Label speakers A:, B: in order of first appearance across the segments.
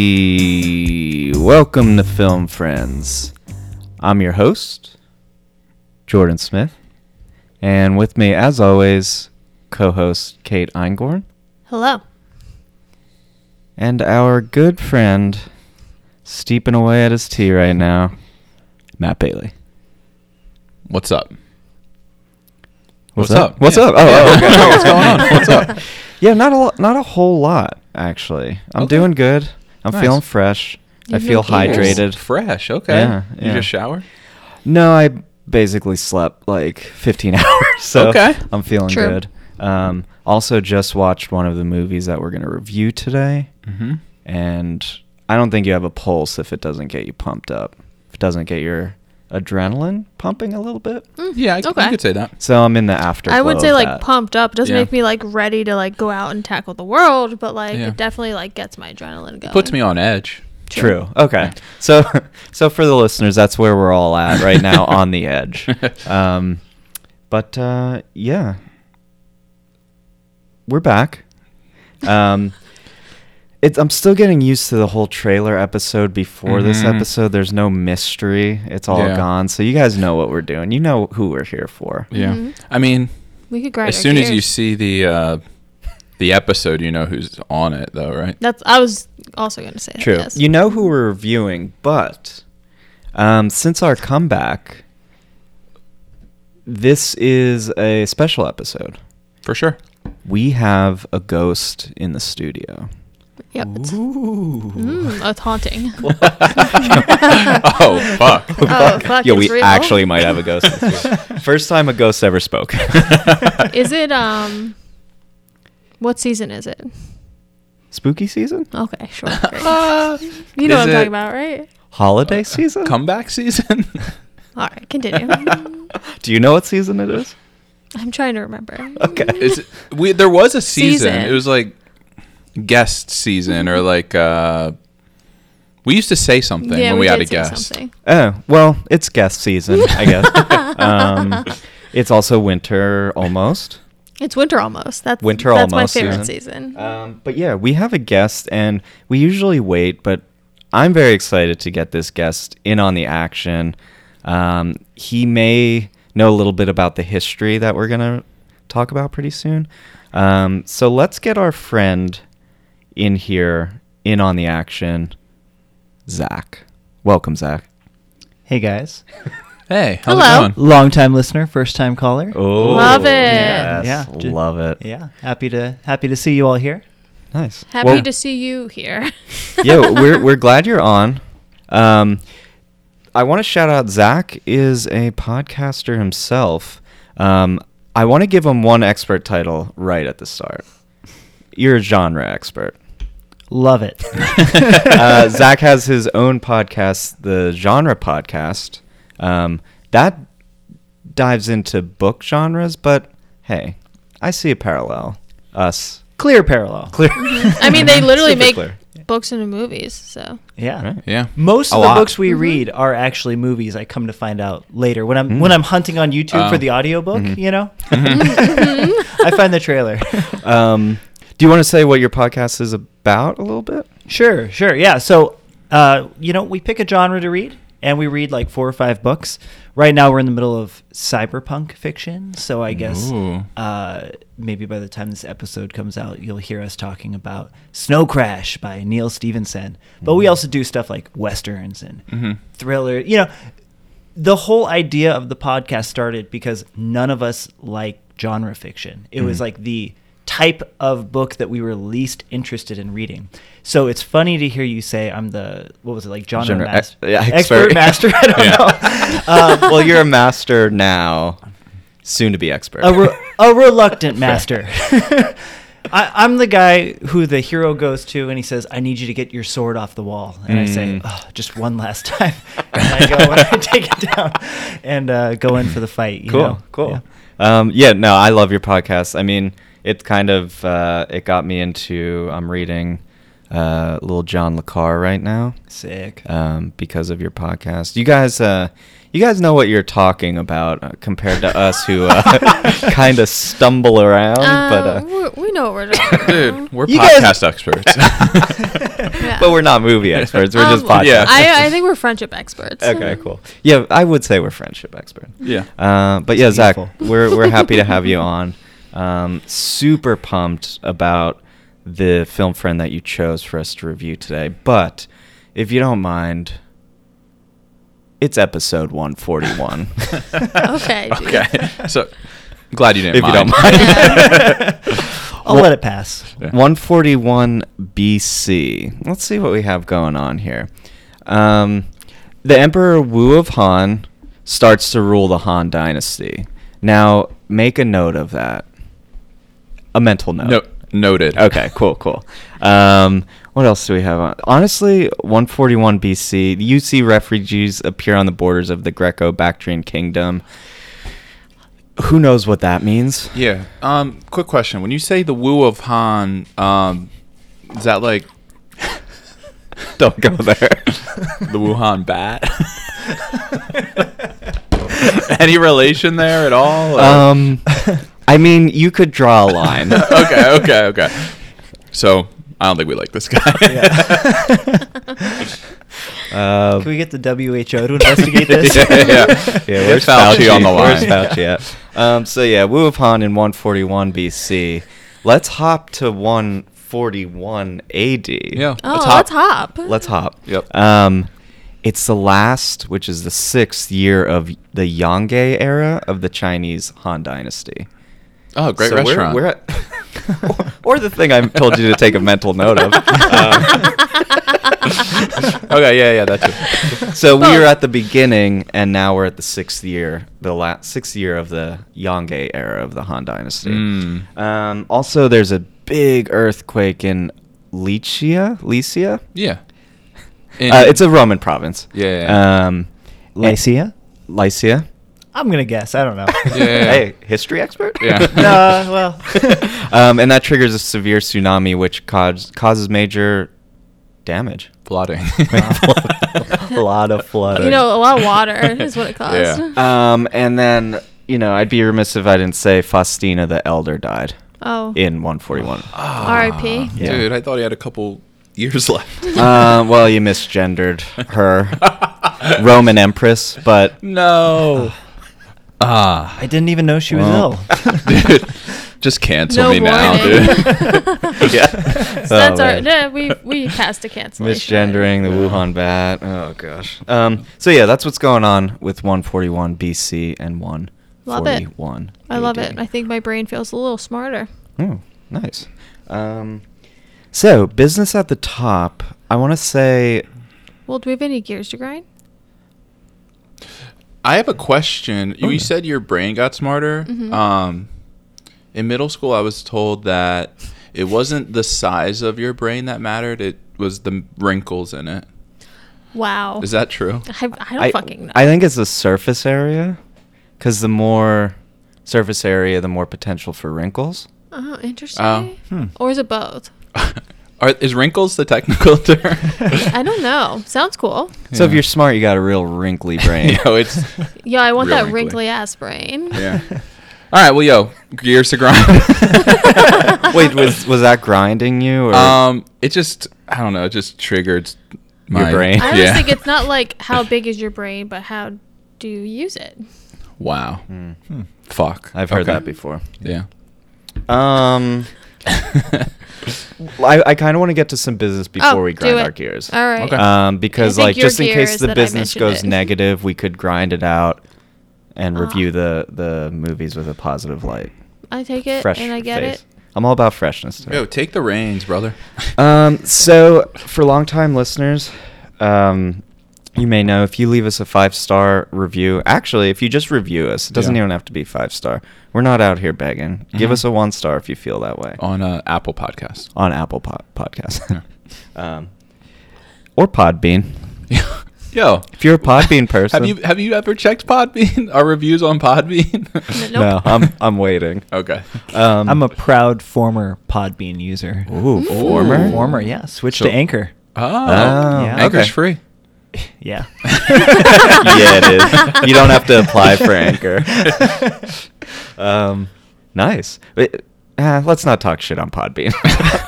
A: Hey, welcome to Film Friends. I'm your host, Jordan Smith, and with me, as always, co-host Kate Eingorn
B: Hello.
A: and our good friend, steeping away at his tea right now, Matt Bailey.
C: What's up?
A: What's,
C: What's
A: up?
C: up?
A: What's
C: Yeah.
A: up? Oh, oh, okay.
B: Yeah. What's going on? What's
C: up?
A: Yeah, not a lo- not a whole lot actually. I'm
C: Okay.
A: doing good. I'm
C: Nice.
A: feeling fresh.
B: You
A: I feel
B: feel good.
A: hydrated.
C: Fresh, okay.
A: Yeah, yeah.
C: You just showered?
A: No, I basically slept like 15 hours, so
C: Okay.
A: I'm feeling
B: True.
A: good. Um, also, just watched one of the movies that we're going to review today,
C: Mm-hmm.
A: and I don't think you have a pulse if it doesn't get you pumped up, if it doesn't get your adrenaline pumping a little bit.
B: Mm,
C: Yeah, I, okay. you could say that.
A: So I'm in the afterglow.
B: I would
A: of
B: say like
A: that.
B: pumped up. Doesn't
C: Yeah.
B: make me like ready to like go out and tackle the world, but like
C: Yeah.
B: it definitely like gets my adrenaline going.
C: Puts me on edge.
A: True. Okay. So, so for the listeners, that's where we're all at right now, on the edge. Um, but uh, yeah, we're back. Um, it's I'm still getting used to the whole trailer episode before this
C: Mhm.
A: episode. There's no mystery. It's all
C: Yeah.
A: gone. So you guys know what we're doing. You know who we're here for.
C: Yeah.
B: Mhm.
C: I mean,
B: We could grind.
C: as soon as you see the uh, the episode, you know who's on it, though, right?
B: that's I was also gonna say that,
A: True.
B: yes.
A: You know who we're reviewing, but um, since our comeback, this is a special episode.
C: For sure.
A: We have a ghost in the studio.
B: Yep. It's,
C: Ooh.
B: mm, oh, it's haunting.
C: oh, fuck.
B: Oh, fuck,
A: yeah,
B: it's
A: we
B: real?
A: actually might have a ghost. in the studio. First time a ghost ever spoke.
B: is it um what season is it?
A: Spooky season?
B: Okay, sure. great.
C: Uh,
B: You know what
C: Is
B: I'm
C: it
B: talking about, right?
A: Holiday season?
C: Comeback season?
B: All right, continue.
A: Do you know what season it is?
B: I'm trying to remember.
A: Okay.
C: Is it, we there was a season.
B: Season.
C: It was like guest season or like uh we used to say something
B: yeah,
C: when
B: we,
C: we, had a
B: did say
C: guest.
B: something.
A: Oh, well, it's guest season, I guess. um, it's also winter almost.
B: It's winter almost. That's
A: Winter
B: that's
A: almost
B: my favorite
A: season.
B: season.
C: Uh,
A: Um, but yeah, we have a guest, and we usually wait, but I'm very excited to get this guest in on the action. Um, he may know a little bit about the history that we're going to talk about pretty soon. Um, so let's get our friend in here, in on the action, Zach. Welcome, Zach.
D: Hey guys,
C: Hey, how's
B: Hello.
C: it going?
D: long time listener, first time caller.
A: Oh,
B: Love it.
A: Yes,
D: Yeah.
A: love it.
D: Yeah, happy to happy to see you all here.
A: Nice.
B: Happy
A: Well-
B: to see you here.
A: yeah, we're we're glad you're on. Um, I want to shout out Zach is a podcaster himself. Um, I want to give him one expert title right at the start. You're a genre expert.
D: Love it.
A: uh, Zach has his own podcast, the Genre Podcast. Um, that dives into book genres, but hey, I see a parallel. Us
D: Clear parallel.
A: clear.
B: I mean, they literally
A: Super
B: make
A: clear. Um,
B: books into movies, so
D: Yeah.
A: Right.
C: Yeah.
D: Most
A: A
D: of the
A: lot.
D: books we
B: Mm-hmm.
D: read are actually movies. I come to find out later when
A: Mm.
D: I'm when I'm hunting on YouTube
C: Oh.
D: for the audiobook,
A: Mm-hmm.
D: you know. I find the trailer.
A: Um, do you want to say what your podcast is about a little bit?
D: Sure, sure. Yeah. So, uh, you know, we pick a genre to read and we read like four or five books. Right now, we're in the middle of cyberpunk fiction. So, I guess
C: Ooh.
D: uh, maybe by the time this episode comes out, you'll hear us talking about Snow Crash by Neil Stevenson. But we also do stuff like Westerns and
C: Mhm.
D: thriller. You know, the whole idea of the podcast started because none of us like genre fiction. It
A: Mm-hmm.
D: was like the type of book that we were least interested in reading. So it's funny to hear you say I'm the what was it like genre,
A: Genre-
D: mas-
A: e- yeah, expert.
D: expert. master. I don't
C: Yeah.
D: know. Um,
A: uh, well, you're a master now, soon to be expert.
D: a, re- a reluctant master. I, I'm the guy who the hero goes to and he says, I need you to get your sword off the wall. And I
A: Mm.
D: say, "Ugh, just one last time. and I go and I take it down and uh, go in for the fight. You
A: cool,
D: know?
A: cool.
D: Yeah.
A: Um, yeah, no, I love your podcast. I mean, it kind of uh, it got me into. I'm reading uh, little John LeCar right now
D: Sick.
C: Uh,
A: um, because of your podcast. You guys, uh, you guys know what you're talking about uh, compared to us who uh, kind of stumble around. but
B: Uh,
A: uh,
B: we're- we know what we're talking about.
C: Dude, we're
A: You guys-
C: podcast experts.
B: Yeah.
A: but we're not movie experts. We're just
B: Um,
A: podcast.
C: Yeah.
B: I, I think we're friendship experts.
A: okay, cool. Yeah, I would say we're friendship expert.
C: Yeah.
A: Uh, but yeah,
D: It's
A: Zach,
D: beautiful.
A: we're we're happy to have you on. Um, super pumped about the film friend that you chose for us to review today. But if you don't mind, it's episode one forty one.
B: Okay, dude.
C: okay. So glad you
A: If
C: didn't.
A: you don't
C: mind.
D: I'll
A: Well-
D: let it pass.
C: Yeah.
A: 141 BC. Let's see what we have going on here. Um, the Emperor Wu of Han starts to rule the Han dynasty. Now, make a note of that. A mental note.
C: no, noted.
A: Okay, cool, cool. Um, what else do we have? On? Honestly, 141 BC, the UC refugees appear on the borders of the Greco Bactrian kingdom. Who knows what that means?
C: Yeah. Um. Quick question: When you say the Wu of Han, um, is that like
A: Don't go there.
C: the Wuhan bat? Any relation there at all? or-
A: Um, I mean, you could draw a line.
C: okay. Okay. Okay. So I don't think we like this guy.
A: Uh,
D: Can we get the WHO to investigate this?
C: yeah, yeah.
A: yeah,
C: Get
A: where's
C: Fauci on the
A: Where's
C: line.
A: Fauci at? Um, so yeah, Wu of Han in 141 BC. Let's hop to 141 AD.
C: Yeah.
B: Oh,
C: Let's
B: let's
C: hop.
B: hop.
A: Let's hop.
C: Yep.
A: Um, it's the last, which is the sixth year of the Yonge era of the Chinese Han Dynasty.
C: Oh, great
A: So we're-
C: restaurant.
A: We're, at, or the thing I told you to take a mental note of. Um,
C: Uh, okay. Yeah. Yeah. That's it.
A: so we
B: Both.
A: were at the beginning, and now we're at the sixth year, the last sixth year of the Yonge era of the Han Dynasty.
C: Mm.
A: Um, also, there's a big earthquake in Lycia. Lycia.
C: Yeah.
A: Uh, it's a Roman province.
C: Yeah, yeah, yeah.
A: Um,
D: Lycia?
A: Lycia.
D: I'm gonna guess. I don't know.
C: Yeah, yeah, yeah.
A: Hey, history expert.
C: Yeah.
D: Nah, well.
A: um, and that triggers a severe tsunami, which cause, causes major damage.
C: Plotting.
A: A lot of flooding.
B: You know, a lot of water is what it caused.
C: Yeah.
A: Um, and then you know, I'd be remiss if I didn't say Faustina the Elder died
B: Oh.
A: in 141.
C: Ah.
B: R.I.P.
A: Ah, Yeah.
C: Dude, I thought he had a couple years left.
A: uh, well, you misgendered her, Roman Empress, but
C: no. Ah.
D: I didn't even know she was
A: Well.
D: ill.
C: dude, just cancel
B: No
C: me now,
B: warning.
C: dude.
A: Yeah.
B: So that's
A: Oh,
B: our.
A: man.
B: Yeah, we we passed a cancellation.
A: misgendering the Wuhan bat. Oh gosh. Um. So yeah, that's what's going on with 141 BC and 141.
B: I love
A: AD.
B: it. I think my brain feels a little smarter.
A: Oh, nice. Um, so business at the top. I want to say,
B: Well, do we have any gears to grind?
C: I have a question. You
A: Oh, yeah.
C: said your brain got smarter.
B: Mm-hmm.
C: Um, in middle school, I was told that it wasn't the size of your brain that mattered; it was the wrinkles in it.
B: Wow.
C: Is that true?
B: I, I don't
A: I,
B: fucking know.
A: I think it's the surface area, because the more surface area, the more potential for wrinkles.
B: Oh, interesting.
C: Um,
D: Hmm.
B: Or is it both?
C: Are, is wrinkles the technical term?
B: I don't know. Sounds cool.
A: So if
C: Yeah.
A: you're smart, you got a real wrinkly brain.
C: Yo, it's
B: Yeah, I want
C: Real
B: that
C: wrinkly.
B: wrinkly. ass brain.
C: yeah. All right, well, yo, gears to grind.
A: Wait, was was that grinding you or
C: Um, it just I don't know. It just triggered
A: Your
C: my
A: brain?
B: I always
C: yeah.
B: think it's not like how big is your brain, but how do you use it?
C: wow.
A: Mm.
D: Hmm.
C: Fuck.
A: I've heard
C: Okay.
A: that before.
C: Yeah.
B: Oh,
A: Um, I, I kind of want to get to some business before we
B: Oh, do
A: grind
B: it.
A: our gears.
B: All right.
C: Okay.
A: Um, because
B: I think
A: like
B: your
A: just in
B: gear
A: case
B: is
A: the
B: that I
A: business
B: mentioned
A: goes
B: it.
A: negative, we could grind it out and
B: Ah.
A: review the the movies with a positive light.
B: I take it
A: Fresh
B: and I get
A: face.
B: it.
A: I'm all about freshness. Today.
C: Yo, take the reins, brother.
A: Um, so for longtime listeners, um, you may know if you leave us a five star review. Actually, if you just review us, it doesn't
C: Yeah.
A: even have to be five star. We're not out here begging. Give
C: Mhm.
A: us a one star if you feel that way
C: on uh, Apple Podcast.
A: on Apple po- Podcast,
C: Yeah.
A: um, or Podbean.
C: Yo,
A: If you're a Podbean person,
C: have you have you ever checked Podbean? Our reviews on Podbean?
B: No, nope.
A: no, I'm I'm waiting.
C: okay.
A: Um,
D: I'm a proud former Podbean user.
A: ooh, former.
D: Former, yeah. Switch
C: So-
D: to Anchor.
C: Oh,
A: Oh,
D: Yeah.
C: Anchor's
A: okay.
C: free.
D: Yeah.
A: yeah, it is. You don't have to apply for Anchor. um, nice. Wait, uh, let's not talk shit on Podbean.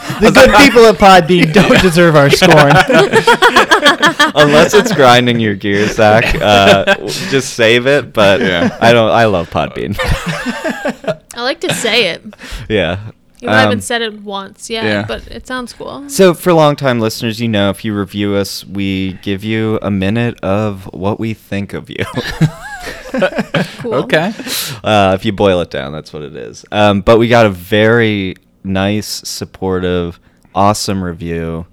D: The good people at Podbean don't deserve our scorn.
A: Unless it's grinding your gears, Zach, uh, w- just save it. But
C: Yeah.
A: I don't. I love Podbean.
B: I like to say it.
A: yeah.
B: You haven't
A: Um,
B: said it once yet,
C: yeah.
B: but it sounds cool.
A: So, for long-time listeners, you know, if you review us, we give you a minute of what we think of you.
B: Cool.
C: Okay.
A: uh, if you boil it down, that's what it is. Um, but we got a very nice, supportive, awesome review.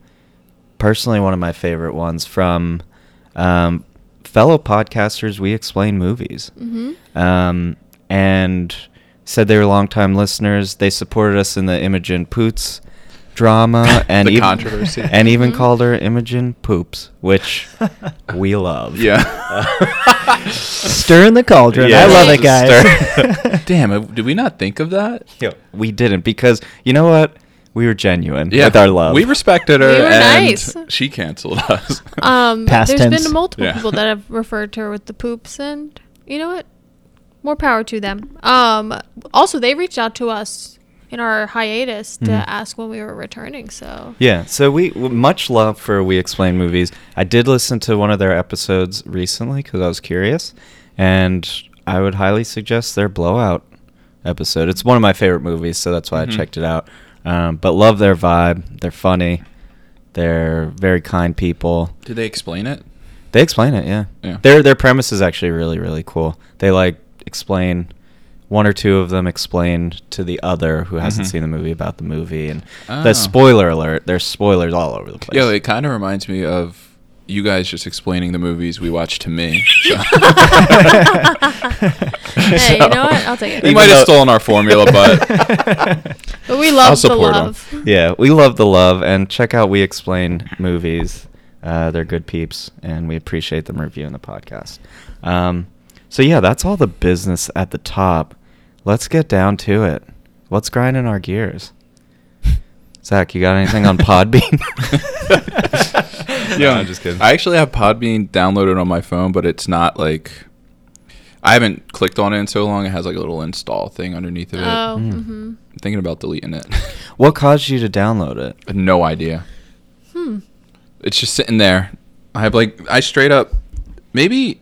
A: Personally, one of my favorite ones from um, fellow podcasters. We explain movies,
B: Mm-hmm.
A: um, and said they were longtime listeners. They supported us in the Imogen Poots drama and
C: The
A: even,
C: controversy.
A: and even
B: Mhm.
A: called her Imogen Poops, which we love. Uh,
C: Yeah.
D: Stir in the cauldron.
A: Yeah,
D: I love it,
A: just
D: guys.
C: Damn, uh, did we not think of that?
A: Yeah, we didn't because you know what? We were genuine
C: Yeah,
A: with our love.
C: We respected her,
B: We were
C: and
B: nice.
C: she canceled us.
B: Um,
D: Past
B: there's
D: tense.
B: been multiple
C: Yeah.
B: people that have referred to her with the poops, and you know what? More power to them. Um, also, they reached out to us in our hiatus to
A: Mhm.
B: ask when we were returning. So
A: Yeah, so we w- much love for We Explain Movies. I did listen to one of their episodes recently because I was curious, and I would highly suggest their Blowout episode. It's one of my favorite movies, so that's why
C: Mhm.
A: I checked it out. Um, but love their vibe. They're funny. They're very kind people.
C: Did they explain it?
A: They explain it, yeah.
C: Yeah.
A: Their their premise is actually really really cool. They like explain one or two of them explained to the other who hasn't
C: Mhm.
A: seen the movie about the movie and
C: Oh.
A: the spoiler alert. There's spoilers all over the place.
C: Yo, it kind of reminds me of you guys just explaining the movies we watched to me. So-
B: hey, you know what? I'll take
A: Even
C: We
B: it.
C: might have
A: though-
C: stolen our formula, but
B: But we
C: I'll
B: love the
C: support 'em.
B: love.
A: yeah, we love the love and check out We Explain Movies. Uh, they're good peeps and we appreciate them reviewing the podcast. Um, so yeah, that's all the business at the top. Let's get down to it. What's grinding our gears? Zach, you got anything on Podbean?
C: yeah,
A: No, I'm just kidding.
C: I actually have Podbean downloaded on my phone, but it's not like I haven't clicked on it in so long. It has like a little install thing underneath
B: Oh,
C: of it.
A: Mm.
B: hmm
C: I'm thinking about deleting it.
A: what caused you to download it?
C: I have no idea.
B: hmm.
C: It's just sitting there. I have like I straight up maybe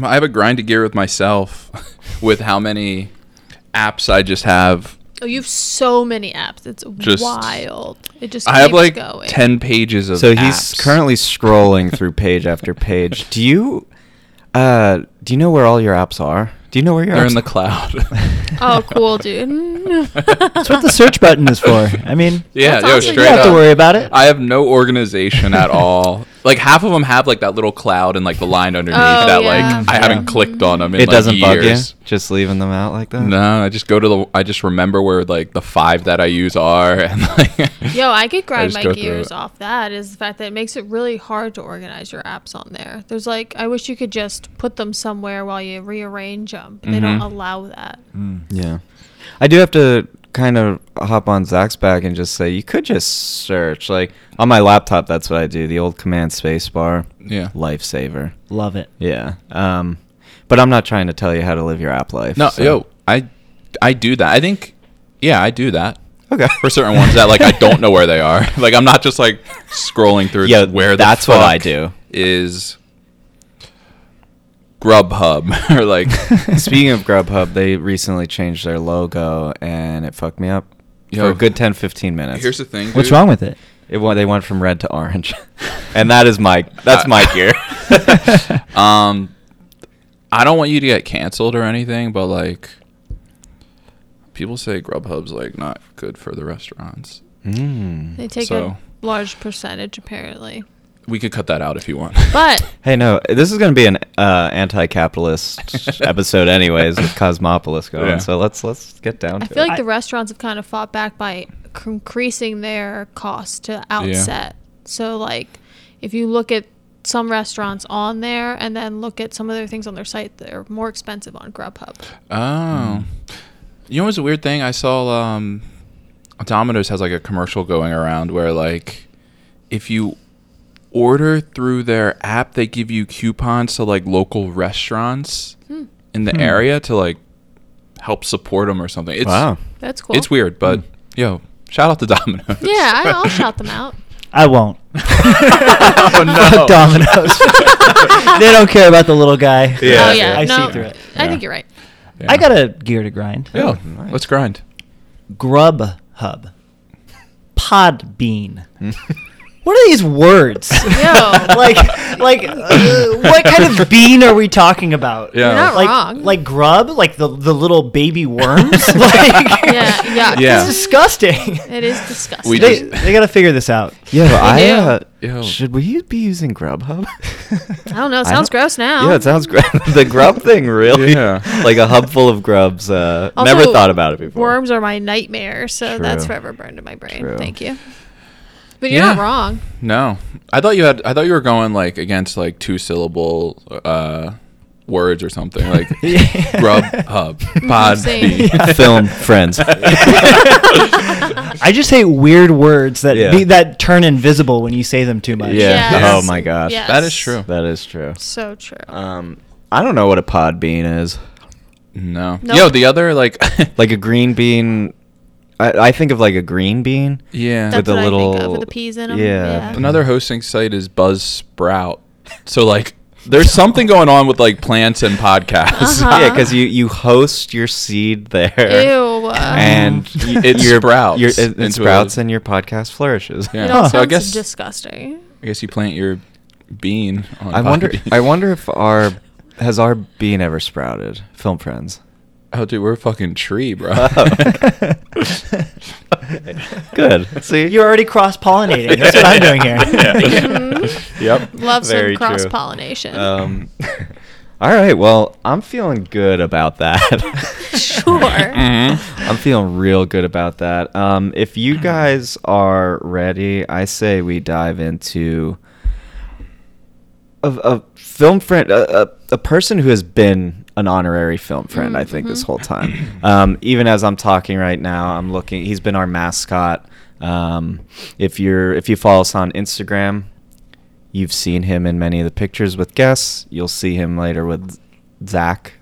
C: I have a grind to gear with myself with how many apps I just have.
B: Oh, you have so many apps. It's
C: Just-
B: wild. It just
C: I have
B: keeps
C: like
B: going.
C: ten pages of.
A: So he's
C: apps.
A: currently scrolling through page after page. Do you uh, do you know where all your apps are? Do you know where your
C: They're
A: apps
C: in the cloud.
B: Oh, cool, dude.
D: That's what the search button is for. I mean,
C: yeah,
B: That's
C: yo,
B: awesome.
C: straight
D: you don't have
C: up.
D: to worry about it.
C: I have no organization at all. Like half of them have like that little cloud and like the line underneath
B: Oh,
C: that
B: yeah.
C: like I haven't
B: Yeah.
C: clicked on them. In,
A: It
C: like,
A: doesn't
C: years.
A: bug you just leaving them out like that.
C: No, I just go to the. I just remember where like the five that I use are, and like.
B: Yo, I could grind
C: just
B: my
C: go through
B: gears
C: it.
B: off that is the fact that it makes it really hard to organize your apps on there. There's like, I wish you could just put them somewhere while you rearrange them. But They don't
C: Mhm.
B: allow that.
A: Yeah, I do have to kind of hop on Zach's back and just say you could just search. Like on my laptop, that's what I do. The old command space bar,
C: Yeah.
A: lifesaver.
D: Love it.
A: Yeah. Um, but I'm not trying to tell you how to live your app life.
C: No,
A: so-
C: yo, I, I do that. I think, yeah, I do that
A: Okay.
C: for certain ones that like I don't know where they are. Like I'm not just like scrolling through.
A: Yeah,
C: where the
A: that's what I
C: fuck
A: do.
C: Is Grubhub or like?
A: Speaking of Grubhub, they recently changed their logo and it fucked me up
C: Yo,
A: for a good 10, 15 minutes.
C: Here's the thing.
D: What's
C: dude.
D: wrong with it?
A: It went, they went from red to orange, and that is my that's my gear.
C: Uh, Um, I don't want you to get canceled or anything, but like, people say Grubhub's like not good for the restaurants.
A: Hmm.
B: They take
C: So-
B: a large percentage, apparently.
C: We could cut that out if you want.
B: But
A: Hey, no, this is going to be an uh, anti-capitalist episode, anyways, with Cosmopolis going.
C: Yeah.
A: So let's let's get down
B: I
A: to
B: feel
A: it.
B: like
D: I-
B: the restaurants have kind of fought back by c- increasing their cost to outset. So, like, if you look at some restaurants on there and then look at some of their things on their site that are more expensive on Grubhub.
C: Oh. You know what's a weird thing? I saw um Domino's has like a commercial going around where like if you order through their app, they give you coupons to like local restaurants
B: Hmm,
C: in the
D: Hmm.
C: area to like help support them or something. It's
A: wow.
B: that's cool.
C: it's weird, but
D: Hmm.
C: yo, shout out to Domino's.
B: Yeah, I, I'll shout them out.
D: I won't.
C: Oh, no.
D: Fuck Domino's. they don't care about the little guy.
C: Yeah,
B: oh yeah,
D: I
B: no,
D: see through it.
B: I
C: Yeah.
B: think you're right.
C: Yeah.
D: I got a gear to grind.
C: Yeah,
A: Oh, nice.
C: let's grind.
D: Grub Hub. Podbean. What are these words?
B: Yo.
D: like, like, uh, what kind of bean are we talking about?
C: Yeah. You're
B: not
D: like,
B: wrong.
D: like grub, like the the little baby worms. like,
B: Yeah, yuck.
C: Yeah.
D: it's disgusting.
B: It is disgusting.
C: We
D: they
C: just-
D: they got to figure this out.
A: Yeah, but I
B: Ew.
A: uh,
C: Ew.
A: should we be using Grubhub?
B: I don't know, it sounds gross now.
A: Yeah, it sounds gross. the grub thing really,
C: Yeah.
A: like a hub full of grubs. Uh,
B: Also,
A: never thought about it before.
B: Worms are my nightmare, so that's
A: True.
B: forever burned in my brain.
A: True.
B: Thank you. But you're not
C: Yeah.
B: wrong.
C: No, I thought you had. I thought you were going like against like two syllable uh, words or something like grub hub
D: Mm-hmm.
C: pod.
B: Same.
A: Film friends.
D: I just hate weird words that
A: Yeah.
D: be, that turn invisible when you say them too much.
A: Yeah.
B: Yes.
A: Oh my gosh,
B: Yes.
C: That is true.
A: that is true.
B: So true.
A: Um, I don't know what a pod bean is.
C: No.
B: Nope.
C: Yo, the other like
A: Like a green bean. I, I think of like a green bean.
C: yeah.
B: That's
A: the
B: what I think of,
A: little-
B: with the peas in them.
A: yeah.
C: Another hosting site is Buzzsprout. So like, there's something going on with like plants and podcasts.
B: Uh-huh.
A: Yeah, because you you host your seed there.
B: Ew. Um,
A: And y-
C: It
A: your-
C: sprouts
A: your- it, it
C: into
A: sprouts,
C: a-
A: and your podcast flourishes.
C: Yeah.
B: It
C: Huh.
B: all
C: So I
B: sounds
C: guess-
B: disgusting.
C: I guess you plant your bean. on
A: I wonder.
C: Podbean.
A: I wonder if our has our bean ever sprouted? Film friends.
C: Oh, dude, we're a fucking tree, bro.
D: Oh,
A: Good. See,
D: You're already cross pollinating. That's what I'm doing here.
A: Yeah.
B: Mhm.
A: Yep.
B: Love some
A: Very true.
B: cross-pollination.
A: Um, all right. Well, I'm feeling good about that.
B: Sure.
D: Mm-hmm.
A: I'm feeling real good about that. Um, if you guys are ready, I say we dive into a, a film friend, a, a, a person who has been an honorary film friend, I think, this
B: Mhm.
A: whole time. Um, even as I'm talking right now, I'm looking. He's been our mascot. Um, if you're if you follow us on Instagram, you've seen him in many of the pictures with guests. You'll see him later with Zach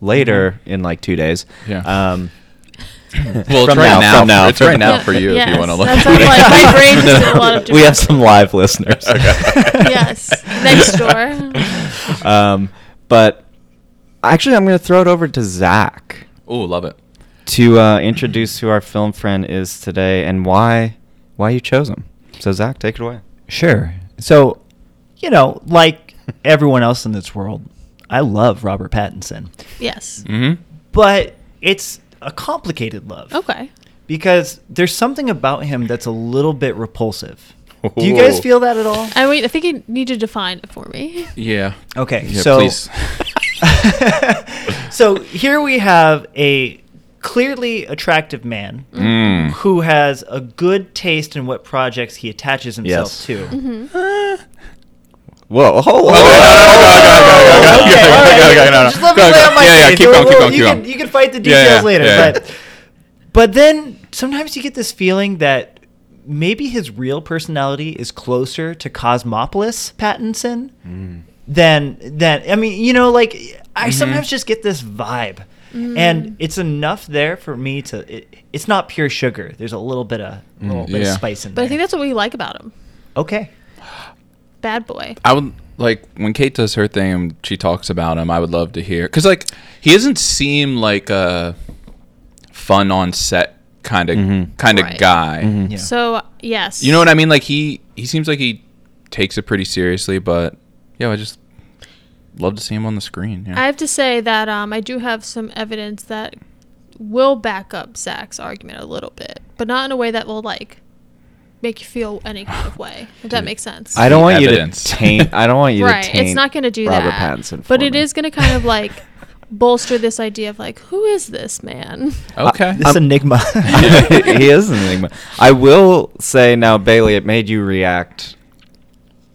A: later in like two days.
C: Yeah.
A: Um,
C: Well, it's
A: From now,
C: right now.
A: from now,
C: It's right
A: from
C: now
A: now.
C: for you if
B: Yes,
C: you want to look.
B: that
C: at
B: sounds like my brain just did a lot of
A: we
B: doing.
A: have some live listeners.
B: yes. Next door.
A: Um, but actually, I'm going to throw it over to Zach
C: Oh, love it.
A: to uh, introduce who our film friend is today and why why you chose him. So, Zach, take it away.
D: Sure. So, you know, like everyone else in this world, I love Robert Pattinson,
B: Yes.
C: Mm-hmm.
D: but it's a complicated love.
B: Okay.
D: Because there's something about him that's a little bit repulsive. Do you guys
C: Ooh.
D: feel that at all?
B: I wait. I think you need to define it for me.
C: Yeah.
D: Okay,
C: Yeah,
D: so
C: please.
D: so here we have a clearly attractive man
C: Mm.
D: who has a good taste in what projects he attaches himself
A: Yes.
D: to.
B: Mm-hmm.
C: Mm-hmm.
A: Whoa.
D: Oh, Okay, all right. Just let me lay out my
C: Yeah, yeah,
D: case.
C: keep going,
D: We'll-
C: keep going,
D: you
C: keep
D: can-
C: going.
D: You can fight the
C: Yeah,
D: details
C: yeah,
D: later,
C: yeah,
D: but
C: yeah.
D: but then sometimes you get this feeling that maybe his real personality is closer to Cosmopolis Pattinson than than I mean, you know, like I sometimes just get this vibe.
B: Mm.
D: And it's enough there for me to. It, it's not pure sugar. There's a little bit of little bit
C: yeah.
D: of spice in
B: But
D: there.
B: I think that's what we like about him.
D: okay.
B: Bad boy.
C: I would like when Kate does her thing and she talks about him. I would love to hear because like he doesn't seem like a fun on set kind of
D: Mm-hmm.
C: kind of
B: Right.
A: Mm.
C: guy.
D: Yeah.
B: So yes.
C: You know what I mean? Like he he seems like he takes it pretty seriously, but yeah, I just love to see him on the screen. Yeah.
B: I have to say that um, I do have some evidence that will back up Zach's argument a little bit, but not in a way that will like make you feel any kind of way. If that makes sense.
A: I don't
C: The
A: want
C: evidence.
A: you to taint. I don't want you
B: right.
A: to taint.
B: It's not going to do
A: Robert
B: that.
A: Pattinson.
B: but
A: for
B: it
A: me.
B: is going to kind of like bolster this idea of like, who is this man?
C: okay.
D: This enigma.
A: he is an enigma. I will say now, Bailey, it made you react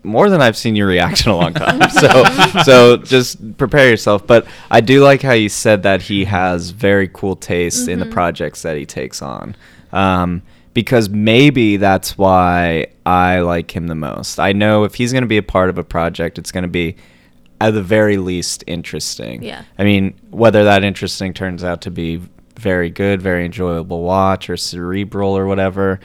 A: more than I've seen you react in a long time. so so just prepare yourself. But I do like how you said that he has very cool taste in the
B: Mhm.
A: projects that he takes on. Um, because maybe that's why I like him the most. I know if he's going to be a part of a project, it's going to be at the very least interesting.
B: Yeah.
A: I mean, whether that interesting turns out to be very good, very enjoyable watch or cerebral or whatever.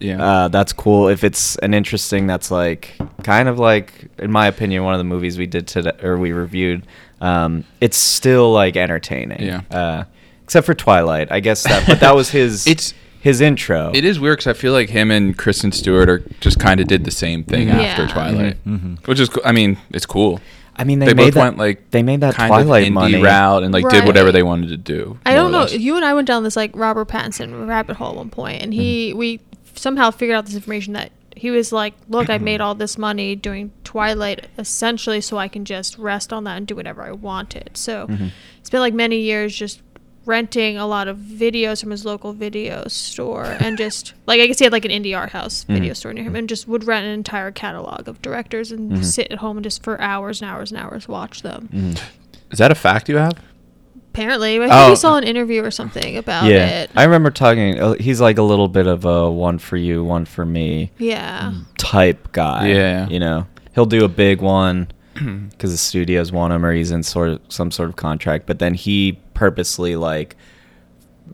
C: Yeah.
A: Uh, that's cool. If it's an interesting, that's like kind of like, in my opinion, one of the movies we did today or we reviewed. Um, it's still like entertaining.
C: Yeah.
A: Uh, except for Twilight, I guess that. But that was his.
C: It's-
A: his intro.
C: It is weird because I feel like him and Kristen Stewart are just kind of did the same thing
B: Mhm.
C: after
B: Yeah.
C: Twilight,
D: Mhm. Mhm.
C: which is co- I mean it's cool.
A: Mm-hmm. I mean, they,
C: they
A: made
C: both
A: that,
C: went like
A: they made that
C: kind
A: Twilight
C: of indie
A: money
C: route and like did
B: Right.
C: whatever they wanted to do.
B: I
C: more
B: don't
C: or
B: know.
C: less.
B: You and I went down this like Robert Pattinson rabbit hole at one point, and
C: Mm-hmm.
B: he we somehow figured out this information that he was like, "Look, I made all this money doing Twilight essentially, so I can just rest on that and do whatever I wanted." So,
C: Mm-hmm.
A: Mhm.
B: spent like many years just renting a lot of videos from his local video store, and just like I guess he had like an indie art house
C: Mm-hmm.
B: video
A: Mhm.
B: store near him, and just would rent an entire catalog of directors and
C: Mm-hmm.
A: Mhm.
B: sit at home and just for hours and hours and hours watch them.
A: Mhm.
C: Is that a fact you have?
B: Apparently, I think
C: Oh.
B: we saw an interview or something about
A: yeah,
B: it.
A: I remember talking. uh, He's like a little bit of a one for you, one for me
B: Yeah.
C: Mm.
A: type guy.
C: Yeah.
A: you know, he'll do a big one because the studios want him, or he's in sort of some sort of contract. But then he purposely like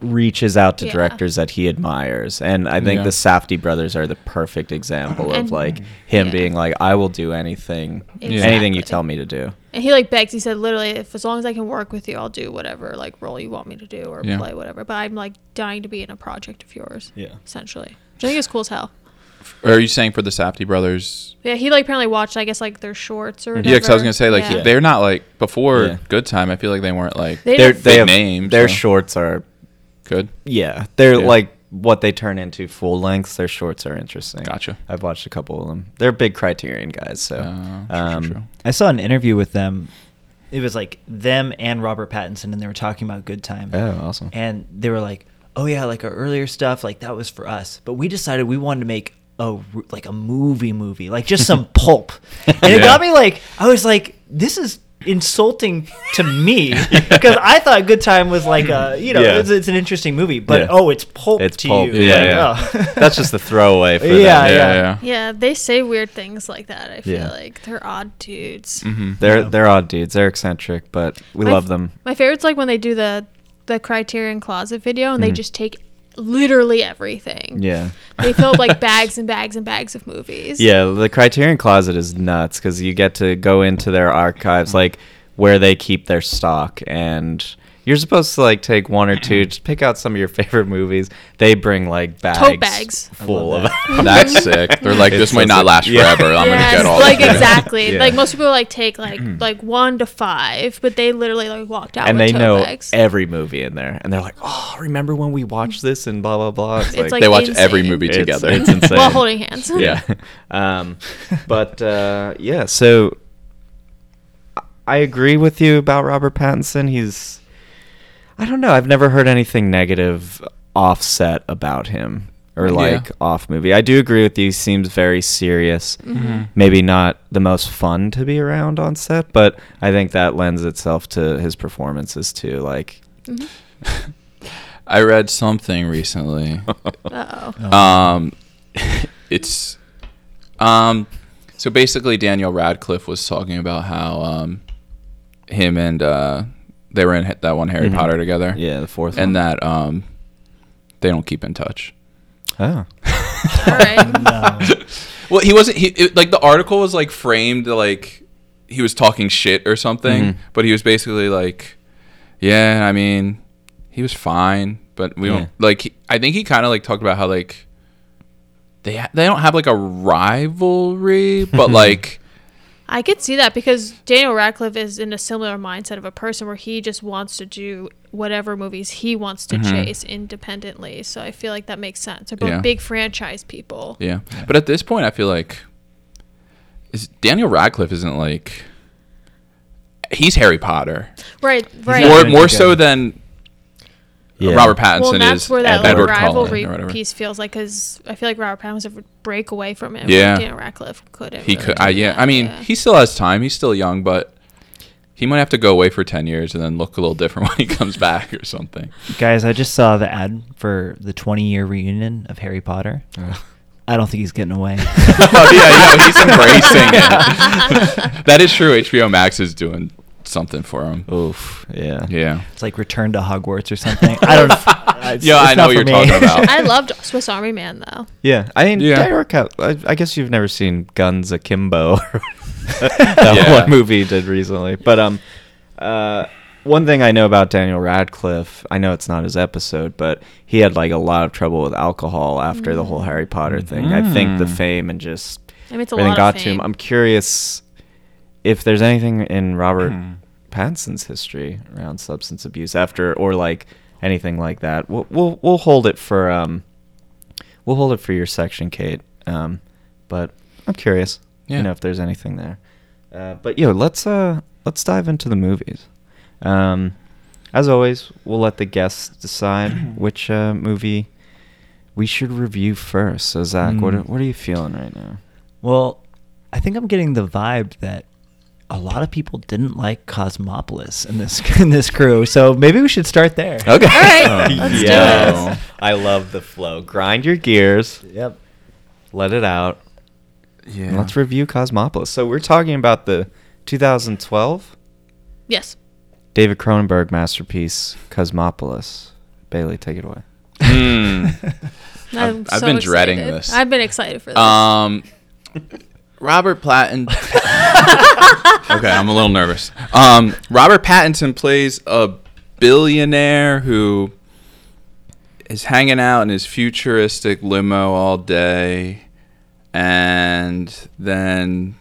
A: reaches out to
B: Yeah.
A: directors that he admires, and I think
C: Yeah. Mm.
A: the Safdie brothers are the perfect example of
B: And-
A: like him
B: Yeah.
A: being like, "I will do anything,
B: Yeah.
A: anything you
B: Exactly.
A: tell me to do."
B: And he like begs. He said, literally, if as long as I can work with you, I'll do whatever like role you want me to do or
C: Yeah.
B: play whatever. But I'm like dying to be in a project of yours.
A: Yeah.
B: Essentially, which I think is cool as hell.
C: Or are you saying for the Safdie brothers?
B: Yeah, he like apparently watched, I guess, like their shorts or
A: Mhm.
B: whatever.
C: Yeah, because I was gonna say like
A: Yeah.
C: they're not like before
A: Yeah.
C: Good Time. I feel like they weren't like
B: They
A: They're,
B: don't
A: they
C: fit
A: have
C: names,
A: Their
C: so.
A: shorts are
C: good.
A: Yeah, they're
C: Yeah.
A: like what they turn into full lengths. Their shorts are interesting.
C: Gotcha.
A: I've watched a couple of them. They're big Criterion guys, so
C: Uh, true,
A: um,
C: true, true.
D: I saw an interview with them. It was like them and Robert Pattinson, and they were talking about Good Time.
A: oh, awesome.
D: And they were like, "Oh yeah, like our earlier stuff, like that was for us, but we decided we wanted to make a r- like a movie movie, like just some pulp." And
C: Yeah.
D: it got me like, I was like, "This is." insulting to me because I thought Good Time was like a you know
A: Yeah.
D: it's, it's an interesting movie but
A: Yeah.
D: oh it's pulp
A: It's
D: to
A: pulp.
D: you
A: Yeah,
D: Like,
A: yeah.
D: oh.
A: That's just the throwaway for them.
D: yeah,
C: Yeah,
D: yeah
C: yeah.
B: Yeah, they say weird things like that. I feel
A: Yeah.
B: like they're odd dudes.
C: hmm
A: They're
D: Yeah.
A: they're odd dudes. They're eccentric, but we
B: My-
A: love them.
B: My favorite's like when they do the the Criterion Closet video and they
A: Mhm.
B: just take literally everything.
A: Yeah.
B: They fill up like bags and bags and bags of movies.
A: Yeah, the Criterion Closet is nuts because you get to go into their archives,
C: Mm.
A: like where they keep their stock, and you're supposed to like take one or two, just pick out some of your favorite movies. They bring like bags,
B: bags. I love
A: full of.
B: that.
C: That's sick. They're like,
A: It's
C: this
A: so
C: might not
A: sick.
C: last
A: Yeah.
C: forever. I'm
B: yes,
C: gonna get all.
B: like
C: of it.
B: exactly.
A: Yeah.
B: Like most people like take like like one to five, but they literally like walked out
A: and
B: with
A: they
B: tote
A: know
B: bags.
A: every movie in there, and they're like, "Oh, remember when we watched this and blah blah blah." It's,
B: It's like
C: they watch every
B: insane.
C: movie
A: It's-
C: together.
A: it's insane.
B: while holding hands.
A: yeah. um, but uh, yeah, so I- I agree with you about Robert Pattinson. He's I don't know. I've never heard anything negative offset about him or
C: Yeah.
A: like off movie. I do agree with you. He seems very serious.
C: Mhm.
A: Maybe not the most fun to be around on set, but I think that lends itself to his performances too. Like,
B: Mhm.
C: I read something recently.
B: Uh-oh.
C: um, it's um, so basically Daniel Radcliffe was talking about how um, him and uh, they were in ha- that one Harry
A: Mhm.
C: Potter together,
A: yeah, the fourth
C: and
A: one.
C: that um, they don't keep in touch.
A: oh.
C: Uh,
B: All right.
D: No.
C: Well, he wasn't. He it, like the article was like framed like he was talking shit or something,
A: Mhm.
C: but he was basically like, yeah, I mean, he was fine, but we
A: Yeah.
C: don't like. He, I think he kind of like talked about how like they ha- they don't have like a rivalry, but like
B: I could see that because Daniel Radcliffe is in a similar mindset of a person where he just wants to do whatever movies he wants to chase independently. So I feel like that makes sense. They're both
C: Mm-hmm. Yeah.
B: big franchise people.
C: yeah. But at this point, I feel like is Daniel Radcliffe isn't like he's Harry Potter
B: Right, right.
D: not
C: more
D: gonna
C: more
D: do
C: so
D: good.
C: than
A: Yeah.
C: Robert Pattinson
B: well, that's
C: is
B: where that
C: Edward
B: little
C: Cullen
B: rivalry
C: or whatever.
B: piece feels like, because I feel like Robert Pattinson would break away from it.
C: Yeah.
B: but Daniel Radcliffe couldn't.
C: He
B: really
C: could,
B: do
C: I, yeah.
B: that,
C: I mean,
B: yeah.
C: he still has time. He's still young, but he might have to go away for ten years and then look a little different when he comes back or something.
D: Guys, I just saw the ad for the 20 year reunion of Harry Potter.
A: Uh,
D: I don't think he's getting away.
C: oh yeah, no, he's embracing it. that is true. HBO Max is doing something for him.
A: Uh, Oh, oof. Yeah.
C: Yeah.
D: It's like Return to Hogwarts or something. I don't. it's-
C: Yeah,
D: it's
C: I know what
D: not for
C: you're talking about.
B: I loved Swiss Army Man though.
A: Yeah. I mean,
C: Yeah.
A: yeah. I, I guess you've never seen Guns Akimbo. that
C: Yeah.
A: one movie did recently. But um, uh, one thing I know about Daniel Radcliffe, I know it's not his episode, but he had like a lot of trouble with alcohol after the whole Harry Potter thing. I think the
C: Mm.
A: fame and just
B: I mean, it's a
A: everything
B: lot
A: got
B: of
A: to
B: fame.
A: him. I'm curious if there's anything in Robert
C: Hmm.
A: Pattinson's history around substance abuse after or like anything like that. We'll we'll, we'll hold it for um we'll hold it for your section, Kate. Um, but I'm curious,
C: Yeah.
A: you know, if there's anything there. Uh, but yo, let's uh let's dive into the movies. Um, as always, we'll let the guests decide which uh, movie we should review first. So Zach, what are,
D: Mm.
A: what are you feeling right now?
D: Well, I think I'm getting the vibe that a lot of people didn't like Cosmopolis in this in this crew. So maybe we should start there.
A: Okay.
B: All right,
A: Uh,
B: let's do
C: Yes.
B: this.
A: I love the flow. Grind your gears,
D: Yep.
A: let it out.
C: Yeah.
A: and Let's review Cosmopolis. So we're talking about the 2012
B: Yes.
A: David Cronenberg masterpiece Cosmopolis. Bailey, take it away.
C: Hmm.
B: I'm
C: I've
B: so
C: been dreading
B: excited.
C: this.
B: I've been excited for this.
C: Um, Robert Platten. okay, I'm a little nervous. Um, Robert Pattinson plays a billionaire who is hanging out in his futuristic limo all day, and then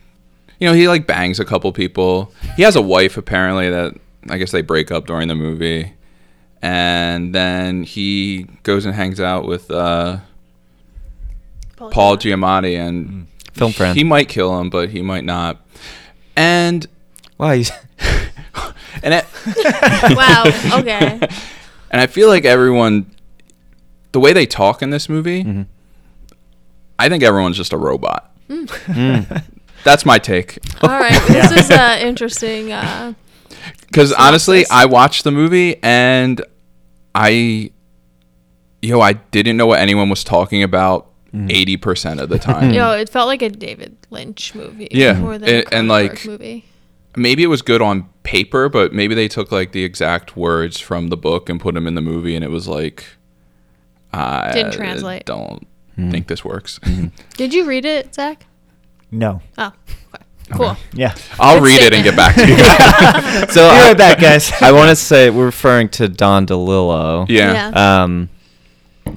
C: you know he like bangs a couple people. He has a wife apparently that I guess they break up during the movie. And then he goes and hangs out with uh, Paul Giamatti, and
A: Film friend.
C: He might kill him, but he might not. And
A: Why?
C: and I,
B: wow. Okay.
C: and I feel like everyone, the way they talk in this movie, I think everyone's just a robot. That's my take.
B: All right. This is uh, interesting. Uh,
C: Because honestly,
B: Synopsis.
C: I watched the movie and I, yo, I didn't know what anyone was talking about eighty percent of the time.
B: you know, it felt like a David Lynch movie.
C: Hmm. Yeah,
B: More than
C: and-
B: a
C: and,
B: Cronenberg
C: like-
B: movie.
C: maybe it was good on paper, but maybe they took like the exact words from the book and put them in the movie, and it was like, I
B: Didn't translate.
C: Don't
A: Hmm.
C: think this works.
B: Did you read it, Zach?
D: No.
B: Oh, okay. cool.
C: Uh,
D: Yeah.
C: I'll
B: Good
C: read it and get back to you.
A: so
D: Be
A: I,
D: right back, guys.
A: I want to say we're referring to Don DeLillo.
C: yeah,
A: Um,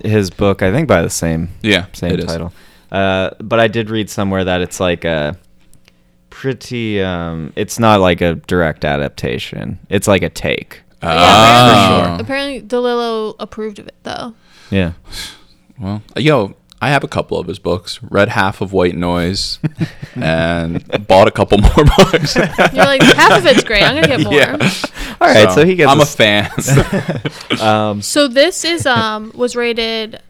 A: his book, I think, by the same
C: yeah,
A: same
C: it is.
A: title. Uh, but I did read somewhere that it's like a pretty. Um, it's not like a direct adaptation. It's like a take.
B: But
C: Ah.
B: yeah, apparently, apparently DeLillo approved of it though.
A: Yeah.
C: Well, yo, I have a couple of his books. Read half of White Noise, and bought a couple more books.
B: You're like half of it's great. I'm gonna get more.
C: Yeah.
A: All right. So, he gets.
C: I'm
A: a
C: a
A: s-
C: fan.
A: Um,
B: So this is um was rated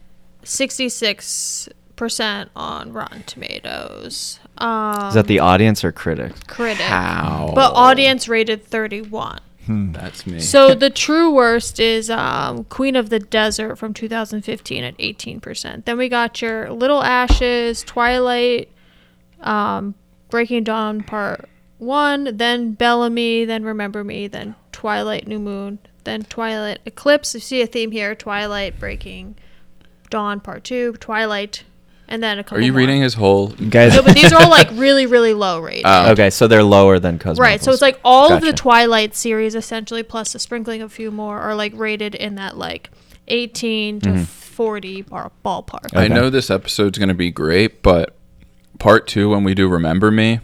B: 66 percent on Rotten Tomatoes. Um,
A: is that the audience or critic?
B: critic?
C: How?
B: But audience rated 31.
C: That's me.
B: So the true worst is um, Queen of the Desert from 2015 at 18%. Then we got your Little Ashes, Twilight, um, Breaking Dawn Part 1, then Bellamy, then Remember Me, then Twilight New Moon, then Twilight Eclipse. You see a theme here Twilight, Breaking Dawn Part 2, Twilight, and then a couple
C: Are you
B: more.
C: reading his Ah, whole?
A: Guys.
B: No, but these are all like really, really low rated.
A: okay, so they're lower than Cosmopolis.
B: Right, so it's like all of the
A: Gotcha.
B: Twilight series essentially, plus a sprinkling of a few more, are like rated in that like 18
C: Mm-hmm.
B: to 40 bar- ballpark.
C: I know this episode's gonna be great, but part two when we do remember me,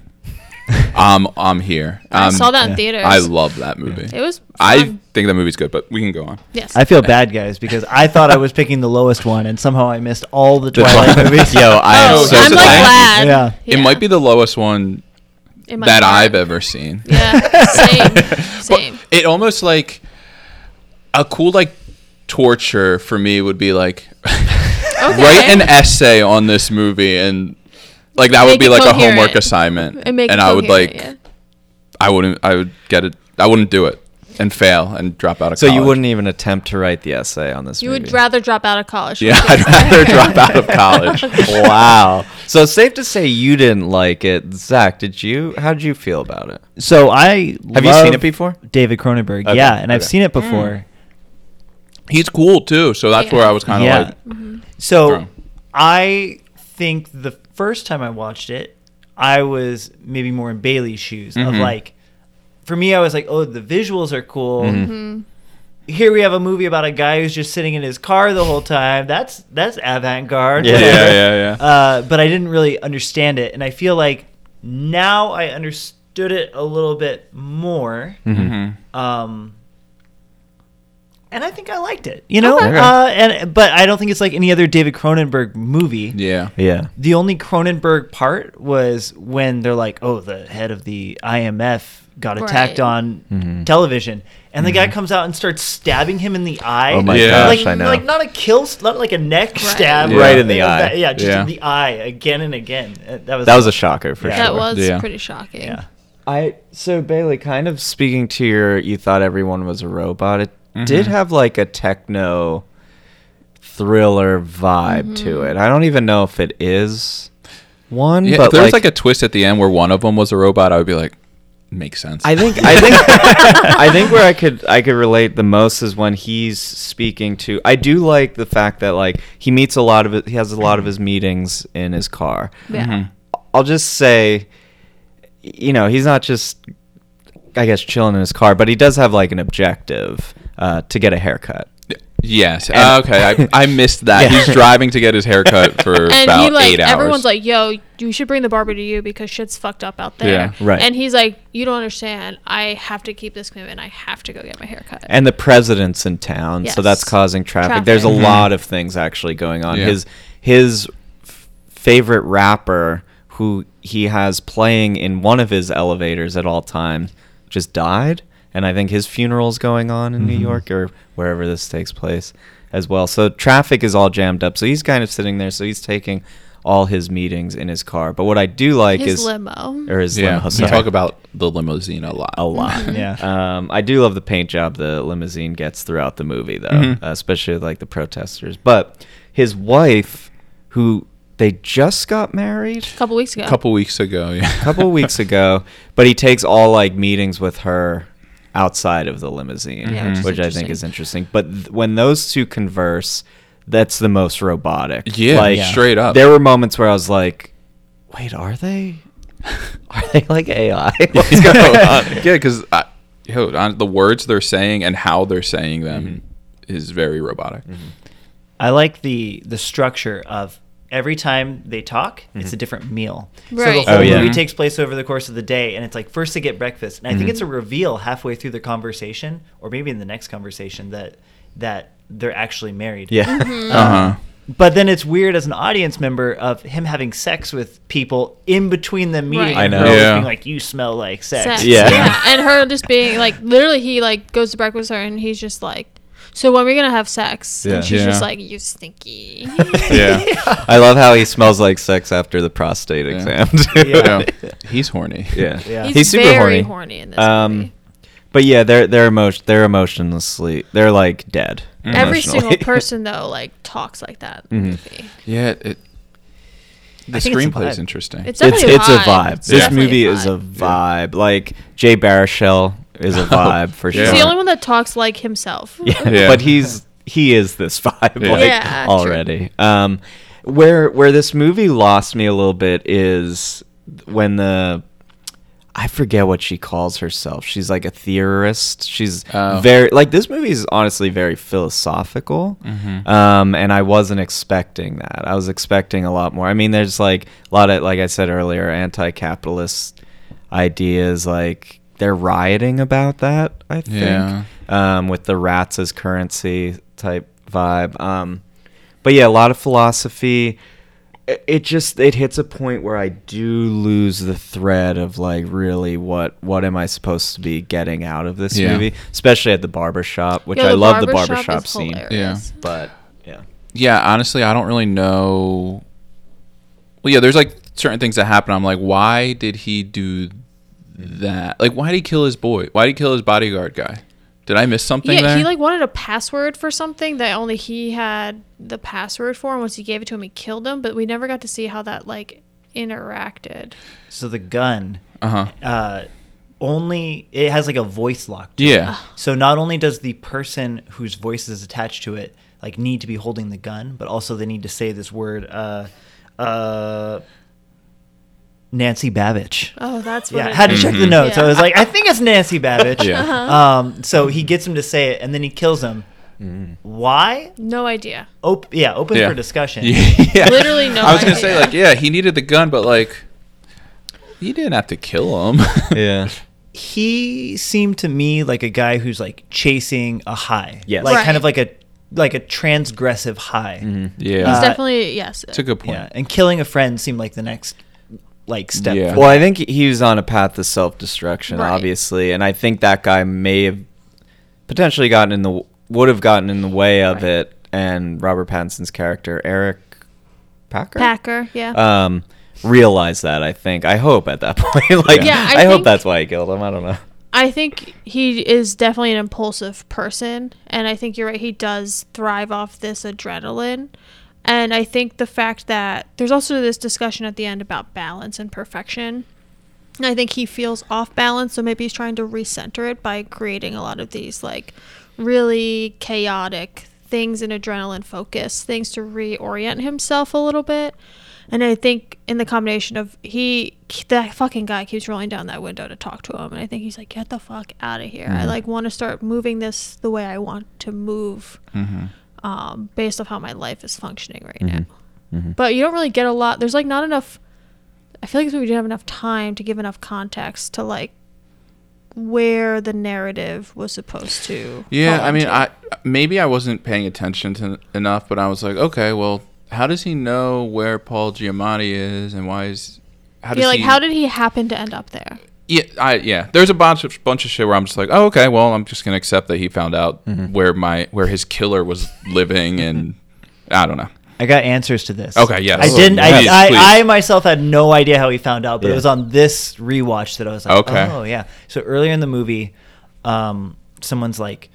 C: I'm I'm here.
B: I
C: Um,
B: saw that in theaters.
C: I love that movie.
B: it was.
C: I
B: fun.
C: think that movie's good, but we can go on.
B: yes.
D: I feel bad, guys, because I thought I was picking the lowest one, and somehow I missed all the Twilight movies.
A: Yo, I
B: oh,
A: am so
B: I'm like
C: glad.
B: glad.
D: Yeah.
C: It might be the lowest one
B: In my
C: that
B: heart.
C: I've ever seen.
B: Yeah, same, same.
C: It almost like a cool like torture for me would be like
B: Okay.
C: write an essay on this movie and like that would
B: Make
C: be
B: it
C: like a
B: coherent.
C: homework assignment
B: and make it
C: I would
B: coherent,
C: like
B: yeah.
C: I wouldn't I would get it I wouldn't do it and fail and drop out of
A: So
C: college.
A: you wouldn't even attempt to write the essay on this
B: you
A: movie.
B: would rather drop out of college.
C: Yeah, I'd rather drop out of college.
A: wow. So it's safe to say you didn't like it. Zach, did you? How did you feel about it?
D: So I
A: Have you seen
D: love
A: it before?
D: David Cronenberg.
A: Okay,
D: Yeah, and I've
A: okay.
D: seen it before.
C: He's cool too, so that's
B: Yeah.
C: where I was kind of
D: Yeah.
C: like
D: So
C: Throw.
D: I think the first time I watched it, I was maybe more in Bailey's shoes of
A: Mm-hmm.
C: Mhm.
D: like, for me, I was like, oh, the visuals are cool.
A: Mm-hmm.
D: Here we have a movie about a guy who's just sitting in his car the whole time. That's that's avant garde.
A: Yeah. Yeah,
C: yeah, yeah.
D: Uh, but I didn't really understand it, and I feel like now I understood it a little bit more.
C: mhm.
D: um and I think I liked it, you know.
A: Okay.
D: Uh, and but I don't think it's like any other David Cronenberg movie.
C: Yeah.
A: Yeah.
D: The only Cronenberg part was when they're like, "Oh, the head of the IMF got attacked
B: Right.
D: on
A: Mm-hmm.
D: television," and the guy comes out and starts stabbing him in the eye.
A: Oh my
C: Yeah.
A: gosh,
D: Like,
A: I know.
D: like not a kill, s- not like a neck stab,
C: Yeah. Right in
A: the
D: Like
A: eye.
D: that. Yeah, just
C: Yeah.
D: in the eye again and again. Uh, That was
A: that was a shocker for
D: Yeah.
A: sure.
B: That was
C: Yeah.
B: pretty shocking.
D: yeah.
A: I so Bailey, kind of speaking to your, you thought everyone was a robot. It did have like a techno thriller vibe to
B: Mm-hmm.
A: it. I don't even know if it is one,
C: Yeah,
A: but
C: if there was
A: like
C: like a twist at the end where one of them was a robot, I would be like, makes sense.
A: I think I think I think where I could I could relate the most is when he's speaking to. I do like the fact that like he meets a lot of it, he has a lot of his meetings in his car.
B: Yeah.
C: Mm-hmm.
A: I'll just say, you know, he's not just I guess chilling in his car, but he does have like an objective uh, to get a haircut.
C: yes.
A: And-
C: Uh, okay, I, I missed that.
A: Yeah.
C: He's driving to get his haircut for
B: And
C: about
B: he like
C: eight hours.
B: everyone's like, "Yo, you should bring the barber to you because shit's fucked up out there."
C: Yeah.
A: Right.
B: And he's like, "You don't understand. I have to keep this commitment. I have to go get my hair cut."
A: And the president's in town, so that's
B: Yes.
A: causing traffic. There's a
B: Traffic.
A: lot of things actually going on.
C: Mm-hmm. Yeah.
A: His his f- favorite rapper, who he has playing in one of his elevators at all times, just died, and I think his funeral's going on in
C: Mm-hmm.
A: New York or wherever this takes place as well. So traffic is all jammed up. So he's kind of sitting there. So he's taking all his meetings in his car. But what I do like
B: his
A: is er,
B: limo.
A: or his
C: yeah,
A: limo,
C: we
A: sorry.
C: talk about the limousine a lot.
A: a lot.
D: Yeah.
A: Um, I do love the paint job the limousine gets throughout the movie, though,
C: Mhm.
A: uh, especially like the protesters. But his wife, who they just got married
B: a couple weeks ago.
C: A couple weeks ago, yeah.
A: a couple weeks ago, but he takes all like meetings with her outside of the limousine,
B: Yeah, which is
A: which I think
B: interesting.
A: is interesting. But th- when those two converse, that's the most robotic.
C: Yeah, straight up.
A: There were moments where I was like, "Wait, are they? Are they like AI? What's going on?" here?
C: yeah, Uh-huh. because yo, on the words they're saying and how they're saying them is very robotic.
D: I like the the structure of every time they talk, it's
C: Mm-hmm.
D: a different meal. So
B: Right.
D: the whole
A: Oh, yeah.
D: movie
A: Mhm.
D: takes place over the course of the day, and it's like first they get breakfast, and I
C: Mm-hmm.
D: think it's a reveal halfway through the conversation, or maybe in the next conversation that that they're actually married.
A: Yeah. Uh-huh.
B: Mm-hmm.
C: Uh huh.
D: But then it's weird as an audience member of him having sex with people in between the meeting.
B: Right. I
D: and
A: know.
D: her always
C: Yeah.
D: being like you smell like sex.
B: Sex.
A: Yeah.
B: And her just being like, literally, he like goes to breakfast with her, and he's just like, "So when are we gonna have sex?"
A: Yeah.
B: And she's
C: Yeah.
B: just like, "You stinky."
C: Yeah. Uh,
A: I love how he smells like sex after the prostate exam. Too.
D: Yeah.
C: Yeah. He's horny.
A: Yeah.
D: Yeah.
B: He's,
A: He's super
B: very
A: horny.
B: horny. in this
A: Um,
B: movie.
A: But yeah, they're they're emotion they're emotionlessly they're like dead.
B: Every
A: emotionally. Mm-hmm.
B: single person though, like talks like that. in the movie.
C: Yeah. It, the
D: I think it's a
C: screenplay is
D: vibe.
C: interesting.
B: It's
A: it's
B: definitely
A: it's a vibe.
B: It's
A: this
B: definitely
A: movie is a
B: vibe.
A: vibe. Like Jay Baruchel is a vibe for
C: Yeah.
A: sure.
B: He's the only one that talks like himself.
A: yeah,
C: Yeah.
A: but he's he is this vibe
C: Yeah.
A: like
B: Yeah, true.
A: already. Um, where where this movie lost me a little bit is when the I forget what she calls herself. She's like a theorist. She's
C: Oh.
A: very like this movie is honestly very philosophical.
C: Mm-hmm.
A: Um, and I wasn't expecting that. I was expecting a lot more. I mean, there's like a lot of like I said earlier, anti-capitalist ideas. Like they're rioting about that. I think
C: Yeah.
A: um, with the rats as currency type vibe. Um, but yeah, a lot of philosophy. it it just it hits a point where I do lose the thread of like really what what am I supposed to be getting out of this
C: Yeah.
A: movie, especially at the barbershop, which
B: Yo,
A: I
B: the
A: love the
B: barbershop
A: barbershop
B: is
A: scene,
B: hilarious.
C: Yeah.
A: but yeah,
C: Yeah, honestly, I don't really know. Well, yeah, there's like certain things that happen. I'm like, why did he do that? Like, why did he kill his boy? Why did he kill his bodyguard guy? Did I miss something
B: yeah,
C: there?
B: he like wanted a password for something that only he had the password for, and once he gave it to him, he killed him. But we never got to see how that like interacted.
D: So the gun
C: uh-huh.
D: uh, only it has like a voice lock. to it.
C: Yeah.
D: So not only does the person whose voice is attached to it like need to be holding the gun, but also they need to say this word, uh, uh, Nancy Babich.
B: Oh, that's what
D: Yeah, I
B: it
D: had to
B: is.
D: check the notes. I
B: Yeah. Uh-huh.
D: was like, I think it's Nancy Babich.
C: Mm-hmm. Yeah.
D: Um, so he gets him to say it, and then he kills him. Why?
B: No idea.
D: Op- yeah, open
C: Mm. Yeah.
D: for discussion.
C: Yeah.
B: Literally no
C: I was gonna
B: idea.
C: say like, yeah, he needed the gun, but like, he didn't have to kill him.
A: yeah.
D: he seemed to me like a guy who's like chasing a high.
A: Yes.
D: Like
B: Right.
D: kind of like a like a transgressive high.
C: yeah.
B: He's
D: Uh,
B: definitely yes.
C: it's a good point.
D: Yeah. And killing a friend seemed like the next like step.
C: Yeah.
D: for
A: Well,
D: that.
A: I think he was on a path to self destruction,
B: Right.
A: obviously, and I think that guy may have potentially gotten in the would have gotten in the way of
B: Right.
A: it, and Robert Pattinson's character Eric Packer
B: Packer, yeah.
C: Uh,
A: um, realized that. I think. I hope at that point. like,
B: Yeah,
A: I,
B: I
A: hope
B: think-
A: that's why he killed him. I don't know.
B: I think he is definitely an impulsive person, and I think you're right. He does thrive off this adrenaline, and I think the fact that there's also this discussion at the end about balance and perfection. And I think he feels off balance, so maybe he's trying to recenter it by creating a lot of these like really chaotic things and adrenaline focus things to reorient himself a little bit. And I think in the combination of he that fucking guy keeps rolling down that window to talk to him, and I think he's like, "Get the fuck out of here! I like want to start moving this the way I want to move, um, based off how my life is functioning right
C: Mm-hmm.
B: now." But you don't really get a lot. There's like not enough. I feel like this movie didn't have enough time to give enough context to like where the narrative was supposed to.
C: Yeah,
B: fall
C: I mean,
B: into.
C: I maybe I wasn't paying attention to enough, but I was like, okay, well, how does he know where Paul Giamatti is and why is how does
B: yeah, like
C: he,
B: how did he happen to end up there?
C: yeah, I, yeah. There's a bunch of bunch of shit where I'm just like, oh, okay, well, I'm just gonna accept that he found out where my where his killer was living, and I don't know.
D: I got answers to this.
C: Okay, yes. Oh,
D: I didn't. I,
C: Please,
D: I,
C: please.
D: I myself had no idea how he found out, but it
A: Yeah.
D: was on this rewatch that I was like,
C: Okay.
D: oh yeah. So earlier in the movie, um, someone's like,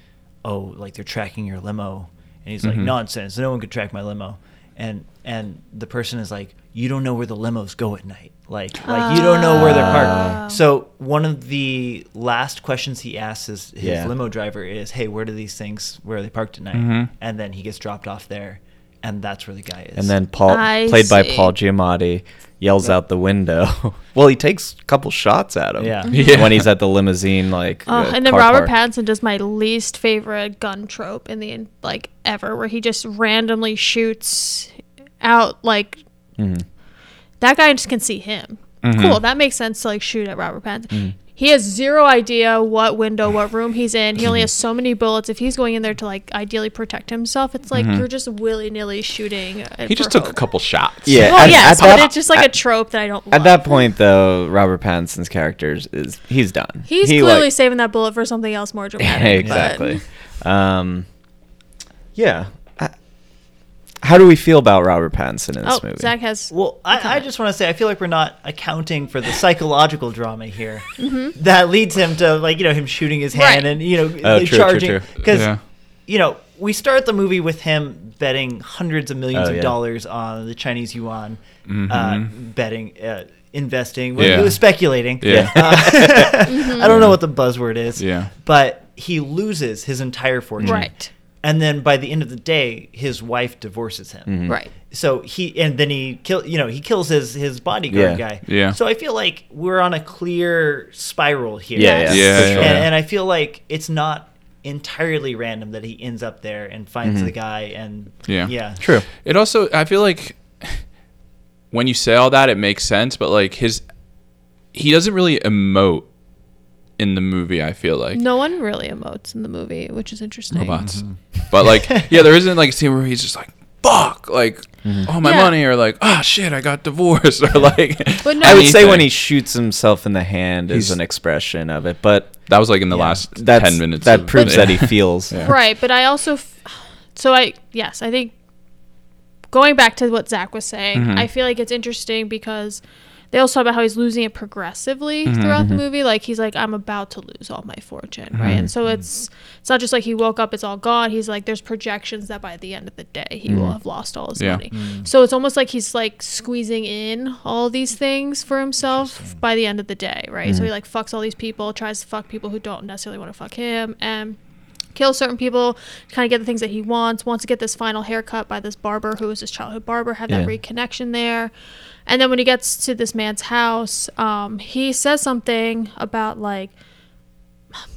D: oh, like they're tracking your limo, and he's like,
C: Mm-hmm.
D: nonsense. No one could track my limo, and and the person is like, you don't know where the limos go at night. Like, like you don't know where they're parked. So one of the last questions he asks is his
A: Yeah.
D: limo driver is, "Hey, where do these things? Where are they parked at night?" And then he gets dropped off there, and that's where the guy is.
A: Mm-hmm. And then Paul,
B: I
A: played by
B: see.
A: Paul Giamatti, yells out the window. well, he takes a couple shots at him.
D: Yeah.
C: Yeah.
A: When he's at the limousine, like.
B: Uh,
A: uh,
B: and then
A: car
B: Robert
A: park.
B: Pattinson does my least favorite gun trope in the like ever, where he just randomly shoots out like
A: Mm-hmm.
B: that guy just can see him. Cool, that makes sense to like shoot at Robert Pattinson.
A: Mm-hmm.
B: He has zero idea what window, what room he's in. He only has so many bullets. If he's going in there to like ideally protect himself, it's
A: Mm-hmm.
B: like you're just willy nilly shooting. uh,
C: He
B: for
C: just took a
B: hope.
C: couple shots.
A: Yeah.
B: Well,
A: at-
B: yes,
A: at that-
B: but it's just like a trope that I don't.
A: At
B: love.
A: that point, though, Robert Pattinson's character is- is he's done.
B: he's
A: He,
B: clearly
A: like-
B: saving that bullet for something else more dramatic. but-
A: exactly. Um, yeah. I- How do we feel about Robert Pattinson in this
B: Oh,
A: movie?
B: Zach has
D: Well, I, I
B: comment.
D: just want to say I feel like we're not accounting for the psychological drama here that leads him to like you know him shooting his
B: Mm-hmm.
D: hand
B: Right.
D: and you know
A: Oh, true,
D: the
A: true,
D: charging
A: true.
D: because
C: Yeah.
D: you know we start the movie with him betting hundreds of millions
A: Oh,
D: of
A: yeah. Mm-hmm.
D: dollars on the Chinese yuan, uh, betting, uh, investing, well, he
C: Yeah.
D: was speculating.
C: Yeah.
D: Uh, I don't know what the buzzword is.
C: Yeah.
D: but he loses his entire fortune.
B: right,
D: and then by the end of the day, his wife divorces him
A: Mm-hmm.
B: right.
D: so he and then he kill you know he kills his his bodyguard
A: Yeah.
D: guy
C: Yeah.
D: so i feel like we're on a clear spiral here
A: Yeah, yeah,
C: Yeah,
A: for
C: yeah,
A: sure.
D: And, and i feel like it's not entirely random that he ends up there and finds the guy and
C: Yeah.
D: yeah
A: Mm-hmm. True.
C: It also, I feel like when you say all that, it makes sense, but like his, he doesn't really emote in the movie. I feel like
B: No one really emotes in the movie, which is interesting.
A: Mm-hmm.
C: robots, but like yeah, there isn't like a scene where he's just like fuck, like
A: Mm-hmm.
C: all my
B: Yeah.
C: money, or like, ah, shit, I got divorced, or like.
B: But no-
A: I would say when
C: anything.
A: he shoots himself in the hand
C: He's-
A: is an expression of it, but
C: That was like in the
D: Yeah,
C: last
A: that's,
C: ten minutes.
A: that
C: of-
A: proves that he feels.
C: Yeah.
B: Right, but I also, f- so I yes, I think going back to what Zach was saying,
C: Mm-hmm.
B: I feel like it's interesting because they also talk about how he's losing it progressively
C: Mm-hmm,
B: throughout the movie. Like he's like, I'm about to lose all my fortune, right?
C: Mm-hmm,
B: And so it's it's not just like he woke up, it's all gone. He's like, there's projections that by the end of the day he will have lost all his
C: Mm-hmm. Yeah.
B: money. So it's almost like he's like squeezing in all these things for himself by the end of the day, right? So
C: Mm.
B: he like fucks all these people, tries to fuck people who don't necessarily want to fuck him, and kill certain people, kind of get the things that he wants, wants to get this final haircut by this barber who was his childhood barber, have that
A: Yeah.
B: reconnection there. And then when he gets to this man's house, um, he says something about like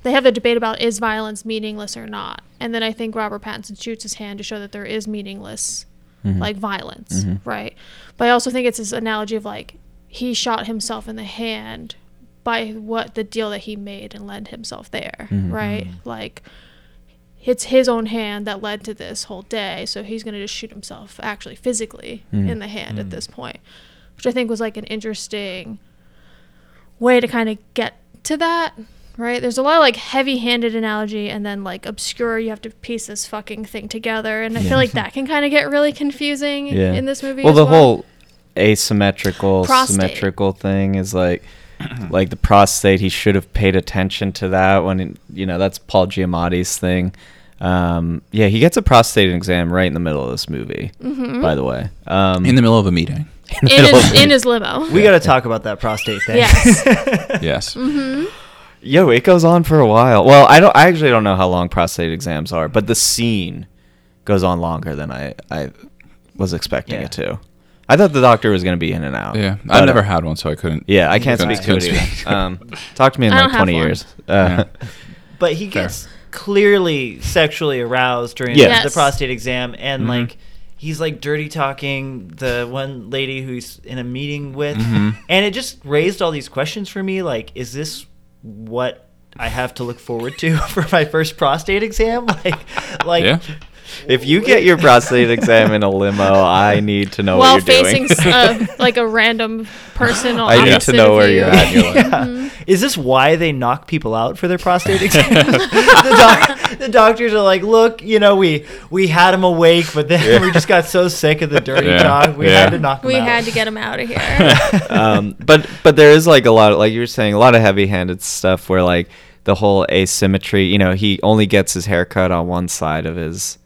B: they have the debate about is violence meaningless or not. And then I think Robert Pattinson shoots his hand to show that there is meaningless like violence, right? But I also think it's this analogy of like he shot himself in the hand by what the deal that he made and led himself there, right? Like it's his own hand that led to this whole day, so he's gonna just shoot himself actually physically
A: Mm-hmm.
B: in the hand at this point, which I think was like an interesting way to kind of get to that. Right? There's a lot of like heavy handed analogy and then like obscure, you have to piece this fucking thing together. And I
A: Yeah.
B: feel like that can kind of get really confusing
A: Yeah.
B: in this movie.
A: Well,
B: as
A: the whole asymmetrical,
B: Prostate.
A: symmetrical thing is like, like the prostate. He should have paid attention to that when it- you know that's Paul Giamatti's thing. Um, yeah, he gets a prostate exam right in the middle of this movie.
B: Mm-hmm.
A: By the way, um,
C: in the middle of a meeting.
B: in his, in his limo.
D: We got to talk about that prostate thing.
B: yes.
C: Yes.
A: yo, it goes on for a while. Well, I don't. I actually don't know how long prostate exams are, but the scene goes on longer than I I was expecting
D: Yeah.
A: it to. I thought the doctor was going to be in and out.
C: Yeah.
A: But,
C: I've
A: uh,
C: never had one, so I couldn't.
A: Yeah, I can't
C: couldn't
A: speak to it.
C: speak
A: Either. Um, talk to me in
B: I
A: like
B: don't have
A: 20
B: one.
A: years. Uh,
D: But he
C: Fair.
D: gets clearly sexually aroused during
A: Yeah.
D: the
B: Yes.
D: prostate exam, and
C: Mhm.
D: like he's like dirty talking the one lady who's in a meeting with,
C: Mhm.
D: and it just raised all these questions for me. Like, is this what I have to look forward to for my first prostate exam? Like, like.
C: Yeah.
A: If you get your prostate exam in a limo, I need to know
B: While
A: what you're
B: facing
A: doing.
B: uh, like a random person on
A: I need to
B: opposite
A: know
B: of
A: where
B: you.
A: you're "Hmm." at. in your life.
D: Yeah. Is this why they knock people out for their prostate exams? the, doc- the doctors are like, look, you know, we we had him awake, but then we just got so sick of the dirty
C: Yeah.
D: talk, we
C: Yeah.
D: had to knock him
B: We
D: out.
B: had to get him out of here.
A: um, but but there is like a lot, of, like you were saying, a lot of heavy-handed stuff where like the whole asymmetry. You know, he only gets his haircut on one side of his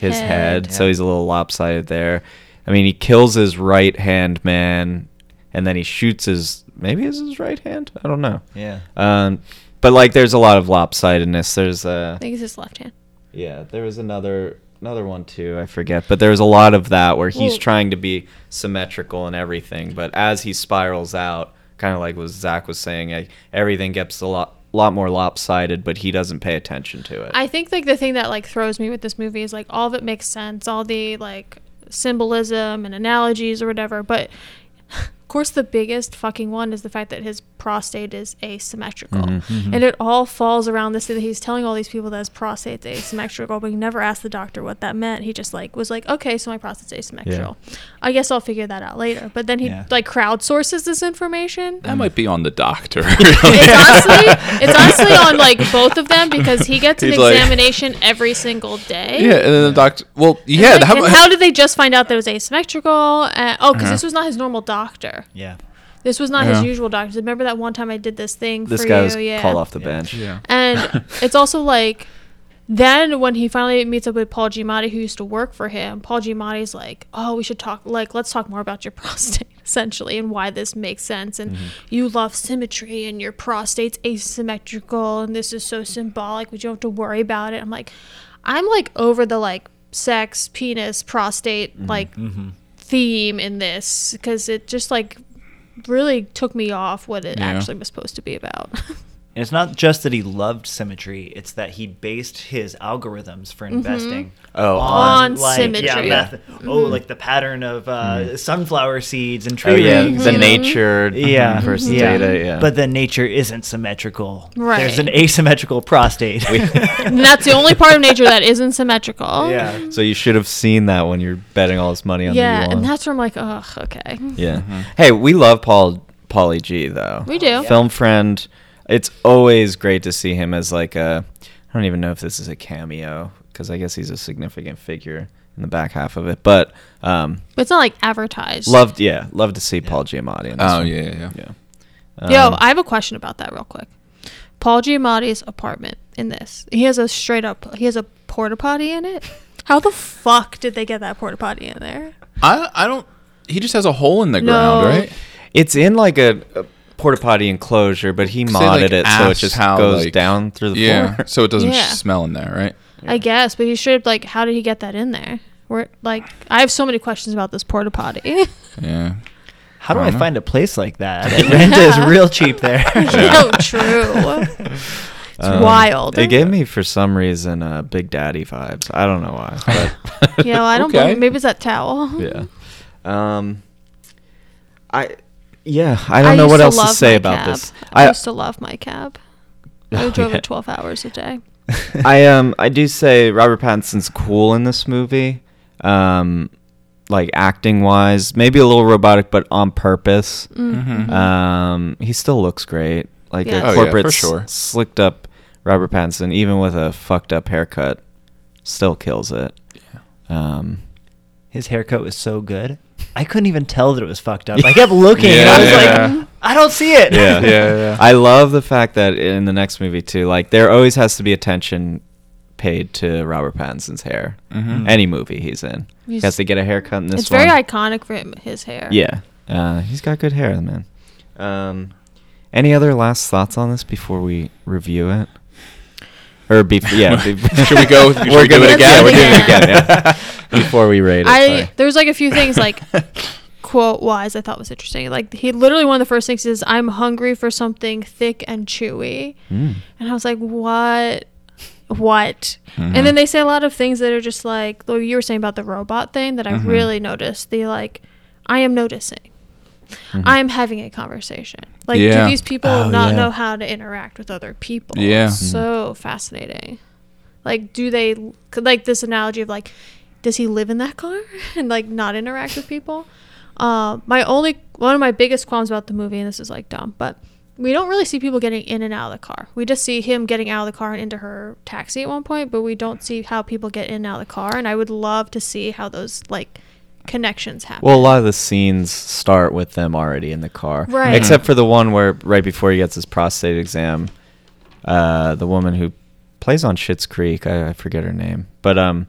A: his
B: Head.
A: head, so
D: Yeah.
A: he's a little lopsided there. I mean, he kills his right hand man, and then he shoots his maybe is his right hand. I don't know.
D: Yeah.
A: Um, but like, there's a lot of lopsidedness. There's a
B: I think it's his left hand.
A: Yeah, there was another another one too. I forget, but there was a lot of that where he's
B: Well-
A: trying to be symmetrical and everything, but as he spirals out, kind of like what Zach was saying, like, everything gets a lot lot more lopsided, but he doesn't pay attention to it.
B: I think like the thing that like throws me with this movie is like all of it makes sense, all the like symbolism and analogies or whatever, but of course the biggest fucking one is the fact that his prostate is asymmetrical. And it all falls around this that he's telling all these people that his prostate's asymmetrical, but he never asked the doctor what that meant. He just like was like, Okay, so my prostate's asymmetrical. I guess I'll figure that out later. But then he
D: Yeah.
B: like crowdsources this information
C: That might be on the doctor.
B: Mm. it's honestly it's honestly on like both of them because he gets an
C: He's like-
B: examination every single day.
C: Yeah, and then the doctor. Well, yeah.
B: Like,
C: how,
B: and how did they just find out that it was asymmetrical? Uh, oh, because this was not his normal doctor.
D: Yeah.
B: This was not
C: Yeah.
B: his usual doctor. Remember that one time I did this thing
A: this
B: for
A: guy
B: you?
A: was
B: yeah.
A: called off the bench.
C: yeah.
B: And it's also like, then when he finally meets up with Paul Giamatti, who used to work for him, Paul Giamatti's like, "Oh, we should talk. Like, let's talk more about your prostate, essentially, and why this makes sense. And you love symmetry, and your prostate's asymmetrical, and this is so symbolic. We don't have to worry about it." I'm like, I'm like over the like sex, penis, prostate, like theme in this because it just like really took me off what it
C: Yeah.
B: actually was supposed to be about.
D: And it's not just that he loved symmetry; it's that he based his algorithms for investing
A: Oh,
B: Mm-hmm. on
D: Yeah,
B: symmetry. Mm-hmm.
D: math- Oh, like the pattern of uh, sunflower seeds and tree roots.
A: Mm-hmm. Oh, the
D: you know?
A: nature
D: yeah,
A: versus
D: yeah.
A: data. Yeah,
D: But the nature isn't symmetrical.
B: Right.
D: There's an asymmetrical prostate.
B: And that's the only part of nature that isn't
C: Oh.
B: symmetrical.
D: yeah.
A: so you should have seen that when you're betting all this money on
B: Yeah,
A: the yuan.
B: and that's where I'm like, ugh, okay.
A: Yeah.
C: Mm-hmm.
A: Hey, we love Paul Pauly G though.
B: We do.
A: Film friend. It's always great to see him as like a. I don't even know if this is a cameo because I guess he's a significant figure in the back half of it. But um,
B: But it's not like advertised.
A: loved, yeah, love to see Paul Giamatti. In this
C: Oh
A: one.
C: yeah, yeah, yeah.
A: yeah.
B: Yo,
A: Um,
B: I have a question about that real quick. Paul Giamatti's apartment in this. He has a straight up he has a porta potty in it. How the fuck did they get that porta potty in there?
C: I I don't. He just has a hole in the
B: No.
C: ground, right?
A: It's in like a, a porta potty enclosure, but he
C: 'Cause they,
A: modded
C: like,
A: it so it
C: asked
A: just
C: how,
A: goes
C: like-
A: down through the
C: Yeah.
A: floor.
C: So it doesn't
B: Yeah.
C: smell in there, right?
B: I guess, but he should like how did he get that in there? Where like I have so many questions about this porta potty.
C: Yeah.
D: How do
C: I
D: I
C: don't know.
D: find a place like that? Rent is real cheap there.
B: Yo, true. It's
A: Um,
B: wild.
A: It gave me, for some reason, uh, Big Daddy vibes. I don't know why, but
B: Yeah, well, I don't
C: Okay.
B: blame maybe it's that towel.
A: yeah. Um, I yeah, I don't know
B: used
A: what
B: to
A: else to
B: love
A: say
B: my
A: about
B: cab.
A: this.
B: I,
A: I
B: used to love my cab.
A: Oh,
B: I drove
A: yeah.
B: it 12 hours a day.
A: I um I do say Robert Pattinson's cool in this movie. Um, like acting wise, maybe a little robotic, but on purpose.
B: Mm.
C: Mm-hmm.
A: Um, he still looks great. Like
B: Yeah.
A: a
B: Oh, yeah,
A: corporate
C: for
A: s-
C: sure.
A: slicked up Robert Pattinson, even with a fucked up haircut, still kills it. Um,
D: His haircut was so good. I couldn't even tell that it was fucked up. I kept looking and I was
C: Yeah.
D: like, I don't see it.
C: Yeah. Yeah, yeah.
A: I love the fact that in the next movie too, like there always has to be attention paid to Robert Pattinson's hair.
C: Mhm.
A: Any movie he's in, he
B: He's-
A: has to get a haircut in this.
B: it's very
A: one.
B: iconic for him, his hair.
A: Yeah, uh, he's got good hair, the man. Um, any other last thoughts on this before we review it? Or before, yeah, be-
C: Should we go- should
A: we're
C: we do
A: gonna-
C: it
A: Yeah,
C: again?
A: we're doing it again.
C: Yeah.
A: yeah. Before we rate it.
B: I
A: sorry.
B: there was like a few things like quote wise I thought was interesting. Like he literally one of the first things is I'm hungry for something thick and chewy,
A: Mm.
B: and I was like, what? What?
C: Mhm.
A: Mm-hmm.
B: And then they say a lot of things that are just like like you were saying about the robot thing that I
A: Mm-hmm.
C: Mhm.
B: really noticed. The like, I am noticing.
A: Mhm.
B: I am having a conversation. Like,
C: Yeah.
B: do these people
D: Oh,
B: not
D: yeah.
B: know how to interact with other people?
C: Yeah.
B: It's
A: Mhm.
B: so fascinating. Like, do they could, like this analogy of like, does he live in that car and like not interact with people? Um, my only one of my biggest qualms about the movie, and this is like dumb, but we don't really see people getting in and out of the car. We just see him getting out of the car and into her taxi at one point, but we don't see how people get in and out of the car. And I would love to see how those like connections happen.
A: Well, a lot of the scenes start with them already in the car,
B: Right.
A: Except for the one where right before he gets his prostate exam, uh, the woman who plays on Schitt's Creek, I, I forget her name, but um,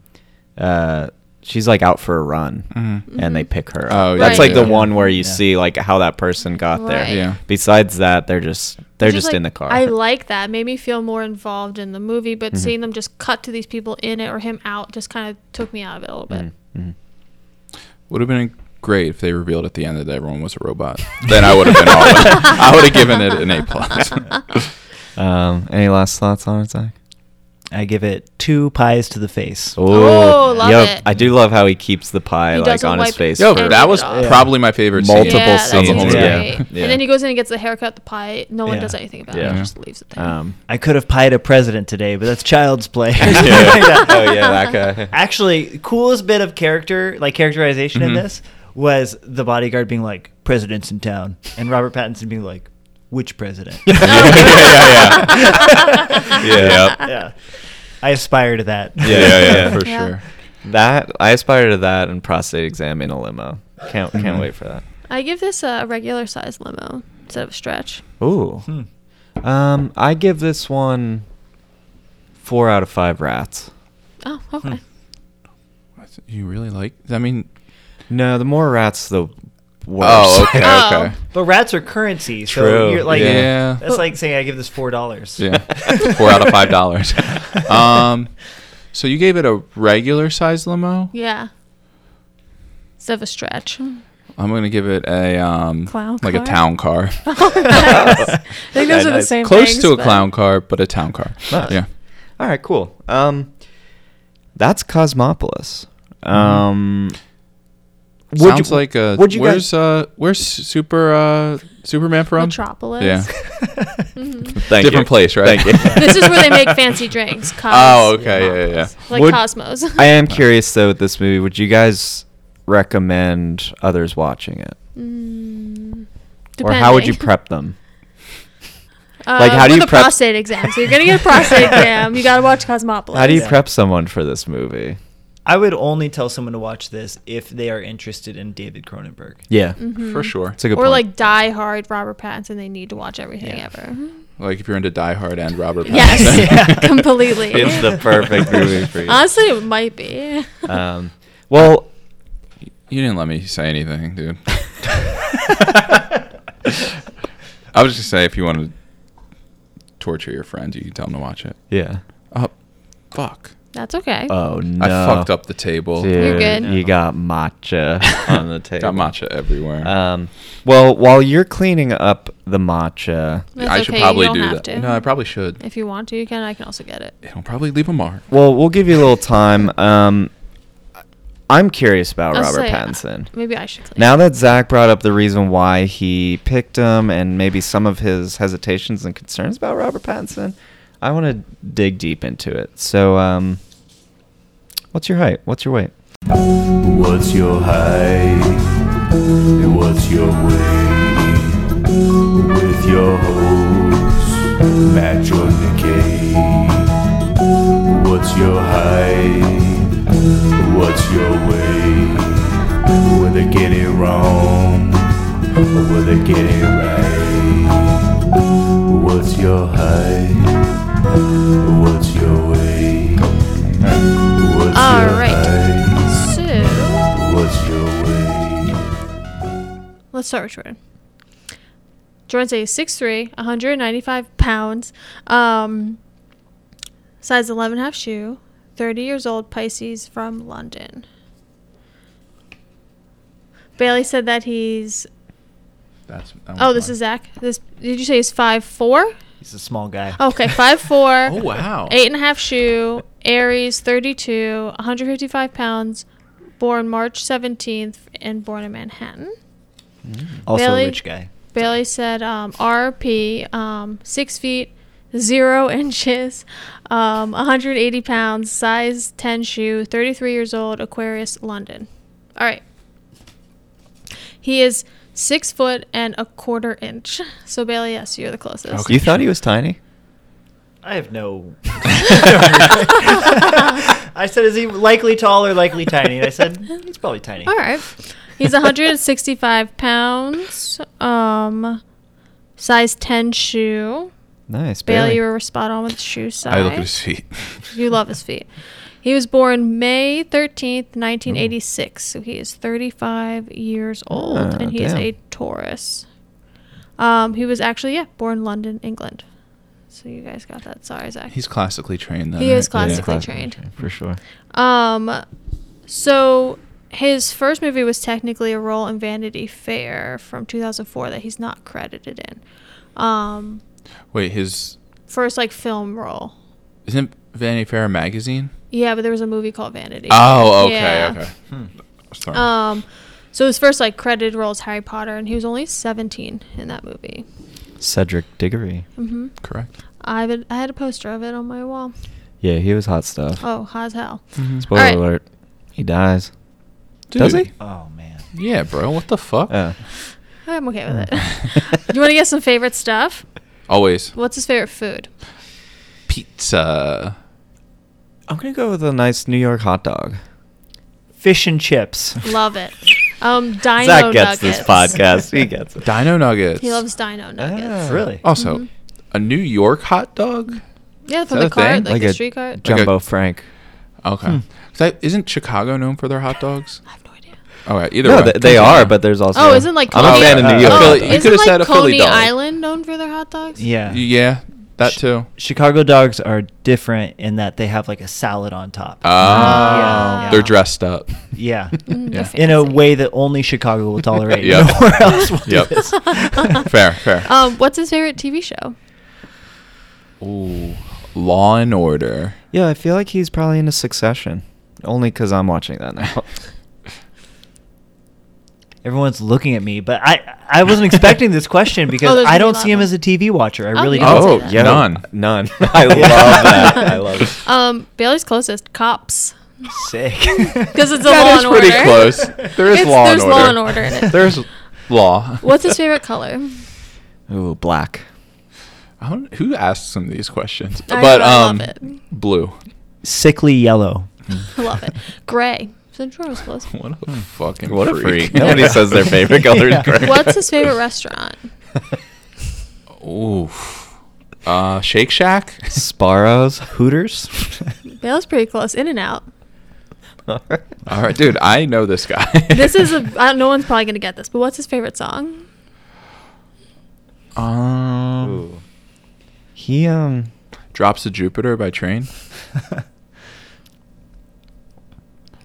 A: uh, she's like out for a run,
C: Mhm.
A: and they pick her.
C: Oh,
A: up.
C: yeah,
A: That's like
C: yeah,
A: the
C: yeah.
A: one where you
D: Yeah.
A: see like how that person got
B: Right.
A: there.
C: Yeah.
A: Besides that, they're just they're
B: It's
A: just,
B: like,
A: in the car.
B: I like that. It made me feel more involved in the movie, but
C: Mm-hmm.
B: seeing them just cut to these people in it or him out just kind of took me out of it a little bit.
C: Mm.
A: Mhm.
C: Would have been great if they revealed at the end that everyone was a robot. then I would have been all in. I would have given it an A plus.
A: Um, any last thoughts on it, Zach?
D: I give it two pies to the face.
B: Oh, love
A: Yo,
B: it.
A: I do love how he keeps the pie
B: He
A: like
B: doesn't
A: on his
B: wipe-
A: face.
C: Yo,
A: for-
B: And
C: that was
B: Yeah.
C: probably my favorite. scene.
A: Multiple
B: yeah,
A: scenes,
B: That scene's
A: yeah.
B: great.
A: Yeah.
B: And then he goes in and gets the haircut, the pie. No one
D: Yeah.
B: does anything about it.
A: Yeah.
B: He just leaves it there.
A: Um,
D: I could have pied a president today, but that's child's play.
A: yeah. oh yeah, that guy.
D: Actually, coolest bit of character, like characterization in
C: Mhm.
D: this, was the bodyguard being like, "President's in town," and Robert Pattinson being like, "Which president?" yeah,
A: yeah, yeah. Yeah.
D: I aspire to that.
A: Yeah, yeah, yeah.
C: for
B: Yeah.
C: sure.
A: That I aspire to that and prostate exam in a limo. Can't can't wait for that.
B: I give this a regular size limo instead of a stretch.
A: Ooh.
D: Hmm.
A: Um, I give this one four out of five rats.
B: Oh, okay.
C: Hmm. You really like? I mean,
A: No, the more rats, the worse.
C: oh, okay,
B: Oh.
C: okay,
D: But rats are currency, so
A: True.
D: you're like,
C: Yeah.
D: that's like saying I give this four dollars.
C: yeah, four out of five dollars. Um, so you gave it a regular size limo.
B: Yeah. Instead of a stretch.
C: I'm gonna give it a um,
E: Clown
C: like
E: car?
C: a town car,
B: Nice. I think those
A: Yeah,
B: are the
A: nice.
B: same.
C: close
B: things,
C: to a
B: but-
C: clown car, but a town car.
A: Nice.
C: Yeah,
A: All right, cool. Um, that's Cosmopolis. Um, would you-
C: sounds like a.
A: would you guys-
C: where's uh where's super uh Superman from?
B: Metropolis.
C: Yeah,
A: Thank
C: different
A: you.
C: place, right?
A: Thank you.
B: This is where they make fancy drinks. Cos.
C: Oh, okay, yeah, yeah, yeah.
B: Like
A: Would-
B: Cosmos.
A: I am curious though with this movie. Would you guys recommend others watching it,
B: Mm,
A: or how would you
B: depending.
A: prep them?
B: Uh,
A: Like, how do
B: with
A: you
B: a
A: prep-
B: prostate exam? So you're gonna get a prostate exam. You gotta watch Cosmopolis.
A: How do you
D: Yeah.
A: prep someone for this movie?
D: I would only tell someone to watch this if they are interested in David Cronenberg.
A: Yeah,
B: Mm-hmm.
C: for sure.
A: it's a good.
B: or
A: point.
B: like Die Hard, Robert Pattinson. They need to watch everything
D: Yeah.
B: ever.
C: Like if you're into Die Hard and Robert.
B: Yes.
C: Pattinson.
B: Yeah. Completely.
A: It's the perfect movie for you.
B: Honestly, it might be.
A: Um, well,
C: You didn't let me say anything, dude. I was just gonna say if you want to torture your friends, you can tell them to watch it.
A: yeah.
C: Oh, fuck!
B: That's okay.
A: Oh no!
C: I fucked up the table.
A: Dude,
B: You're good.
A: You got matcha on the table.
C: Got matcha everywhere.
A: Um, well, while you're cleaning up the matcha,
B: That's
C: I should
B: okay,
C: probably
B: you don't
C: do
B: have
C: that.
B: to.
C: No, I probably should.
B: if you want to, you can. I can also get it.
C: It'll probably leave a mark.
A: well, we'll give you a little time. Um, I'm curious about
B: I'll
A: Robert
B: say, uh,
A: Pattinson.
B: Maybe I should. Clean
A: Now that Zach brought up the reason why he picked him and maybe some of his hesitations and concerns about Robert Pattinson, I want to dig deep into it. So, um, what's your height? What's your weight?
F: What's your height? What's your weight? With your host, Matt Jordan Kay. What's your height? What's your weight? Will they get it wrong? Or will they get it right? What's your height? What's your weight? What's
B: All
F: your
B: right.
F: height?
B: So
F: What's your way?
B: let's start with Jordan. Jordan's a 6'3", 195 pounds, um, size 11 half shoe, 30 years old, Pisces from London. Bailey said that he's.
C: That's. that
B: Oh,
C: one's
B: this
C: mine.
B: is Zach. This did you say he's five four?
D: He's a small guy.
B: Okay, five four.
C: Oh wow.
B: Eight and a half shoe, Aries, 32, 155 pounds, born March 17th, and born in Manhattan.
D: Also
B: Bailey?
D: a rich guy.
B: Bailey said um, RP, um, 6 feet, 0 inches, um, 180 pounds, size 10 shoe, 33 years old, Aquarius, London. All right. He is 6 foot and a quarter inch. So, Bailey, yes, you're the closest.
C: Okay,
A: you thought he
C: sure.
A: was tiny?
D: I have no. I said, is he likely tall or likely tiny? And I said, "Eh, he's probably tiny.
B: All right. He's 165 pounds. Um, size 10 shoe.
A: Nice,
B: Bailey,
A: Bailey.
B: you were spot on with the shoe size.
C: I look at his feet.
B: You love his feet. He was born May 13th,
C: Hmm.
B: 1986. So he is 35 years old
A: Ah,
B: and he is
A: damn.
B: a Taurus. Um, he was actually, yeah, born London, England. So you guys got that. Sorry, Zach.
C: He's classically trained. Then,
B: He
C: right?
B: is classically
A: classically
B: trained.
A: for sure.
B: Um, so his first movie was technically a role in Vanity Fair from 2004 that he's not credited in. Um,
C: Wait, his
B: first like film role.
C: isn't Vanity Fair a magazine?
B: Yeah, but there was a movie called Vanity.
C: Oh, okay,
B: Yeah.
C: okay. Sorry.
B: Um, so his first like credited role is Harry Potter, and he was only 17 in that movie.
A: Cedric Diggory.
B: hmm
C: Correct.
B: I have a, I had a poster of it on my wall.
A: Yeah, he was hot stuff.
B: Oh, hot as hell.
A: Spoiler
B: Alright.
A: alert. He dies. Mm-hmm. Does
C: Dude.
A: he?
D: Oh, man.
C: Yeah, bro. What the fuck?
A: Oh.
B: I'm okay with it. you want to get some favorite stuff?
C: Always
B: What's his favorite food?
C: pizza.
A: I'm going to go with a nice New York hot dog.
D: Fish and chips.
B: Love it. Um, Dino
A: Zach gets
B: nuggets.
A: this podcast. He gets it.
C: Dino nuggets.
B: He loves Dino nuggets.
A: Ah.
D: Really?
C: Also,
B: Mhm.
C: a New York hot dog.
B: Yeah, from the
C: Oh, that a thing?
B: cart, like,
A: Like
B: the
A: a
B: street cart.
C: ju-
A: Jumbo
C: Okay.
A: Frank.
C: Okay. Is That, isn't Chicago known for their hot dogs?
B: I have no idea.
C: Okay. Either
A: no,
C: way,
A: they, they are, but there's also.
B: Oh, isn't like
A: I'm a
B: Coney-
A: fan of New
D: uh,
A: York.
B: Oh,
A: hot
C: Philly- you
A: dogs.
B: isn't
C: could've
B: like
C: said a Philly
B: Coney
C: dog.
B: Island known for their hot dogs?
D: Yeah.
C: yeah, That
D: Ch-
C: too.
D: Chicago dogs are different in that they have like a salad on top.
C: Oh,
B: Ah.
D: yeah.
C: they're dressed up.
D: Yeah.
B: Mm, they're
C: Yeah.
D: in a
B: fancy.
D: way that only Chicago will tolerate.
C: Yep.
D: Nowhere else will
C: Yep.
D: do this.
C: Fair, fair.
B: Um, what's his favorite TV show?
C: Ooh, Law and Order.
A: Yeah, I feel like he's probably into Succession, only because I'm watching that now.
D: Everyone's looking at me, but I I wasn't expecting this question because
B: Oh, there's
D: I
B: gonna be
D: don't
B: a
D: see
B: lot
D: him
B: more.
D: as a TV watcher. I
B: Oh,
D: really
B: yeah.
D: don't.
C: Oh,
B: say that.
A: yeah,
C: none.
A: none. I love that. I love it.
B: Um, Bailey's closest Cops.
D: Sick.
B: Because it's a
C: Oh. That
B: Law
C: is
B: and
C: pretty
B: Order.
C: close. There is
B: It's-
C: Law and
B: there's
C: Order.
B: Law and Order in it.
C: There's Law.
B: What's his favorite color?
A: Ooh, black.
C: I don't, who asks him these questions?
B: I
C: but
B: know, I
C: um,
B: love it.
C: blue.
D: Sickly yellow.
B: I love it. Gray. Since we're almost close.
C: What a fucking
A: Hmm. What a
C: freak.
A: freak. Nobody says their favorite color is
D: Yeah.
A: gray.
B: What's his favorite restaurant?
C: Oof. Uh, Shake Shack.
A: Sparrows, Hooters.
B: Bailey's pretty close. In and out.
A: All
C: All right, dude. I know this guy.
B: This is a. I, no one's probably gonna get this. But what's his favorite song?
C: um,
A: Ooh. He um.
C: drops to Jupiter by train.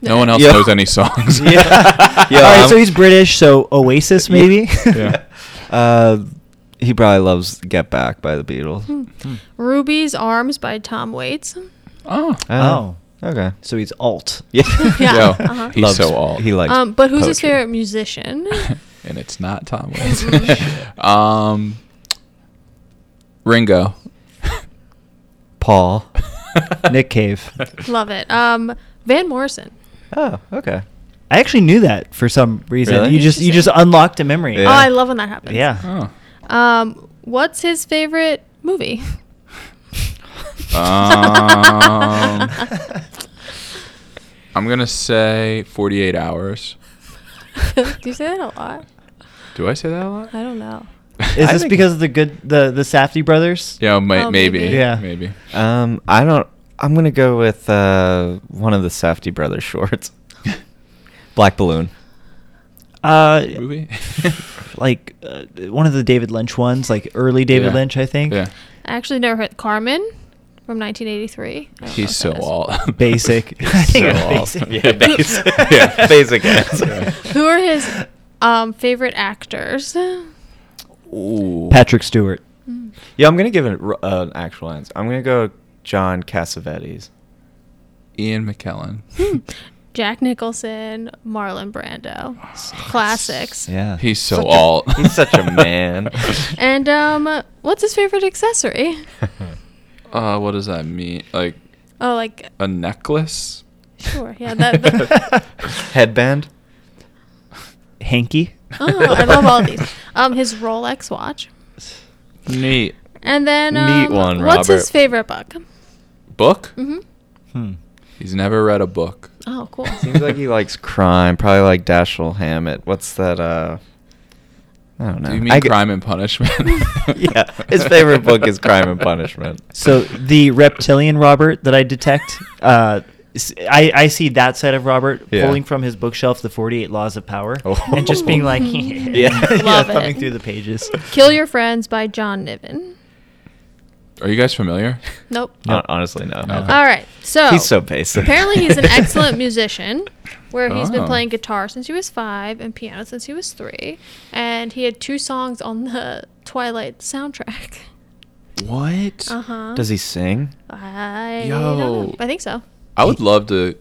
C: No one else
A: Yeah.
C: knows any songs.
A: Yeah. Yeah,
D: All right,
A: I'm-
D: so he's British, so Oasis maybe.
C: Yeah.
A: Uh, he probably loves "Get Back" by the
B: Hmm.
A: Beatles.
B: Ruby's Arms by Tom Waits.
C: Oh.
A: Oh,
D: Oh.
A: okay.
D: So he's alt.
A: Yeah.
B: Yeah.
C: Yo,
B: uh-huh.
C: he's
A: Loves-
C: so alt.
A: He likes.
B: Um, but who's his
A: poetry.
B: favorite musician?
C: and it's not Tom Waits. um, Ringo.
A: Paul.
D: Nick Cave.
B: Love it. Um, Van Morrison.
A: Oh, okay.
D: I actually knew that for some reason.
A: Really?
D: You just you just unlocked a memory.
A: Yeah.
B: Oh, I love when that happens.
D: Yeah.
C: Oh.
B: Um, what's his favorite movie?
C: Um, I'm gonna say 48 hours.
B: Do you say that a lot?
C: Do I say that a lot?
B: I don't know.
D: Is
A: I
D: this
A: think-
D: because of the good the the Safdie brothers?
C: Yeah, may-
B: Oh,
C: maybe.
B: maybe.
D: Yeah.
C: maybe.
A: Um, I don't. I'm gonna go with uh one of the Safety brothers shorts. Black balloon.
D: Uh,
C: Movie.
D: like uh, one of the David Lynch ones, like early David
C: Yeah.
D: Lynch, I think.
C: yeah,
B: I actually never heard Carmen from 1983. I don't know if that
C: he's so
B: is.
C: alt.
D: Basic. I think
A: So
D: it's
A: awesome.
D: basic.
A: Yeah, basic.
C: Yeah.
A: basic answer.
C: Yeah.
B: Who are his um, favorite actors?
C: Ooh.
D: Patrick Stewart.
A: Yeah, I'm gonna give it r- uh, an actual answer. I'm gonna go John Cassavetes.
C: Ian McKellen.
B: Hmm. Jack Nicholson, Marlon Brando, classics.
A: Yeah,
C: He's so
A: such a-
C: alt.
A: he's such a man.
B: And um, what's his favorite accessory?
C: Uh, what does that mean? Like
B: Oh, like
C: a necklace?
B: sure, yeah. That, that-
A: Headband.
D: Hanky.
B: oh, I love all these. Um, his Rolex watch,
C: Neat.
B: and then um,
A: Neat one,
B: what's his
A: Robert.
B: favorite book?
C: Book?
B: hmm
D: Hmm.
C: He's never read a book.
B: Oh, cool.
A: Seems like he likes crime. Probably like Dashiell Hammett. What's that? Uh, I don't know.
C: Do you mean
A: I g-
C: Crime and Punishment?
A: yeah, his favorite book is Crime and Punishment.
D: So the reptilian Robert that I detect, uh, s- I, I see that side of Robert
A: Yeah.
D: pulling from his bookshelf the 48 Laws of Power
A: Oh.
D: and just being like, yeah,
B: Love it.
D: thumbing through the pages.
B: Kill Your Friends by John Niven.
C: Are you guys familiar?
B: Nope. Oh.
A: No, honestly, no.
C: Okay.
B: All right. So
A: He's so basic.
B: Apparently, he's an excellent musician. Where he's been
C: Oh.
B: playing guitar since he was five and piano since he was three, and he had two songs on the Twilight soundtrack.
C: What?
B: Uh huh.
A: Does he sing?
B: I
C: Yo.
B: don't know. I think so.
C: I would love to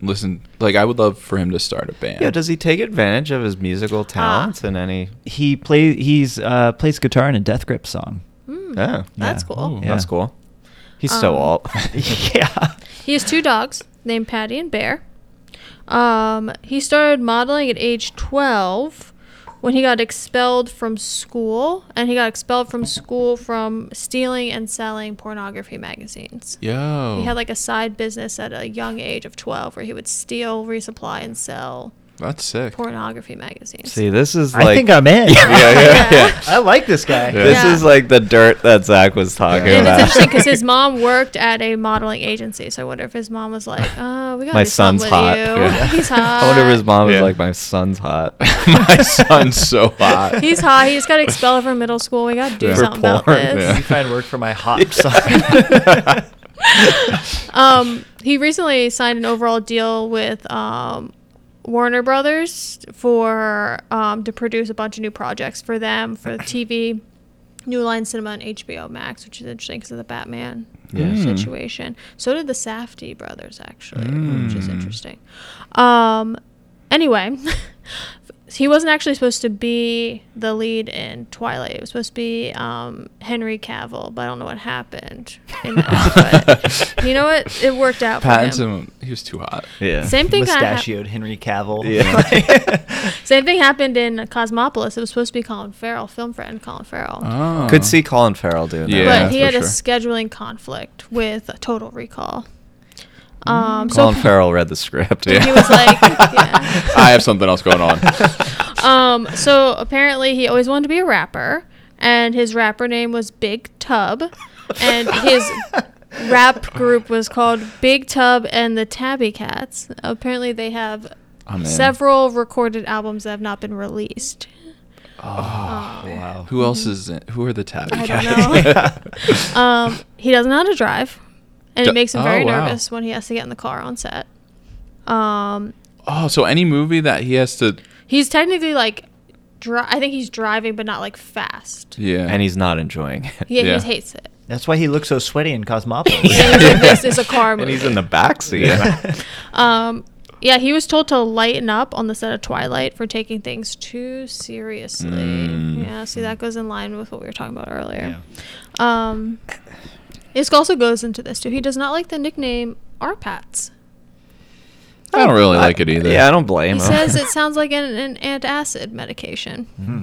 C: listen. Like, I would love for him to start a band.
A: Yeah. Does he take advantage of his
B: Uh,
A: musical talents in any?
D: He play he's uh, plays guitar in a Death Grip song.
B: Mm,
A: Oh.
B: that's
D: Yeah.
B: cool.
C: Ooh. Yeah.
A: That's cool. He's so
B: Um,
A: alt.
D: yeah.
B: He has two dogs named Patty and Bear. Um, he started modeling at age 12 when he got expelled from school, and he got expelled from school from stealing and selling pornography magazines.
C: Yo.
B: He had like a side business at a young age of 12 where he would steal, resupply, and sell
C: That's sick.
B: pornography magazines.
A: See, this is
D: I
A: like
D: think I'm in.
A: Yeah, yeah, yeah.
D: I like this guy.
C: Yeah.
A: This
B: Yeah.
A: is like the dirt that Zach was talking
C: Yeah.
B: And
A: about.
B: it's interesting because his mom worked at a modeling agency, so I wonder if his mom was like, "Oh, we got
A: my son's
B: with
A: hot.
B: You.
A: Yeah.
B: He's hot.
A: I wonder if his mom
C: Yeah.
A: was like, my son's hot.
C: My son's so hot.
B: He's hot. He just got expelled from middle school. We got to do
C: Yeah. For
B: something about
A: porn,
B: this."
C: yeah.
D: You find work for my hot son.
B: um, he recently signed an overall deal with um, Warner Brothers for um, to produce a bunch of new projects for them for TV, New Line Cinema, and HBO Max, which is interesting because of the Batman
A: Yeah.
B: situation. So did the Safdie brothers, actually, which is interesting. Um, anyway. He wasn't actually supposed to be the lead in Twilight. It was supposed to be um, Henry Cavill, but I don't know what happened. In that, but you know what? It worked out for him.
C: Pattinson, he was too hot.
A: Yeah.
B: Same thing. kinda hap-
D: Mustachioed Henry Cavill.
A: Yeah.
B: Same thing happened in Cosmopolis. It was supposed to be Colin Farrell, film friend Colin Farrell,
C: Oh.
A: Could see Colin Farrell doing
C: Yeah,
A: that.
B: but he
C: for
B: had a
C: sure.
B: scheduling conflict with Total Recall.
C: Mm.
B: Um,
A: Colin
B: so
A: Farrell read the script.
C: Yeah.
B: he was like, yeah.
C: I have something else going on.
B: um, so apparently he always wanted to be a rapper, and his rapper name was Big Tub, and his rap group was called Big Tub and the Tabby Cats. Apparently they have
C: I'm in.
B: several recorded albums that have not been released.
C: Oh,
B: Um,
D: Wow.
C: Who else is? In, who are the tabby
B: Mm-hmm. I
C: cats?
B: don't know. um, he doesn't know how to drive, and
C: Do-
B: it makes him
C: oh,
B: very
C: wow.
B: nervous when he has to get in the car on set. Um,
C: oh, so any movie that he has to,
B: he's technically like, dri- I think he's driving, but not like fast.
C: yeah,
A: And he's not enjoying it.
B: Yeah,
C: Yeah.
B: he hates it.
D: That's why he looks so sweaty in Cosmopolis.
B: Yeah, he's like, this is a car movie.
A: And he's in the backseat.
B: Um, yeah, he was told to lighten up on the set of Twilight for taking things too seriously.
A: Mm.
B: Yeah, see, that goes in line with what we were talking about earlier. Um, this also goes into this too. He does not like the nickname Arpats.
C: I don't really like it either.
A: Yeah, I don't blame
B: He
A: him.
B: says it sounds like an, an antacid medication. And
A: Hmm.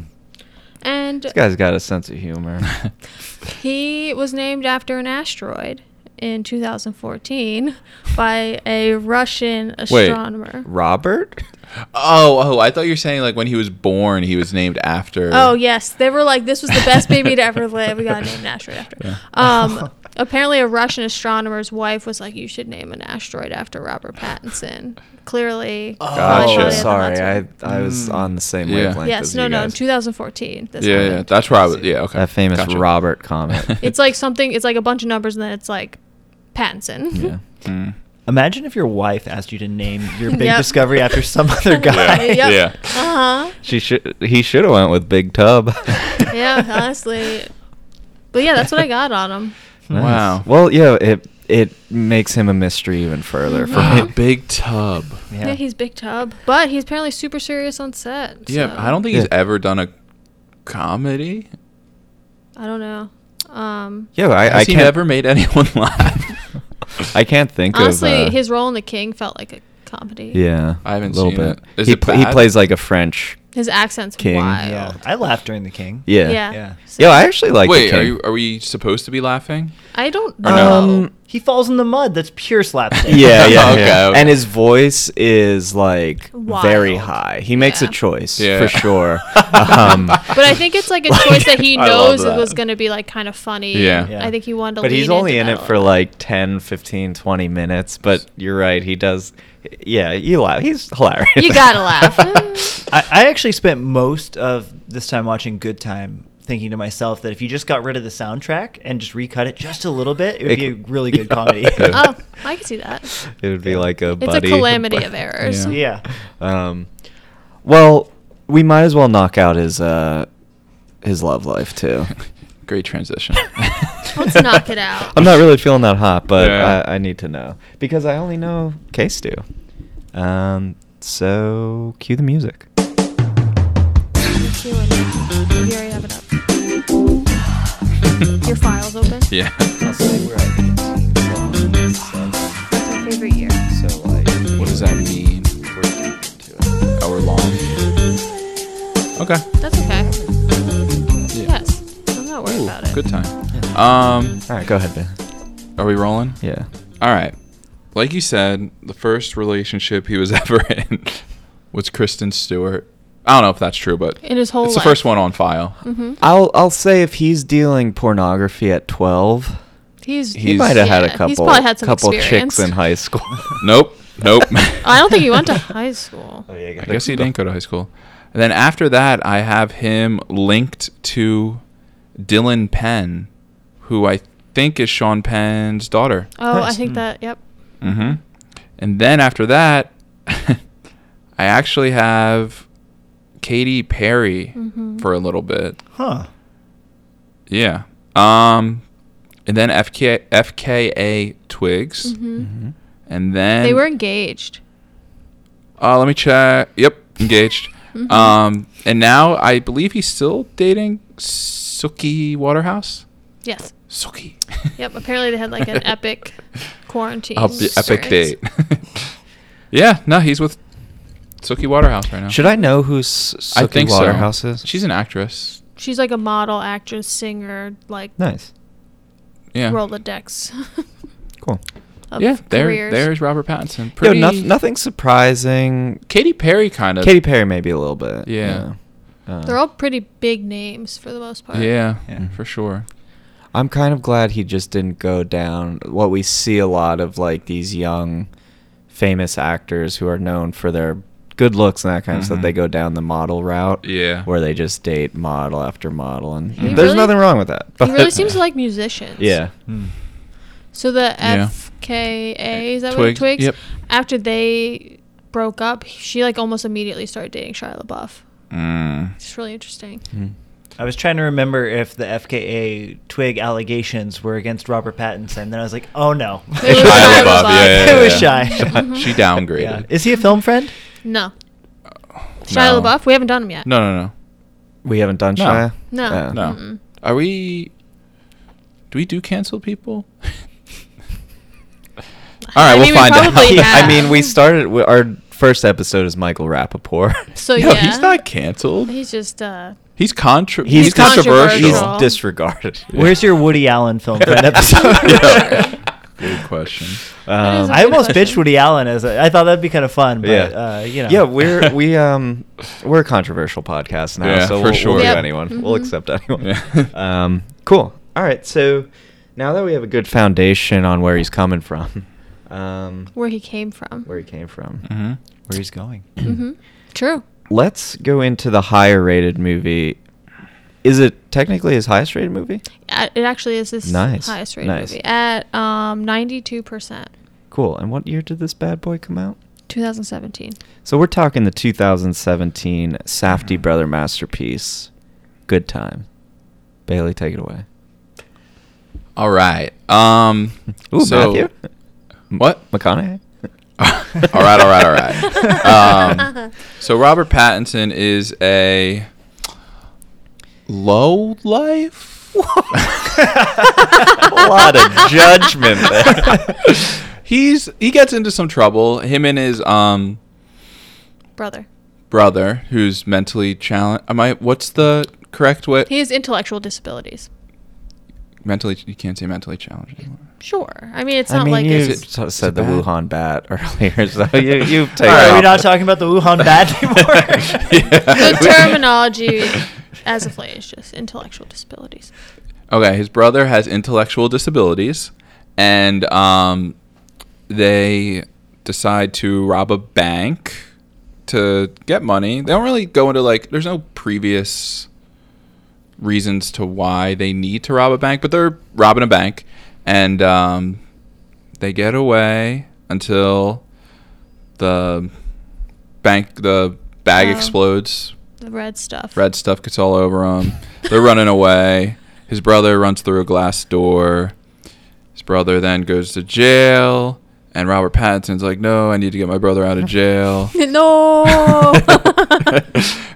A: This guy's got a sense of humor.
B: he was named after an asteroid in 2014 by a Russian astronomer.
A: Robert?
C: Oh, oh, I thought you were saying like when he was born, he was named after.
B: Oh yes, they were like, "This was the best baby to ever live. We got to name an asteroid after." Um, apparently, a Russian astronomer's wife was like, "You should name an asteroid after Robert Pattinson." Clearly,
A: Gotcha.
B: Claudia
A: Sorry, I,
B: Tamato.
A: I was on the same
C: Mm. Yeah.
A: wavelength.
B: Yes,
A: as
B: no,
A: you
B: no, in
A: guys.
B: 2014. This
C: yeah, yeah,
B: happened.
C: that's where I was. Yeah, okay.
A: That famous
C: Gotcha.
A: Robert comment.
B: It's like something. It's like a bunch of numbers, and then it's like Pattinson.
A: yeah.
C: Mm.
D: Imagine if your wife asked you to name your big
B: Yep.
D: discovery after some other guy.
B: Yep.
C: Yeah.
B: Uh huh.
A: She should. He should have went with Big Tub.
B: Yeah, honestly. But yeah, that's what I got on him.
A: Nice.
C: Wow.
A: Well, yeah, it it makes him a mystery even further for
C: From
B: Mm-hmm.
A: me.
C: a big tub.
B: Yeah. he's big tub, but he's apparently super serious on set.
C: Yeah,
B: so-
C: I don't think he's
A: Yeah.
C: ever done a comedy.
B: I don't know. Um,
A: Yeah, I, I
C: Has he
A: can't.
C: ever made anyone laugh?
A: I can't think
B: Honestly,
A: of. uh,
B: his role in The King felt like a comedy.
A: Yeah,
C: I haven't
A: a little
C: seen
A: bit.
C: it. Is
A: he
C: it
A: pl- he
C: bad?
A: plays like a French.
B: His accent's
A: King.
B: wild.
D: Yeah. I laughed during The King.
A: Yeah.
B: Yeah.
D: Yeah.
B: So-
A: Yo, I actually like.
C: Wait,
A: the
C: are
A: King.
C: you are we supposed to be laughing?
B: I don't
C: Or
B: know.
C: no?
A: Um,
D: He falls in the mud. That's pure slapstick.
A: yeah, yeah,
C: Okay,
A: yeah.
C: okay.
A: And his voice is like very
B: Wild.
A: high. He makes
B: Yeah.
A: a choice
C: Yeah.
A: for sure. um,
B: but I think it's like a
A: Like,
B: choice that he
A: I
B: knows
A: love
B: it was
A: that.
B: going to be like kind of funny.
C: Yeah.
D: Yeah.
B: I think he wanted to
A: but he's
B: lean
A: only in
B: into
A: it
B: that a
A: for
B: little.
A: like 10, 15, 20 minutes. But you're right. He does. Yeah, you laugh. He's hilarious.
B: You gotta laugh.
D: I, I actually spent most of this time watching Good Time thinking to myself that if you just got rid of the soundtrack and just recut it just a little bit, it would
A: It
D: be a
A: could-
D: really good comedy.
A: Yeah.
B: Oh, I can see that.
A: It would be like a
B: It's
A: buddy.
B: a calamity of errors.
C: Yeah.
D: yeah.
A: Um, well, we might as well knock out his uh, his love life too.
C: Great transition.
B: Let's knock it out.
A: I'm not really feeling that hot, but
C: Yeah.
A: I, I need to know because I only know Case do. Um, so cue the music.
B: You and- you already have it up. Your file's open.
C: yeah.
B: That's my favorite year.
C: What does that mean? Hour long. Okay.
B: That's okay.
C: Yeah.
B: Yes. I'm not worried
C: Ooh,
B: about it.
C: Good time. Um,
A: All right, go ahead, Ben.
C: are we rolling?
A: Yeah.
C: All right. Like you said, the first relationship he was ever in was Kristen Stewart. I don't know if that's true, but
B: In his whole
C: it's
B: life.
C: the first one on file.
B: Mm-hmm.
A: I'll I'll say if he's dealing pornography at twelve,
B: He's,
A: he might have had a
B: yeah,
A: couple
B: He's probably had some
A: couple
B: experience.
A: chicks in high school.
C: Nope, nope.
B: I don't think he went to high school.
C: I guess he didn't go to high school. And then after that, I have him linked to Dylan Penn, who I think is Sean Penn's daughter.
B: Oh, I
D: Nice.
B: think
D: Mm.
B: that. Yep.
C: Mm-hmm. And then after that, I actually have Katy Perry
B: Mhm.
C: for a little bit.
D: Huh.
C: Yeah. Um, and then FK, FKA Twigs,
B: hmm
A: Mhm.
C: and then
B: They were engaged.
C: Uh, let me check. Yep, engaged.
B: Mhm.
C: Um, and now I believe he's still dating Suki Waterhouse.
B: Yes.
C: Suki.
B: Yep. Apparently they had like an epic quarantine.
C: Up- epic
B: experience.
C: date. yeah, no, he's with Suki Waterhouse right now.
A: Should I know who S- Suki
C: I think
A: Waterhouse
C: so.
A: is?
C: She's an actress.
B: She's like a model, actress, singer, like
A: nice,
C: Yeah.
B: Rolodex.
A: cool.
B: of
C: yeah, there,
B: careers.
C: there's Robert Pattinson.
A: Yo,
C: Pretty.
A: no, nothing surprising.
C: Katy Perry kind of.
A: Katy Perry maybe a little bit.
C: Yeah.
A: yeah. Uh,
B: They're all pretty big names for the most part.
C: Yeah,
D: Yeah.
C: for sure.
A: I'm kind of glad he just didn't go down what we see a lot of like these young famous actors who are known for their good looks and that kind of stuff.
C: Mhm.
A: They go down the model route.
C: Yeah.
A: Where they just date model after model and
C: He
A: there's
B: really-
A: nothing wrong with that.
B: He really seems to like musicians.
A: Yeah.
B: Hmm. So the
C: Yeah.
B: FKA is that
C: Twigs,
B: what Twigs?
C: yep.
B: After they broke up, she like almost immediately started dating Shia LaBeouf.
C: Mm.
B: It's really interesting.
C: Mm-hmm.
A: Mm.
D: I was trying to remember if the FKA twig allegations were against Robert Pattinson. Then I was like, oh no.
B: It was Shia LaBeouf, yeah, yeah,
D: It was
B: yeah.
D: Shy.
B: Mhm.
C: She downgraded.
D: Yeah. Is he a film friend?
B: No, Shia
C: No.
B: LaBeouf. We haven't done him yet.
C: No, no, no.
A: We haven't done
C: No.
A: Shia?
B: No.
A: Uh,
C: No.
B: Mm-mm.
C: Are we? Do we do cancel people? All right,
B: I
C: we'll
B: mean, we
C: find
B: probably
C: out.
B: have.
A: I mean, we started we, our first episode is Michael Rappaport.
B: So
C: Yo,
B: yeah,
C: he's not canceled.
B: He's just uh,
C: He's contra.
A: He's
C: He's,
B: controversial.
C: controversial.
A: He's disregarded.
D: Where's your Woody Allen film friend episode? Uh,
A: Yeah.
C: Good question.
B: That is
A: Um,
B: a
D: I almost
B: Good
D: bitched
B: question.
D: Woody Allen as a, I thought that'd be kind of fun, but
A: Yeah.
D: uh, you know.
A: Yeah, we're we um we're a controversial podcast now,
C: Yeah,
A: so
C: for
A: we'll,
C: sure. Mm-hmm.
A: we'll do
B: Yep.
A: anyone. We'll
B: Mhm.
A: accept anyone.
C: Yeah.
A: um, cool. All right, so now that we have a good foundation on where he's coming from, um,
B: where he came from.
A: where he came from,
C: hmm
D: where he's going.
C: Mm-hmm.
B: hmm True.
A: let's go into the higher rated movie. Is it technically his highest rated movie?
B: Uh, It actually is this
A: Nice,
B: highest rated
A: nice.
B: movie at um 92 percent,
A: Cool. And what year did this bad boy come out?
B: 2017.
A: So we're talking the 2017
D: Mm-hmm.
A: Safdie brother masterpiece, Good Time. Bailey, take it away.
C: All right. Um.
A: Ooh,
C: so-
A: Matthew.
C: What?
A: McConaughey.
C: all right. All right. All right. Um, so Robert Pattinson is a low life.
A: a lot of judgment there.
C: He's he gets into some trouble. Him and his um
B: Brother,
C: brother, who's mentally challenged. Am I? What's the correct way?
B: he has intellectual disabilities.
C: mentally. You can't say mentally challenged anymore.
B: Sure. I mean, it's
A: I
B: not
A: mean,
B: like
A: you
B: it's,
C: it's-
A: s-
C: it's
A: said the
C: bad.
A: Wuhan bat earlier, so you you take.
D: All
A: it
D: right,
A: off.
D: we're not talking about the Wuhan bat anymore.
C: Yeah.
B: the terminology as of late is just intellectual disabilities.
C: Okay, his brother has intellectual disabilities, and um, they decide to rob a bank to get money. They don't really go into like. There's no previous reasons to why they need to rob a bank, but they're robbing a bank, and um, they get away until the bank the bag
B: Oh.
C: explodes
B: The red stuff.
C: Red stuff gets all over him. They're running away. His brother runs through a glass door. His brother then goes to jail. And Robert Pattinson's like, no, I need to get my brother out of jail
B: no.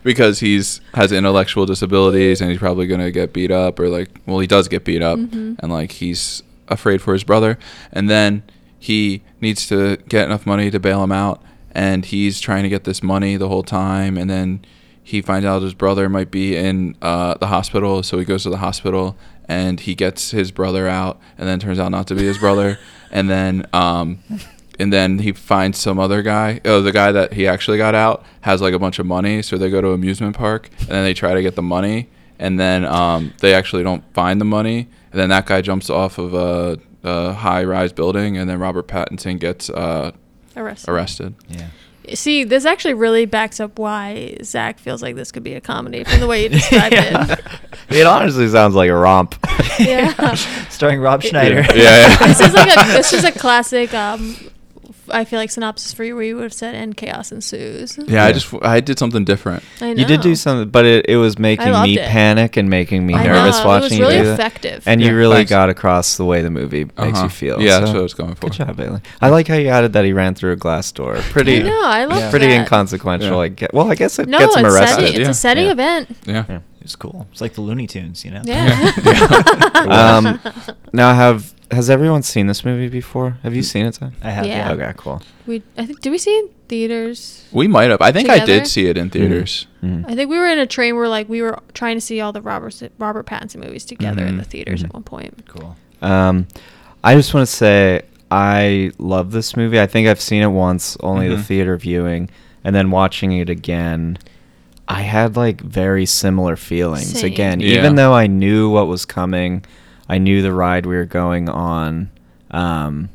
C: because he's has intellectual disabilities and he's probably gonna get beat up or like, well, he does get beat up and like he's afraid for his brother. And then he needs to get enough money to bail him out. And he's trying to get this money the whole time. And then he finds out his brother might be in uh, the hospital, so he goes to the hospital and he gets his brother out, and then turns out not to be his brother. And then um, and then he finds some other guy. Oh, the guy that he actually got out has like a bunch of money, so they go to amusement park and then they try to get the money, and then um, they actually don't find the money, and then that guy jumps off of a, a high-rise building, and then Robert Pattinson gets uh,
B: Arrested.
C: arrested.
D: Yeah.
B: See, this actually really backs up why Zach feels like this could be a comedy from the way you described it.
A: It honestly sounds like a romp.
B: Yeah.
D: Starring Rob Schneider.
C: Yeah, yeah.
B: This is like a this is a classic. Um, I feel like synopsis for you where you would have said "and chaos ensues."
C: Yeah, I just I did something different.
B: I know.
A: You did do something, but it, it was making
B: loved
A: me
B: it.
A: panic and making me
B: I
A: nervous
B: know, it was
A: watching
B: really
A: you do that.
B: effective.
A: And
C: Yeah,
A: you really
C: thanks.
A: got across the way the movie makes
C: Uh-huh.
A: you feel.
C: Yeah, that's
A: so
C: what I was going for.
A: Good job, Bailey. I like how you added that he ran through a glass door. Pretty.
B: I know, I loved
A: Pretty
B: that.
A: inconsequential.
C: Yeah.
A: I get, well, I guess it
B: No,
A: gets
B: it's
A: him arrested.
B: setting. It's
C: Yeah.
B: a setting
A: Yeah.
B: event.
C: Yeah.
A: Yeah.
D: It's cool. It's like the Looney Tunes, you know?
B: Yeah.
A: Um, now, have has everyone seen this movie before? Have you seen it, Zach?
D: I have.
B: Yeah.
D: Yeah.
A: Okay, cool.
B: We I think did we see it in theaters?
C: We might have. I think I
B: Together?
C: did see it in theaters.
A: Mhm.
B: I think we were in a train where like we were trying to see all the Robert Robert Pattinson movies together in
C: Mhm.
B: the theaters
A: Mhm.
B: at one point.
D: Cool.
A: Um, I just want to say I love this movie. I think I've seen it once, only the
C: Mhm.
A: theater viewing, and then watching it again. I had like very similar feelings
B: Same.
A: again,
C: Yeah.
A: even though I knew what was coming. I knew the ride we were going on. Um,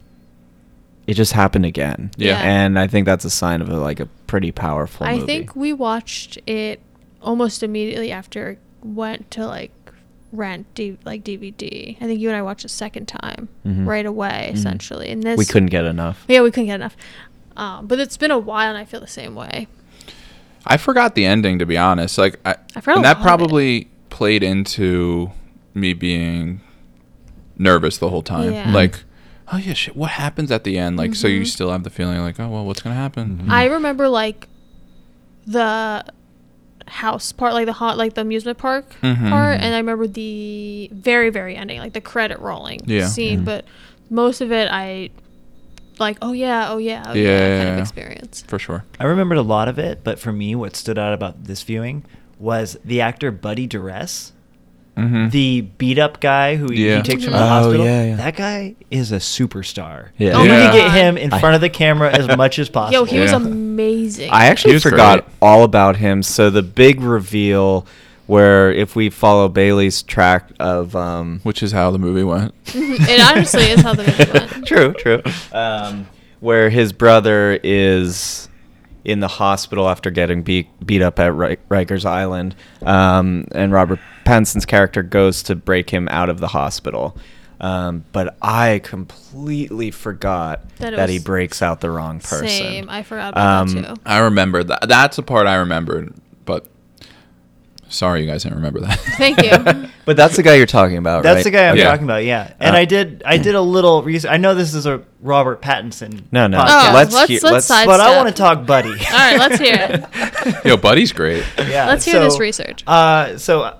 A: it just happened again.
C: Yeah. Yeah.
A: and I think that's a sign of a, like a pretty powerful.
B: I
A: movie.
B: think we watched it almost immediately after it went to like rent D- like DVD. I think you and I watched a second time
A: Mhm.
B: right away
A: Mhm.
B: essentially. And this
A: we couldn't get enough.
B: Yeah, we couldn't get enough. Um, but it's been a while and I feel the same way.
C: I forgot the ending to be honest. Like I,
B: I forgot a
C: and
B: lot
C: that
B: of
C: probably played into me being nervous the whole time.
B: Yeah. Mm-hmm.
C: Like, oh yeah, shit, what happens at the end? Like so you still have the feeling like, oh well, what's going to happen?
A: Mm-hmm.
B: I remember like the house part, like the hot, like the amusement park
C: Mhm.
B: part, and I remember the very, very ending, like the credit rolling
C: Yeah.
B: scene. But most of it, I like, oh yeah, oh yeah, oh yeah, kind of
C: Yeah.
B: experience.
C: For sure.
D: I remembered a lot of it, but for me, what stood out about this viewing was the actor Buddy Duress,
A: Mm-hmm.
C: Mhm.
D: the beat up guy who he, he
C: Yeah.
D: takes from
B: Mhm.
D: the
B: Oh,
D: hospital.
A: yeah, yeah.
D: That guy is a superstar.
A: Yeah.
D: You
B: Oh my
D: need to get
B: God.
D: him in
A: I-
D: front of the camera as much as possible.
B: Yo, he was
C: Yeah.
B: amazing.
A: I
C: He
A: actually
C: was
A: forgot
C: great.
A: all about him. So the big reveal, where if we follow Bailey's track of, um,
C: Which is how the movie went.
B: Mm-hmm. it honestly is how the movie went.
A: true, true, um, where his brother is in the hospital after getting beat beat up at Ri- Rikers Island, um, and Robert Pattinson's character goes to break him out of the hospital. Um, but I completely forgot
B: That
A: that,
B: it
A: he
B: was-
A: breaks out the wrong person.
B: Same. I forgot about
A: Um,
B: that too.
C: I remember that. That's the part I remembered, but sorry you guys didn't remember that.
B: Thank you.
A: But that's the guy you're talking about,
D: That's
A: right?
D: the guy I'm
C: Yeah.
D: talking about. Yeah, and
A: Uh,
D: I did I did a little research. I know this is a Robert Pattinson.
A: No, no.
D: podcast,
B: Oh,
A: let's
B: let's-
A: hear-
B: let's
A: let's-
B: side-
D: but I
B: step.
D: want to talk Buddy.
B: All right, let's hear it.
C: Yo, Buddy's great.
D: Yeah,
B: Let's hear this research.
D: Uh, so,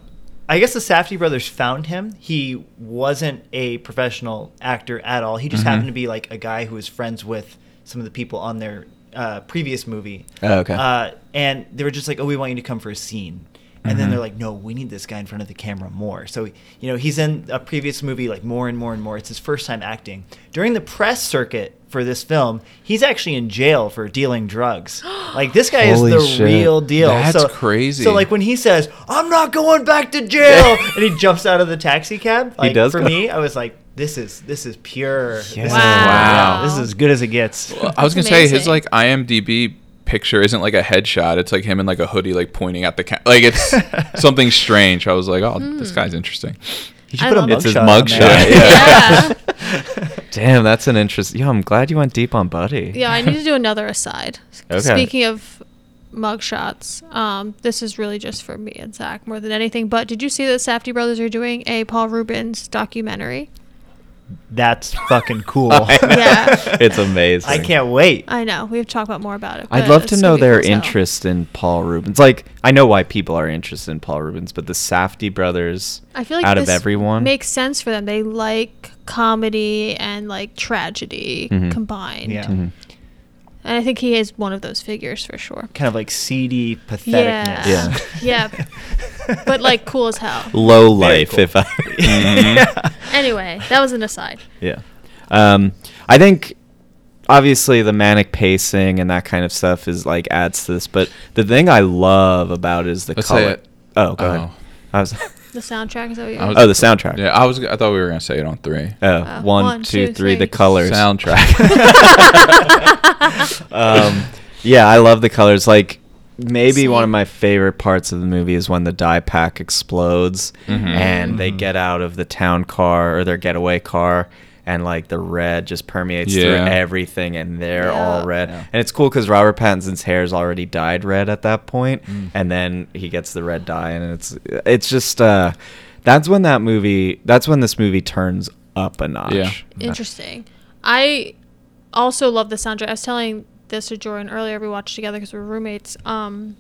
D: I guess the Safety brothers found him. He wasn't a professional actor at all. He just
A: Mm-hmm.
D: happened to be like a guy who was friends with some of the people on their uh, previous movie.
A: Oh, okay.
D: Uh, and they were just like, "Oh, we want you to come for a scene." And
A: Mm-hmm.
D: then they're like, "No, we need this guy in front of the camera more." So, you know, he's in a previous movie like more and more and more. It's his first time acting. During the press circuit for this film, he's actually in jail for dealing drugs. like this guy
A: Holy
D: is the
A: shit.
D: real deal.
C: That's
D: so,
C: crazy.
D: So like when he says, "I'm not going back to jail," and he jumps out of the taxi cab, like
A: does
D: for
A: go-
D: me, I was like, "This is this is pure. This is-
A: Wow.
B: Wow.
D: this is as good as it gets."
C: I was gonna
B: That's
C: say his
B: amazing.
C: like IMDb picture isn't like a headshot. It's like him in like a hoodie, like pointing at the ca- like it's something strange. I was like, oh,
B: Hmm.
C: this guy's interesting.
D: You
B: I
D: should put a
B: love it. It's
A: his
D: mugshot on
A: mugshot,
D: there.
A: yeah.
B: Yeah.
A: Damn, that's an interest. Yo, I'm glad you went deep on Buddy.
B: Yeah, I need to do another aside.
A: Okay.
B: Speaking of mugshots, um, this is really just for me and Zach more than anything. But did you see that Safety Brothers are doing a Paul Rubens documentary?
D: That's fucking cool.
B: Yeah.
A: it's amazing.
D: I can't wait.
B: I know. We have to talk about more about it.
A: I'd
B: but
A: love
B: it's
A: to
B: gonna
A: know
B: be
A: their
B: cool as hell.
A: interest in Paul Rubens. Like, I know why people are interested in Paul Rubens, but the Safdie brothers,
B: I feel like
A: out of
B: this
A: everyone,
B: makes sense for them. They like comedy and like tragedy
A: Mhm.
B: combined.
D: Yeah.
A: Mhm.
B: And I think he is one of those figures for sure.
D: Kind of like seedy patheticness.
A: Yeah.
B: Yeah. But like cool as hell.
A: low life.
D: cool.
A: If I, Mm-hmm.
C: Mhm.
B: Anyway, that was an aside.
A: yeah, um, I think obviously the manic pacing and that kind of stuff is like adds to this, but the thing I love about it is the
C: Let's say
A: color.
C: it.
A: Oh,
D: Uh-huh.
A: go ahead.
C: Oh.
A: I was,
B: The soundtrack is that what you
C: I was-
A: oh, the soundtrack.
C: Yeah, I was. I thought we were gonna say it on three.
A: Oh,
B: Uh,
A: one, two, three. The colors.
C: Soundtrack.
A: um, yeah, I love the colors. Like maybe one of
B: Same.
A: my favorite parts of the movie is when the die pack explodes
C: Mhm.
A: and they
B: Mm-hmm.
D: Mhm.
A: get out of the town car or their getaway car. And like the red just permeates
C: Yeah.
A: through everything, and they're all
B: Yeah.
A: red.
D: Yeah.
A: And it's cool because Robert Pattinson's hair's already dyed red at that point,
D: Mm.
A: and then he gets the red dye, and it's it's just uh, that's when that movie that's when this movie turns up a notch.
C: Yeah.
B: Interesting. I also love the soundtrack. I was telling this to Jordan earlier. We watched together because we're roommates. Um,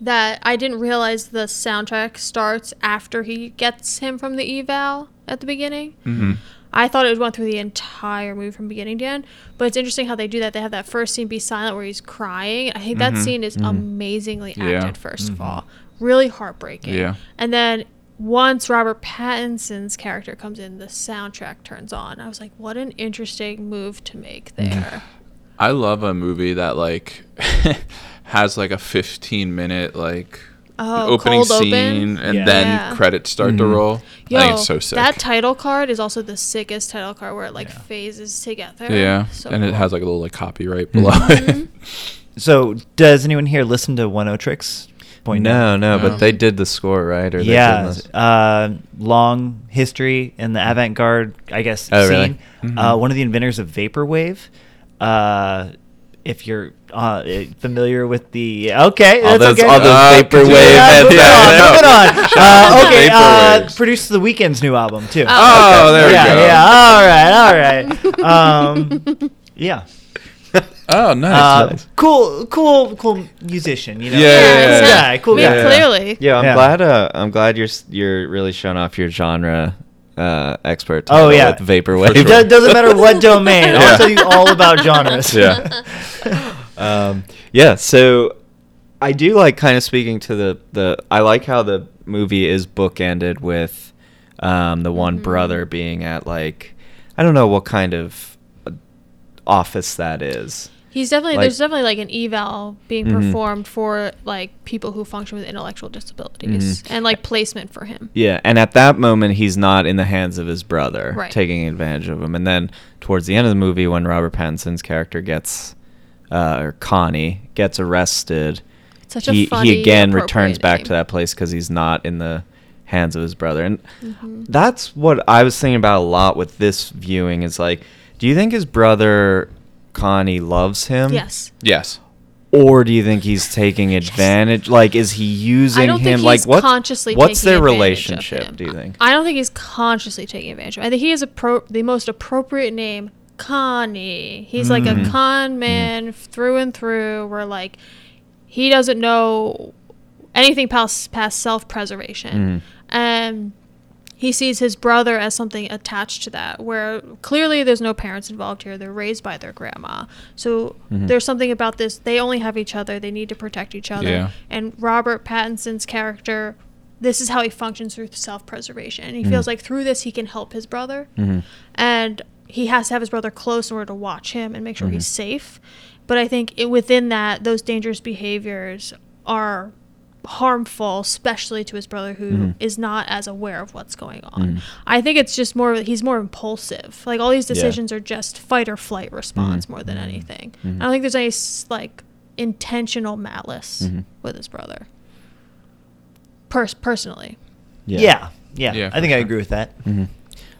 B: that I didn't realize the soundtrack starts after he gets him from the eval at the beginning.
C: hmm
B: I thought it went through the entire movie from beginning to end. But it's interesting how they do that. They have that first scene be silent where he's crying. I think
C: Mhm.
B: that scene is
A: Mhm.
B: amazingly acted.
C: Yeah. Mm-hmm.
B: 1st of all, really heartbreaking.
C: Yeah.
B: And then once Robert Pattinson's character comes in, the soundtrack turns on. I was like, what an interesting move to make
C: Mm-hmm.
B: there.
C: I love a movie that like has like a 15 minute like
B: Oh,
C: opening
B: cold open?
C: scene and
D: Yeah.
C: then
B: Yeah.
C: credits start to
A: Mm-hmm.
D: Mhm.
C: roll.
B: Yo,
C: I think it's so sick.
B: that title card is also the sickest title card where it like
D: Yeah.
B: phases together.
C: yeah,
B: So
C: and it
B: cool.
C: has like a little like copyright
A: Mm-hmm.
C: below
B: Mhm.
C: it.
D: So, does anyone here listen to One O Tricks?
A: no, no,
C: No.
B: Oh.
A: but they did the score right, or they did
D: yeah,
A: this-
D: uh, long history in the avant-garde, I guess.
A: Oh,
D: scene.
A: really?
D: Uh,
C: Mhm.
D: one of the inventors of vaporwave. Uh, if you're uh, eh, familiar with the okay,
A: All
D: that's
A: those-
D: okay.
A: all those
C: Uh,
A: vaporwave
D: yeah,
A: heads
D: moving
A: out
D: on,
A: there.
D: moving on. Uh,
B: Shout
D: okay,
C: out
D: uh,
C: Vaporwaves.
D: produced the Weeknd's new album too.
C: Oh,
D: Okay.
C: there we
D: yeah,
C: go.
D: Yeah, all right, all right. Um, yeah.
C: oh, nice.
D: Uh, cool, cool, cool musician. You know,
C: Yeah, yeah, yeah, yeah.
D: yeah, cool
B: I mean,
D: guy.
B: Oh, Clearly.
A: Yeah, I'm
D: Yeah.
A: glad. Uh, I'm glad you're s- you're really showing off your genre uh, expert.
D: Oh,
A: title
D: yeah.
A: with vaporwave.
C: For
D: It
C: sure.
D: do- doesn't matter what domain.
A: Yeah.
D: I'll tell you all about genres.
A: Yeah. um, yeah. So I do like kind of speaking to the the. I like how the movie is bookended with um, the one
B: Mhm.
A: brother being at like I don't know what kind of uh, office that is.
B: He's definitely
A: Like-
B: there's definitely like an eval being
C: Mm-hmm.
A: Mhm.
B: performed for like people who function with intellectual disabilities
C: Mm-hmm.
A: Mhm.
B: and like placement for him.
A: Yeah, and at that moment, he's not in the hands of his brother,
B: Right.
A: taking advantage of him. And then towards the end of the movie, when Robert Pattinson's character gets, uh, or Connie gets arrested,
B: Such a
A: he
B: funny,
A: he again returns
B: appropriate
A: back
B: name.
A: to that place because he's not in the hands of his brother. And
B: Mhm.
A: that's what I was thinking about a lot with this viewing. Is like, do you think his brother Connie loves him?
B: Yes.
C: yes.
A: or do you think he's taking advantage? Like, is he using
B: I don't
A: him?
B: think he's
A: like, what
B: consciously
A: what's
B: taking
A: their
B: advantage of
A: relationship?
B: him.
A: Do you think?
B: I don't think he's consciously taking advantage of him. I think he is a pro- the most appropriate name, Connie. He's like a
A: Mhm.
B: con man through and through where like he doesn't know anything past, past
A: Mm.
B: self-preservation. And he sees his brother as something attached to that where clearly there's no parents involved here they're raised by their grandma so
A: Mhm.
B: there's something about this they only have each other they need to protect each other
C: Yeah.
B: and robert pattinson's character this is how he functions through self-preservation and he feels
A: Mhm.
B: like through this he can help his brother
A: Mhm.
B: and he has to have his brother close in order to watch him and make sure
A: Mhm.
B: he's safe but i think it, within that those dangerous behaviors are harmful, especially to his brother who is
A: Mhm.
B: not as aware of what's going on.
A: Mhm.
B: I think it's just more he's more impulsive. Like all these
A: Yeah.
B: decisions are just fight or flight response
A: Mhm.
B: more than anything.
A: Mhm.
B: I don't think there's any s- like intentional malice
A: Mhm.
B: with his brother. Pers- personally.
D: Yeah. yeah,
C: Yeah,
D: I think
C: for
D: I
C: sure.
D: agree with that.
A: Mhm.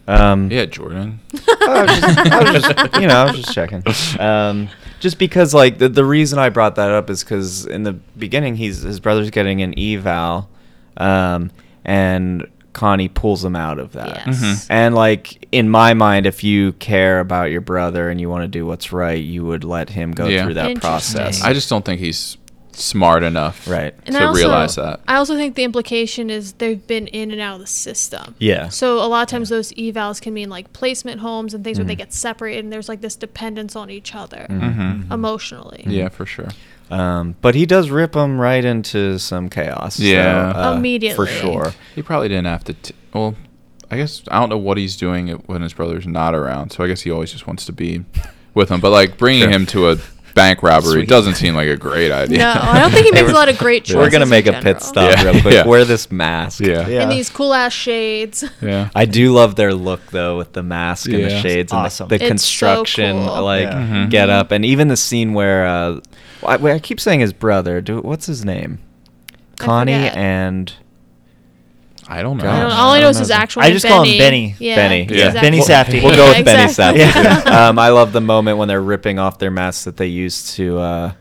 A: Um,
C: Yeah, Jordan.
A: I was, just, I was just- you know, I was just checking. Um, just because, like, the, the reason I brought that up is because in the beginning, he's his brother's getting an eval, um, and Connie pulls him out of that.
B: Yes.
C: Mhm.
A: Mm-hmm. And like in my mind, if you care about your brother and you want to do what's right, you would let him go
C: Yeah.
A: through that
B: Interesting.
A: process.
C: I just don't think he's smart enough
A: Right.
B: And
C: to
B: I also-
C: realize that.
B: I also think the implication is they've been in and out of the system.
A: Yeah.
B: So a lot of times those evals can mean like placement homes and things where they
A: Mhm.
B: get separated and there's like this dependence on each other
A: Mm-hmm.
C: Mhm.
B: emotionally.
C: Yeah, for sure.
A: Um, but he does rip him right into some chaos. so,
C: Yeah.
A: uh,
B: Immediately.
A: for sure.
C: He probably didn't have to. T- well, I guess I don't know what he's doing when his brother's not around. So I guess he always just wants to be with him, but like bringing
A: Sure.
C: him to a bank robbery
D: Sweet.
C: doesn't seem like a great idea.
B: No, I don't think he
A: Hey,
B: makes a
A: we're-
B: lot of great choices.
A: We're gonna
B: in
A: make a pit
B: general.
A: stop
C: Yeah.
A: real quick.
C: Yeah.
A: Wear this mask.
C: Yeah.
B: And these cool ass shades.
C: Yeah.
A: I do love their look though, with the mask and the
C: Yeah.
A: shades and the-
D: Awesome.
A: the,
B: It's so
A: construction,
B: cool.
A: like
D: Yeah.
C: Mhm.
A: get up, and even the scene where uh, I, wait, I keep saying his brother. Do what's his name?
B: I
A: Connie
B: forget.
A: and
C: I don't know.
A: Gosh.
B: I don't, all I know is his
A: know.
B: actual
D: I
B: name,
D: just
B: Benny.
D: call him Benny.
B: Yeah.
A: Benny.
C: Yeah.
B: Exactly.
D: Benny
A: We'll-
D: Safdie.
A: We'll go with
B: Exactly.
A: Benny Safdie.
D: Yeah.
A: um, I love the moment when they're ripping off their masks that they used to uh,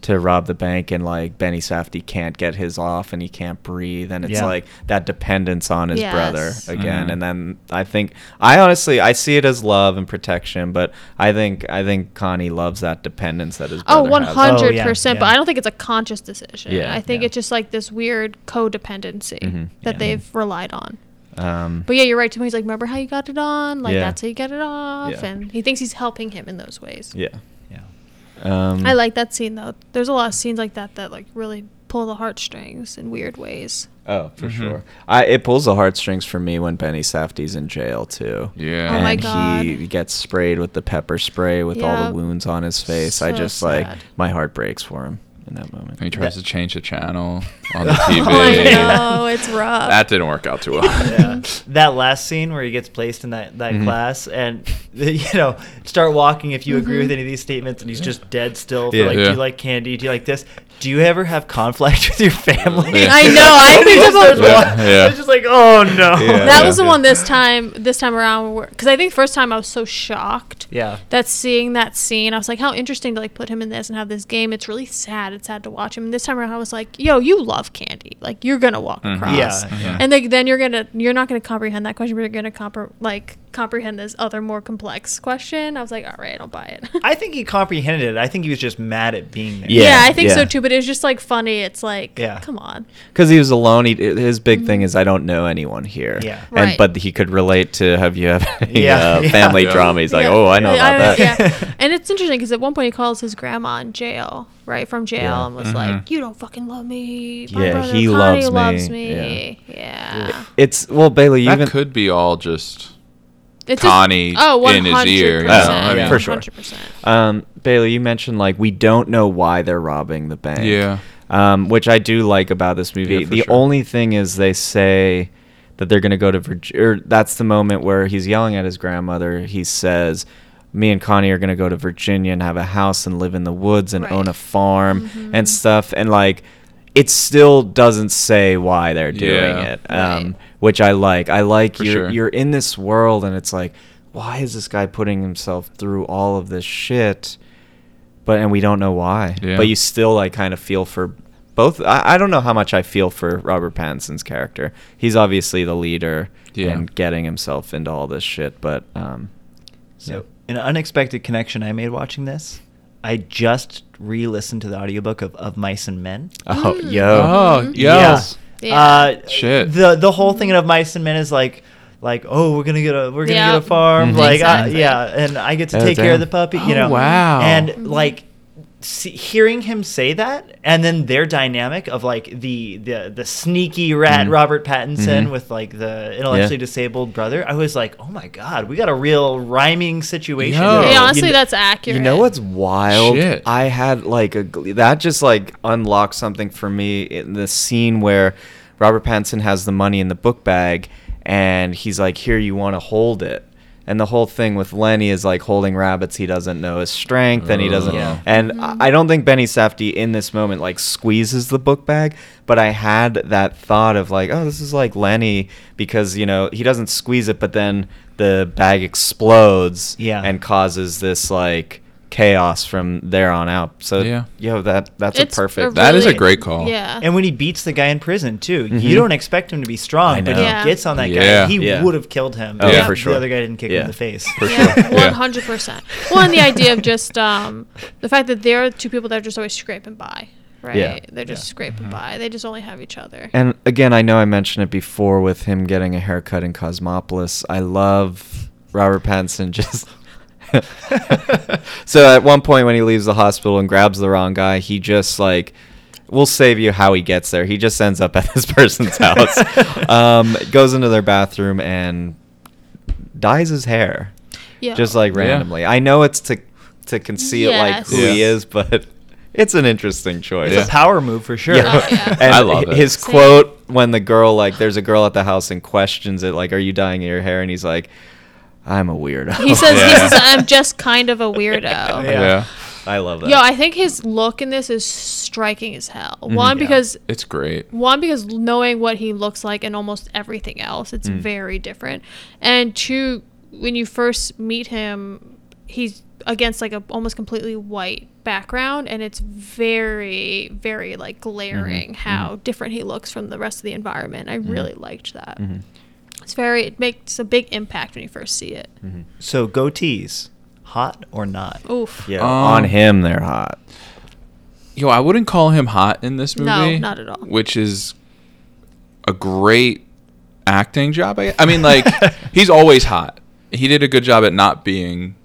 A: to rob the bank, and like Benny Safdie can't get his off, and he can't breathe, and it's
D: Yeah. Mm-hmm.
A: like that dependence on his
B: Yes.
A: brother again.
C: Mhm.
A: And then I think I honestly I see it as love and protection, but I think I think Connie loves that dependence that his
B: Oh,
A: brother
B: one
A: has.
B: hundred
D: Oh, yeah,
B: percent. But
D: yeah.
B: I don't think it's a conscious decision.
A: Yeah.
B: I think
D: Yeah.
B: it's just like this weird codependency
A: Mhm.
B: that
A: Yeah.
B: they've relied on.
A: Um,
B: But yeah, you're right. To me, he's like, remember how you got it on? Like
A: Yeah.
B: that's how you get it off,
A: Yeah.
B: and he thinks he's helping him in those ways.
A: yeah.
D: Yeah.
A: Um,
B: I like that scene though. There's a lot of scenes like that that like really pull the heartstrings in weird ways.
A: Oh, for
C: Mhm.
A: sure. I it pulls the heartstrings for me when Benny Safdie's in jail too.
C: Yeah.
B: Oh my
A: and he
B: God.
A: gets sprayed with the pepper spray with all
B: Yep.
A: the wounds on his face. I
B: So
A: just
B: sad.
A: like my heart breaks for him in that moment.
C: And he tries to change the channel on
D: Oh,
C: the TV.
D: I
B: know, it's rough.
C: That didn't work out too well.
D: Yeah. that last scene where he gets placed in that, that
A: Mhm.
D: class and you know start walking if you agree
B: Mhm.
D: with any of these statements and he's just dead still for
A: Yeah.
D: like
C: Yeah.
D: do you like candy do you like this do you ever have conflict with your family
C: Yeah. I know,
B: I think
D: Just
B: about-
D: there's one-
C: Yeah, yeah.
D: it's just like oh no
A: Yeah.
B: that was the
A: Yeah.
B: one this time. This time around, because I think the first time I was so shocked.
D: yeah
B: that seeing that scene, I was like, how interesting to like put him in this and have this game. It's really sad. It's sad to watch him. And this time around, I was like, yo, you love candy. Like you're gonna walk
C: Mhm.
B: across.
D: Yeah, yeah.
B: And like then you're gonna you're not gonna comprehend that question, but you're gonna compre- like comprehend this other more complex question. I was like, all right, I don't buy it.
D: i think he comprehended it i think he was just mad at being there
A: Yeah,
B: yeah, I think
A: yeah.
B: so too. But it was just like funny. It's like,
D: Yeah.
B: come on.
A: Because he was alone. He, his big thing is I don't know anyone here.
D: Yeah.
A: And
B: Mm-hmm. Right.
A: but he could relate to have you have any,
D: Yeah,
A: uh,
D: yeah.
A: family
C: Yeah.
A: drama. He's like,
B: Yeah.
A: oh, I know
B: Yeah,
A: about
B: I-
A: that.
B: yeah. and it's interesting because at one point he calls his grandma in jail, right from jail,
A: Yeah.
B: and was
C: Mhm.
B: like, "You don't fucking love me. My
A: Yeah,
B: brother
A: he
B: Connie
A: loves me.
B: loves me. Yeah,
A: It's well, Bailey. You
C: that
A: even
C: could be all just.
B: It's
C: Connie
B: Oh,
C: in his ear,
A: you know, Oh, I mean- For sure.
B: 100%.
A: um, Bailey, you mentioned like we don't know why they're robbing the bank.
C: Yeah.
A: um, which I do like about this movie.
C: Yeah, for
A: the
C: sure.
A: only thing is they say that they're going to go to Virginia. Or that's the moment where he's yelling at his grandmother. He says, "Me and Connie are going to go to Virginia and have a house and live in the woods and
B: Right. Mm-hmm.
A: own a farm and stuff." And like, it still doesn't say why they're doing
C: Yeah.
A: it, um,
B: Right.
A: which I like. I like
C: For
A: you're
C: sure.
A: you're in this world and it's like, why is this guy putting himself through all of this shit? but and we don't know why.
C: Yeah.
A: But you still like kind of feel for both. I, I don't know how much I feel for Robert Pattinson's character. He's obviously the leader
C: Yeah.
A: and getting himself into all this shit. But um,
D: So, an unexpected connection I made watching this. I just re-listened to the audiobook of, of Mice and Men.
A: oh
B: Mm.
A: yo,
C: Oh,
B: Mhm.
C: yes.
B: Yeah.
D: Uh,
C: Shit.
D: The the whole thing of Mice and Men is like like oh we're gonna get a we're gonna
B: Yeah.
D: get a farm
A: Mhm.
D: like
B: Exactly.
D: I, yeah and I get to
A: Oh,
D: take care of the
A: damn.
D: puppy
C: Mm-hmm. Oh,
D: you know
C: wow.
D: and
B: Mhm.
D: like see, hearing him say that and then their dynamic of like the the the sneaky rat
C: Mm-hmm.
A: Mhm.
D: Robert Pattinson
A: Mhm.
D: with like the intellectually disabled brother I was like oh my god we got a real rhyming situation
C: Yo.
D: here.
B: yeah, honestly,
D: You kn-
B: that's accurate.
A: You know what's wild?
C: Shit.
A: I had like a gl- that just like unlocked something for me in the scene where Robert Pattinson has the money in the book bag and he's like, "Here, you want to hold it." And the whole thing with Lenny is like holding rabbits. He doesn't know his strength, and he doesn't.
C: Oh.
A: And I I don't think Benny Safdie in this moment like squeezes the book bag. But I had that thought of like, oh, this is like Lenny because you know he doesn't squeeze it, but then the bag explodes
D: Yeah.
A: and causes this like chaos from there on out. So
C: Yeah.
A: yo, that that's
B: It's
A: a perfect.
C: That is a great call.
B: Yeah.
D: And when he beats the guy in prison too,
A: Mhm.
D: you don't expect him to be
A: I
D: strong, but
A: know.
D: he
B: Yeah.
D: gets on that guy.
C: Mm-hmm. Yeah.
D: and He
A: Yeah.
D: would have killed him.
A: Oh,
D: if
C: yeah, for
A: sure.
D: The other guy didn't kick him
A: Yeah.
D: in the face.
C: For
B: yeah,
C: sure. Yeah.
B: one hundred percent. Well, and the idea of just um, the fact that they're two people that are just always scraping by, right?
A: Yeah. Mm-hmm.
B: They're just scraping by. They just only have each other.
A: And again, I know I mentioned it before with him getting a haircut in Cosmopolis. I love Robert Pattinson just. so at one point when he leaves the hospital and grabs the wrong guy, he just like we'll save you how he gets there. He just ends up at this person's house. um, goes into their bathroom and dyes his hair.
B: yeah,
A: Just like
C: Yeah.
A: randomly. I know it's to to conceal like who
B: Yes.
A: he
C: Yeah.
A: is, but it's an interesting choice.
D: It's
C: Yeah.
D: a power move for sure.
A: Yeah.
B: Oh, yeah.
A: And
C: I love
A: hi-
C: it.
A: His
B: Same.
A: quote when the girl like there's a girl at the house and questions it like, "Are you dyeing your hair?" and he's like, "I'm a weirdo."
B: He says, he
C: Yeah.
B: says, I'm just kind of a weirdo.
D: Yeah.
C: yeah.
A: I love that.
B: Yo, I think his look in this is striking as hell. One
A: Yeah.
B: because
C: It's great.
B: one because knowing what he looks like and almost everything else, it's very different. And two, when you first meet him, he's against like a almost completely white background, and it's very very like glaring how different he looks from the rest of the environment. I really liked that. It's very it makes a big impact when you first see it.
D: So goatees, hot or not?
B: Oof.
A: yeah,
C: Um,
A: on him they're hot.
C: Yo, I wouldn't call him hot in this movie.
B: No, not at all.
C: Which is a great acting job. I, I mean, like he's always hot. He did a good job at not being.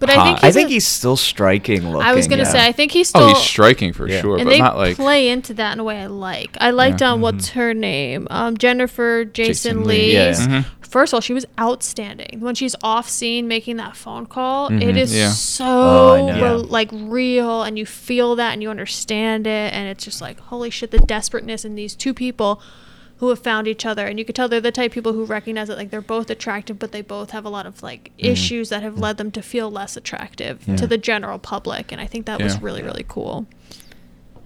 B: But I think he's
C: Hot.
A: I think
B: a-
A: he's still striking looking.
B: I was gonna
A: yeah.
B: say I think he's still
C: Oh, he's striking for
A: Yeah.
C: sure,
B: and
C: but
B: they
C: not like.
B: play into that in a way I like. I liked
C: Yeah. Mm-hmm.
B: on what's her name, um, Jennifer Jason,
C: Jason
B: Lee.
C: Leigh.
A: Yeah,
C: Mhm.
B: First of all, she was outstanding when she's off scene making that phone call. it
A: Mhm.
B: is
C: Mm-hmm. Yeah.
B: so
A: Oh, I know.
B: re-
A: Yeah.
B: like real, and you feel that and you understand it, and it's just like holy shit, the desperateness in these two people. Who have found each other, and you could tell they're the type of people who recognize that like they're both attractive, but they both have a lot of like
C: Mm-hmm.
B: issues that have led them to feel less attractive to the general public, and I think that was
C: Yeah.
B: really really cool.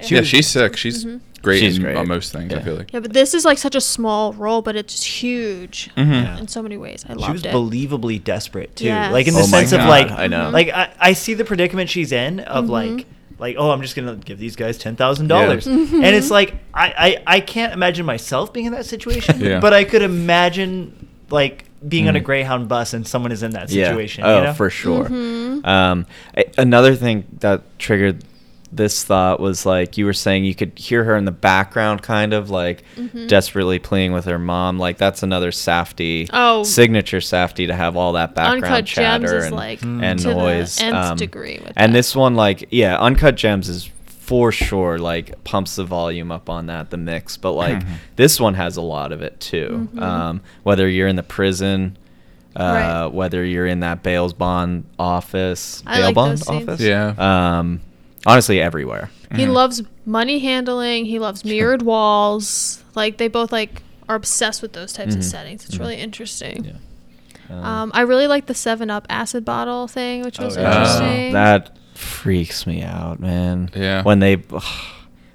C: yeah, she's sick. She's great,
A: She's
C: in-
A: great.
C: on most things. I
A: Yeah.
C: feel like.
B: Mm-hmm. Yeah, but this is like such a small role, but it's huge
A: Mm-hmm.
D: Yeah.
B: in so many ways. I
D: She
B: loved
D: was
B: it.
D: believably desperate too.
B: Yes.
D: Like in the
B: Oh my
D: sense of
A: God,
D: like
A: I know.
D: Like I, I see the predicament she's in of
B: Mm-hmm.
D: like like oh I'm just gonna give these guys ten thousand dollars
A: Yeah.
B: Mm-hmm.
D: and it's like I, I I can't imagine myself being in that situation
C: Yeah.
D: but I could imagine like being on a
A: Mhm.
D: Greyhound bus and someone is in that situation.
A: Oh,
D: you know?
A: for sure.
B: Mm-hmm.
A: Um, I, another thing that triggered this thought was like you were saying you could hear her in the background, kind of like
B: Mm-hmm.
A: desperately playing with her mom. Like that's another Safety
B: Oh.
A: signature Safety to have all that background
B: Uncut Gems
A: chatter
B: is,
A: and,
B: like,
D: Hmm.
A: and
B: to the
A: noise. um,
B: nth degree with
A: and
B: that.
A: this one, like yeah, Uncut Gems is for sure like pumps the volume up on that the mix but like
D: Mm-hmm.
A: this one has a lot of it too
B: Mm-hmm.
A: um, whether you're in the prison
B: Right.
A: uh, whether you're in that bail's bond office,
B: I
A: bail
B: like
A: bond
B: those scenes.
A: office,
C: Yeah.
A: Um, honestly, everywhere.
B: He loves money handling. He loves mirrored walls. Like they both like are obsessed with those types
A: Mm-hmm.
B: of settings. It's really interesting. Um, I really like the Seven Up acid bottle thing, which was
D: yeah. Uh,
B: interesting.
A: oh, that freaks me out, man.
C: Yeah.
A: When they,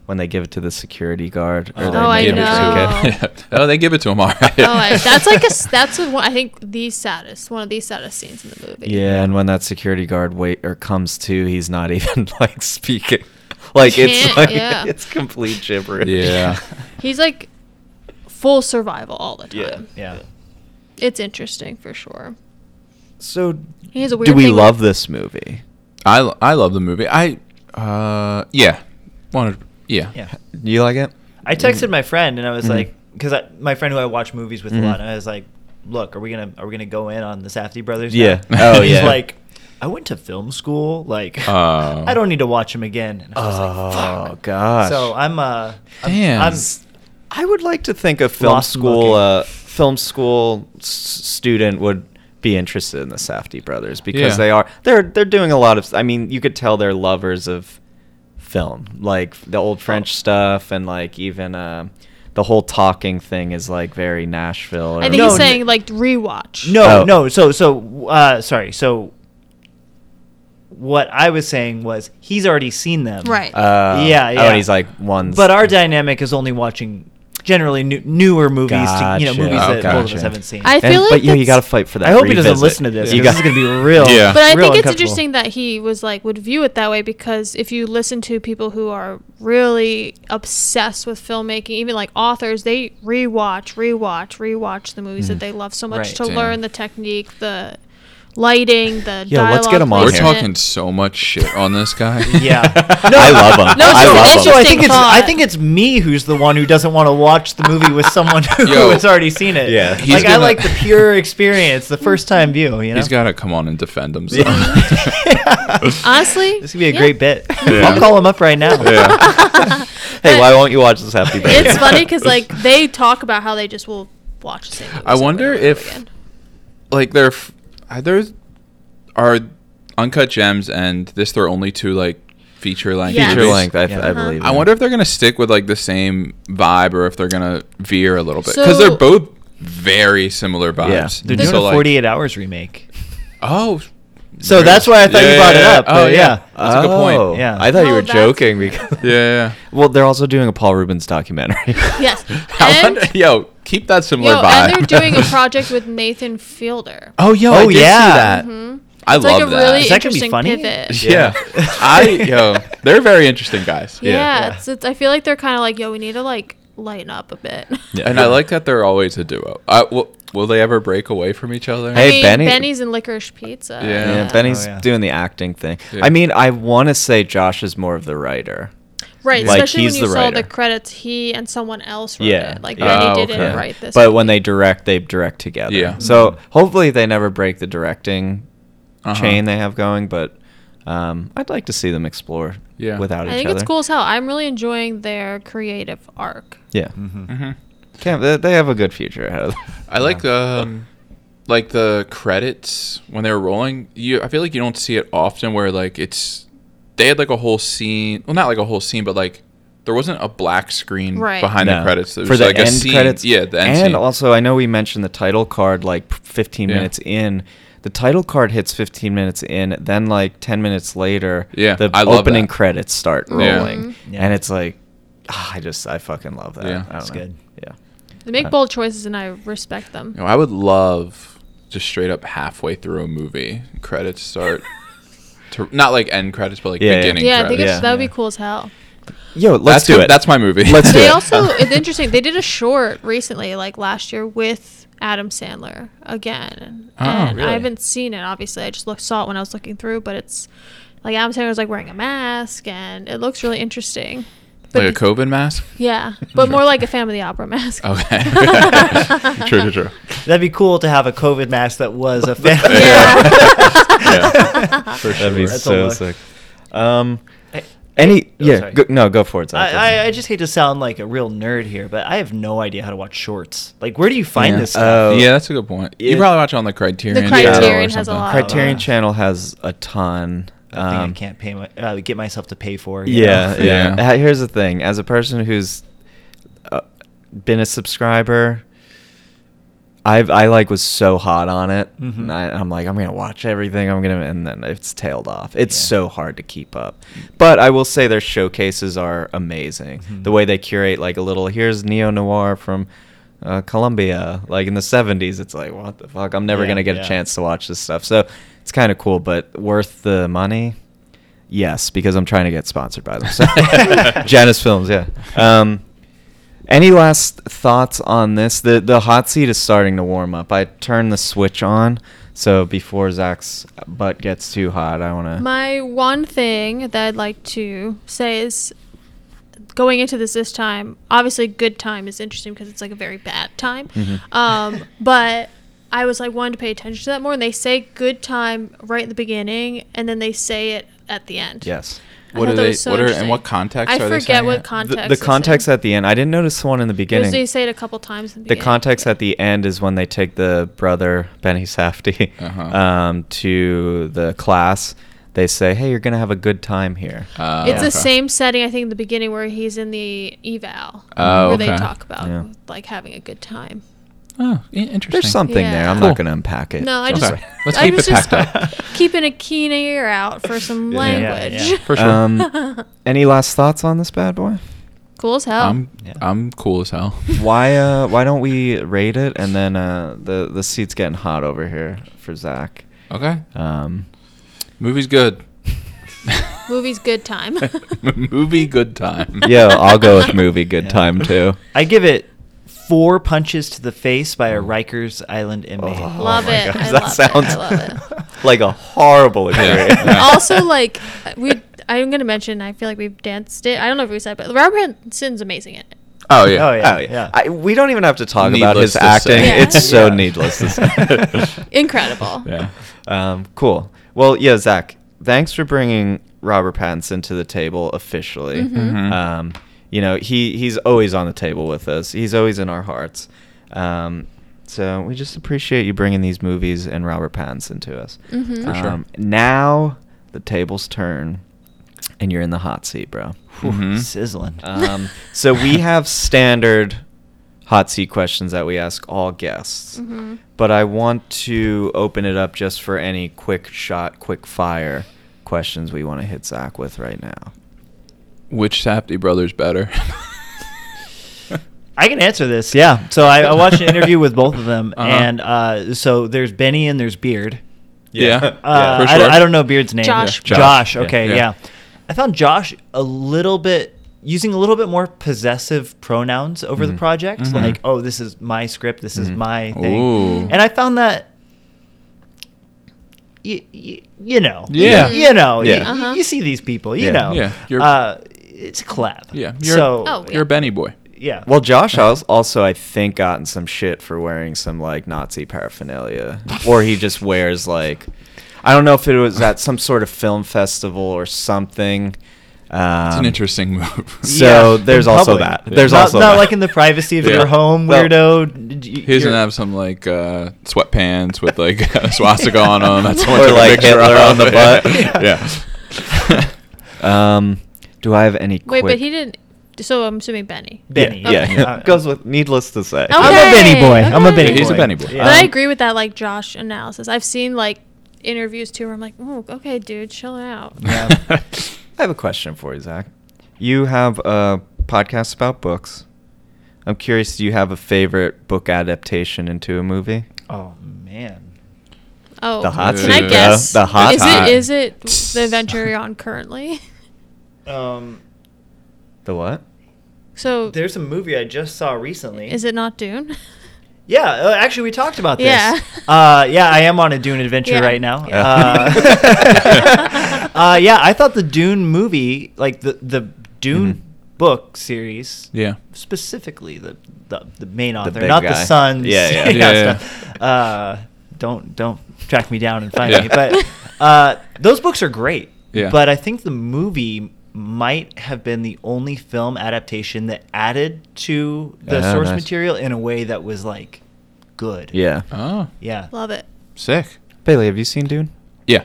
A: when they give it to the security guard, or
D: Oh,
A: they
D: Oh, I
A: make
C: give
A: him
B: know.
A: drink
C: It to him. oh, they give it to him all right.
B: oh, I, that's like a s- that's a, one, I think the saddest one of the saddest scenes in the
A: it.
B: movie.
A: Yeah, and when that security guard wait or comes to, he's not even like speaking. Like it's
B: Can't-
A: like
B: yeah.
A: it's complete gibberish.
C: Yeah.
B: he's like full survival all the time.
A: Yeah.
D: yeah.
B: It's interesting for sure.
A: So,
B: He has a weird.
A: do we
B: thing with-
A: love this movie?
C: I lo- I love the movie. I uh yeah wanted yeah
D: Yeah.
A: You like it?
D: I
C: Mm-hmm.
D: texted my friend and I was
A: Mhm.
D: like, because my friend who I watch movies with
A: Mhm.
D: a lot, and I was like, look, are we gonna are we gonna go in on the Safdie brothers?
A: Yeah.
D: Now?
C: Oh,
D: And He's
C: yeah.
D: like, I went to film school. Like,
C: Oh.
D: I don't need to watch him again. And I
A: Oh
D: was like, fuck.
A: gosh.
D: So I'm uh, I'm,
C: Damn.
D: I'm-
A: I would like to think a film
D: Lost
A: school
D: looking.
A: uh, film school s- student would be interested in the Safdie brothers because
C: Yeah.
A: they are they're they're doing a lot of I mean you could tell they're lovers of film like the
D: Oh.
A: old French stuff and like even uh, the whole talking thing is like very Nashville. Or,
B: I think
D: No,
B: he's
D: n-
B: saying like rewatch.
D: no
A: Oh.
D: no. So so uh, sorry. So what I was saying was he's already seen them.
B: Right.
A: Uh,
D: Yeah,
A: Oh,
D: yeah.
A: and he's like one.
D: But our dynamic is only watching generally new, newer movies. To, you know
A: Gotcha.
D: movies that
C: Oh,
D: both of
C: gotcha.
D: us haven't seen.
B: I feel like
A: but yeah, you
B: that's-
A: got to fight for that.
D: I hope he doesn't
A: revisit.
D: listen to this.
A: You
D: 'cause
A: got-
D: Oh, this is gonna be real.
C: Yeah.
B: But I
D: real
B: think it's
D: uncomfortable.
B: interesting that he was like would view it that way because if you listen to people who are really obsessed with filmmaking, even like authors, they rewatch, rewatch, rewatch the movies
D: Mm.
B: that they love so much
D: Right.
B: to
C: Damn.
B: learn the technique, the lighting, the
A: Yo,
B: dialogue.
A: let's get him on
C: We're
A: here.
B: placement.
C: talking so much shit on this guy.
D: Yeah.
A: I love him.
B: No,
A: I
B: so
A: love
B: that's
A: him.
D: Also, I
B: Interesting
D: think it's I
B: thought.
D: think it's me who's the one who doesn't want to watch the movie with someone who
C: Yo.
D: has already seen it.
A: Yeah. He's
D: like I
C: gonna-
D: like the pure experience, the first time view. You know,
C: He's got to come on and defend himself.
B: Honestly,
D: this could be a
B: yeah.
D: great bit.
C: Yeah.
D: I'll call him up right now.
A: Hey, why won't you watch this Happy Birthday?
B: It's funny because like they talk about how they just will watch the same. movies
C: I
B: over
C: wonder
B: and over
C: if-
B: again.
C: like they're f- uh, are there are Uncut Gems and this they're only two like feature length.
B: Yes.
A: Feature
C: movies.
A: length, I,
D: Yeah.
A: I
B: Uh-huh.
A: believe.
C: I
A: in.
C: wonder if they're gonna stick with like the same vibe or if they're gonna veer a little bit because
B: So-
C: they're both very similar vibes.
D: They're
B: So,
D: doing a
C: like-
D: 48 hours remake.
C: Oh,
D: So that's why I thought you brought it up,
C: Oh
D: but yeah.
C: that's a good
A: Oh,
C: point.
D: Yeah.
A: I thought you
B: No,
A: were
B: that's-
A: joking because
C: Yeah, yeah.
A: well, they're also doing a Paul Rubens documentary.
B: Yes.
C: I
B: And,
C: wonder, yo, keep that similar
B: yo,
C: vibe.
B: and they're doing a project with Nathan Fielder.
C: oh, yo, I
D: Oh,
C: did see
D: yeah.
C: that.
B: Mm-hmm.
C: I
B: It's
C: love
B: like a
C: that.
B: really
D: Is that gonna be
B: interesting
D: funny?
B: pivot.
C: yeah, I yo, they're very interesting guys.
B: Yeah,
A: Yeah.
B: It's, it's, I feel like they're kind of like, yo, we need to like lighten up a bit.
A: Yeah.
C: and I like that they're always a duo. I, will, will they ever break away from each other?
B: I
A: Hey,
B: mean,
A: Benny-
B: Benny's in Licorice Pizza.
C: Yeah.
A: Yeah, Benny's
D: Oh, yeah.
A: doing the acting thing.
C: Yeah.
A: I mean, I want to say Josh is more of the writer.
B: Right,
A: Like,
B: especially when
A: he's
B: you
A: the
B: saw
A: writer.
B: the credits, he and someone else wrote
A: Yeah,
B: it. Like
A: yeah.
B: Benny
C: Oh,
B: didn't
C: okay.
B: write this.
A: But when they direct, they direct together.
C: Yeah.
A: So hopefully they never break the directing
C: Uh-huh.
A: chain they have going, but um, I'd like to see them explore
C: Yeah.
A: without
B: I
A: each
B: think
A: other.
B: it's cool as hell. I'm really enjoying their creative arc.
A: Yeah.
C: Mhm.
A: Can't, they, they have a good future ahead of them.
C: I like the um, like the credits when they were rolling. You, I feel like you don't see it often where like it's they had like a whole scene. Well, not like a whole scene, but like there wasn't a black screen
B: Right.
C: behind
A: No.
C: the credits. There
A: for
C: was,
A: the
C: like, a
A: end
C: scene-
A: credits.
C: Yeah, the end
A: and
C: scene.
A: also I know we mentioned the title card like p- 15
C: Yeah.
A: minutes in. The title card hits 15 minutes in, then like 10 minutes later,
C: Yeah,
A: the
C: I love
A: opening
C: that.
A: credits start
C: Yeah.
A: rolling,
B: Mhm.
D: Yeah.
A: and it's like, ah, I just I fucking love that.
C: Yeah.
A: I don't
D: It's
A: know.
D: good.
A: Yeah,
B: They make
A: Uh, Oh,
B: bold choices, and I respect them.
C: You know, I would love just straight up halfway through a movie credits start. To, not like end credits, but like
A: Yeah, yeah.
C: beginning
B: yeah, I
C: credits.
B: think it's,
A: Yeah.
B: that would be cool as hell.
A: yo, let's
C: that's
A: do
C: gonna-
A: it.
C: That's my movie.
A: Let's do
B: They
A: it.
B: also it's interesting. They did a short recently, like last year, with Adam Sandler again.
C: Oh,
B: and
C: really?
B: I haven't seen it. Obviously, I just looked, saw it when I was looking through, but it's like Adam Sandler's like wearing a mask, and it looks really interesting. But
C: like a COVID mask.
B: yeah, but more like a Family Opera mask.
C: Okay. true, true, true.
D: That'd be cool to have a COVID mask that was a fan.
C: Yeah, for
A: That'd be
C: sure.
D: That's a
A: so
D: look.
A: sick. Um,
D: I-
A: any
D: oh,
A: yeah,
D: sorry.
A: go, no, go for it. Zach.
D: I, I, I just hate to sound like a real nerd here, but I have no idea how to watch shorts. Like, where do you find
A: Yeah.
D: this stuff?
A: Oh.
C: yeah, that's a good point. You
A: It-
C: probably watch it on the Criterion.
B: The
C: Channel or
B: Criterion has a
C: something.
B: lot. of,
A: Criterion
B: uh,
A: Channel has a ton.
D: I think
A: um,
D: I can't pay my, uh, get myself to pay for. you
A: Yeah,
D: know?
A: yeah.
C: Yeah.
A: Ha- Here's the thing: as a person who's uh, been a subscriber, I've I like was so hot on it,
D: Mhm.
A: and I, I'm like, I'm gonna watch everything. I'm gonna, and then it's tailed off. It's
D: Yeah.
A: so hard to keep up. But I will say their showcases are amazing.
D: Mhm.
A: The way they curate, like a little here's neo noir from. Uh, Columbia, like in the 70s, it's like, what the fuck? I'm never
D: Yeah,
A: gonna get
D: yeah.
A: a chance to watch this stuff. So it's kind of cool, but worth the money. Yes, because I'm trying to get sponsored by them. So. Janus Films, yeah. Um, any last thoughts on this? The the hot seat is starting to warm up. I turned the switch on, so before Zach's butt gets too hot, I
C: Uh.
A: want to.
B: My one thing that I'd like to say is going into this this time, obviously good time is interesting because it's like a very bad time.
C: Mm-hmm.
A: Mhm.
B: Um, but I was like wanting to pay attention to that more and they say good time right in the beginning and then they say it at the end.
A: Yes.
B: I
C: What
B: thought
C: are
B: that
C: they?
B: was so
C: what are and
B: interesting.
C: what context
B: I
C: are they?
B: forget
C: saying
B: what
C: it?
B: con-
A: The,
B: Context
A: the
B: is
A: context
B: in.
A: at the end. I didn't notice the one in the
B: Because
A: beginning.
B: they say it a couple times in the,
A: the
B: beginning.
A: context at the end is when they take the brother Benny Safdie
C: Uh-huh.
A: um, to the class. They say, "Hey, you're gonna have a good time here."
C: Uh,
B: It's the
C: okay.
B: same setting, I think, in the beginning where he's in the eval,
C: Oh,
B: where
C: okay.
B: they talk about
A: Yeah.
B: like having a good time.
C: Oh, i- interesting.
A: There's something there.
B: Yeah.
A: I'm
C: Cool.
A: not going to unpack it.
B: No, I
A: Don't
B: just
A: worry.
C: Let's
B: I
C: keep it
B: was just
C: packed up.
B: keeping a keen ear out for some
D: Yeah, yeah,
B: language.
D: yeah.
C: For sure.
A: Um, any last thoughts on this bad boy?
B: cool as hell.
C: I'm
D: Yeah.
C: I'm cool as hell.
A: Why uh why don't we rate it and then uh the the seat's getting hot over here for Zach.
C: Okay.
A: Um
C: Movie's good.
B: Movie's good time.
C: Movie good time.
A: yeah, I'll go with movie good
D: Yeah.
A: time too.
D: I give it four punches to the face by a Rikers Island inmate.
A: Mm. Oh
B: Love
A: my
B: it.
A: gosh,
B: I
A: that
B: love it.
A: sounds
B: I love
A: like a horrible
C: Yeah.
A: experience.
C: Yeah.
B: also, like we, I'm gonna mention. I feel like we've danced it. I don't know if we said, but Robert Pattinson's amazing in it.
C: Oh yeah.
D: Oh, yeah.
A: Oh, yeah. I, we don't even have to talk about his
C: Needless to
A: acting.
B: say.
A: It's
B: Yeah.
A: so
D: Yeah.
A: needless to say.
B: Incredible.
C: Yeah.
A: Um, cool. Well, yeah, Zach, thanks for bringing Robert Pattinson to the table officially.
B: Mm-hmm.
C: Mhm.
A: Um, you know, he, he's always on the table with us, he's always in our hearts. Um, So we just appreciate you bringing these movies and Robert Pattinson to us. Um,
B: Mhm. For
C: sure.
A: Now the tables turn, and you're in the hot seat, bro.
D: Whew,
C: Mhm.
D: Sizzling.
A: Um, so we have standard hot seat questions that we ask all guests,
B: Mhm.
A: but I want to open it up just for any quick shot, quick fire questions we want to hit Zach with right now.
C: Which Safdie brother's better?
D: I can answer this, yeah. So I, I watched an interview with both of them,
C: Uh-huh.
D: and uh, so there's Benny and there's Beard.
C: Yeah.
D: Uh,
C: for
D: I,
C: sure.
D: I don't know Beard's name.
B: Josh.
C: Yeah.
D: Josh.
C: Josh.
D: Okay. Yeah.
C: Yeah.
D: I found Josh a little bit using a little bit more possessive pronouns over the
A: Mhm.
D: project.
C: Mhm.
D: Like, oh, this is my script. This is
A: Mhm.
D: my thing.
C: Ooh.
D: And I found that. You, y you know,
C: Yeah.
D: you know,
A: Yeah.
D: y- y-
B: Uh-huh.
D: you see these people, you
A: Yeah.
D: know,
C: Yeah, you're-
D: uh, it's a collab,
C: Yeah, you're-
D: So,
B: Oh,
C: You're a Benny boy.
D: yeah,
A: Well, Josh has also, I think, gotten some shit for wearing some like Nazi paraphernalia, or he just wears like, I don't know if it was at some sort of film festival or something. Um,
C: It's an interesting move.
A: So
D: Yeah.
A: there's
D: In
A: also
D: public.
A: that. There's
D: not,
A: also
D: not
A: that.
D: like in the privacy of
C: Yeah.
D: your home,
A: Well,
D: weirdo. d- d-
C: He's
D: you're-
C: gonna have some like uh, sweatpants with like a swastika on them. That's what I
A: Or,
C: took a
A: like,
C: picture
A: Hitler
C: of.
A: on the butt.
C: yeah.
A: Um, do I have any?
B: Wait,
A: quick-
B: but he didn't. So I'm assuming Benny.
D: Benny.
A: Yeah, yeah.
D: Okay.
A: goes with. Needless to say,
B: Oh,
D: I'm
B: Okay,
D: a Benny boy. I'm a
B: okay.
D: Benny boy.
B: Yeah, he's a
C: Benny boy.
D: Yeah.
B: But I
D: Um,
B: agree with that, like Josh analysis. I've seen like interviews too, where I'm like, oh, okay, dude, chill out.
D: Yeah.
A: Um, I have a question for you, Zach. You have a podcast about books. I'm curious. Do you have a favorite book adaptation into a movie?
D: Oh man.
B: Oh,
A: The hot
B: can I
C: seat, bro.
B: guess?
A: The hot
B: is
A: seat.
B: it is it the adventure you're on currently?
D: Um,
A: The what?
B: So
D: there's a movie I just saw recently.
B: Oh. is it not Dune?
D: Yeah, uh, actually, we talked about this.
B: Yeah.
D: Uh, yeah, I am on a Dune adventure
B: Yeah.
D: right now.
B: Yeah.
D: Uh, uh, yeah, I thought the Dune movie, like the the Dune
A: Mhm.
D: book series,
C: yeah.
D: specifically the the, the main
A: The
D: author,
A: big
D: not the
A: guy.
D: sons.
A: Yeah, yeah.
D: you know,
C: Yeah,
D: stuff. Uh, don't don't track me down and find
C: Yeah.
D: me. But uh, those books are great.
C: Yeah.
D: But I think the movie might have been the only film adaptation that added to the
A: Oh,
D: source
A: nice.
D: material in a way that was like good.
A: Yeah.
C: Oh,
D: Yeah.
B: Love it.
C: sick.
A: Bailey, have you seen Dune?
C: Yeah.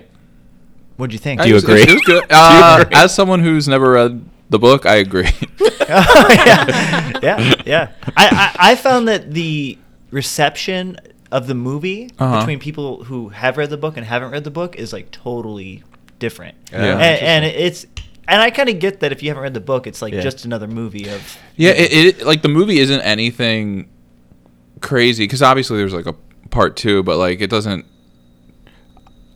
D: What'd you think?
A: Do you
C: It was-
A: agree?
C: It was good.
A: Do you
C: Uh,
A: agree?
C: As someone who's never read the book, I agree.
A: Oh,
D: yeah, yeah, yeah. I, I, I found that the reception of the movie
C: Uh-huh.
D: between people who have read the book and haven't read the book is like totally different.
A: Yeah.
D: And, and it's and I kind of get that if you haven't read the book, it's like
A: Yeah.
D: just another movie of
C: Yeah, it, it like the movie isn't anything crazy because obviously there's like a part two, but like it doesn't.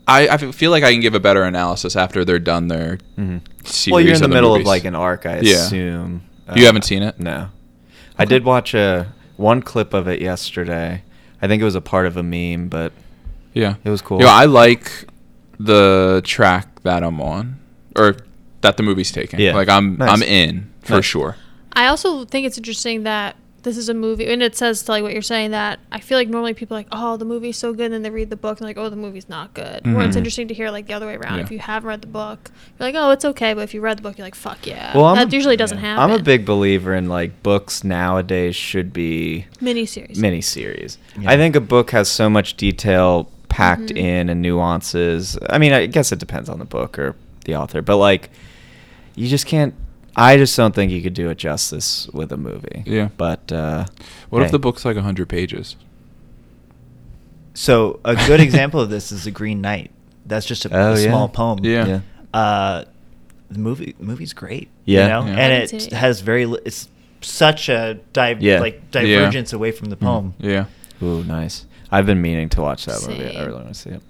C: I, I feel like I can give a better analysis after they're done their
A: Mhm.
C: series.
A: Well, you're in the,
C: of
A: middle of
C: movies.
A: like an arc, I
C: Yeah.
A: assume.
C: You haven't seen it?
A: No, I did watch a one clip of it yesterday. I think it was a part of a meme, but
C: Yeah,
A: It was cool.
C: Yeah, I like the track that I'm on, or that the movie's taking.
A: Yeah.
C: like I'm
A: Nice.
C: I'm in for
A: Nice.
C: sure.
B: I also think it's interesting that this is a movie, and it says like what you're saying that I feel like normally people are like, oh, the movie's so good, and then they read the book and like, oh, the movie's not good. Or it's
A: Mhm.
B: interesting to hear like the other way around.
C: Yeah.
B: If you haven't read the book, you're like, oh, it's okay, but if you read the book, you're like, fuck yeah.
A: Well, I'm
B: Uh, that
A: a-
B: usually doesn't
C: yeah.
B: happen.
A: I'm a big believer in like books nowadays should be
B: miniseries.
A: miniseries.
D: Yeah.
A: I think a book has so much detail packed
B: Mhm.
A: in and nuances. I mean, I guess it depends on the book or the author, but like, you just can't. I just don't think you could do it justice with a movie.
C: Yeah.
A: But uh,
C: What if
A: hey.
C: the book's like hundred pages?
D: So a good example of this is the Green Knight. That's just a, a
A: Oh, yeah.
D: small poem.
C: Yeah.
A: Yeah.
D: Uh, the movie the movie's great.
A: Yeah.
D: You know?
C: Yeah. I
D: And
B: haven't
D: it
B: seen it yet.
D: has very li- it's such a dive
A: Yeah. Mm-hmm.
D: like
C: Yeah.
D: divergence away from the poem.
C: Yeah.
A: Ooh, nice. I've been meaning to watch that movie. I
B: Same.
A: really want to see it.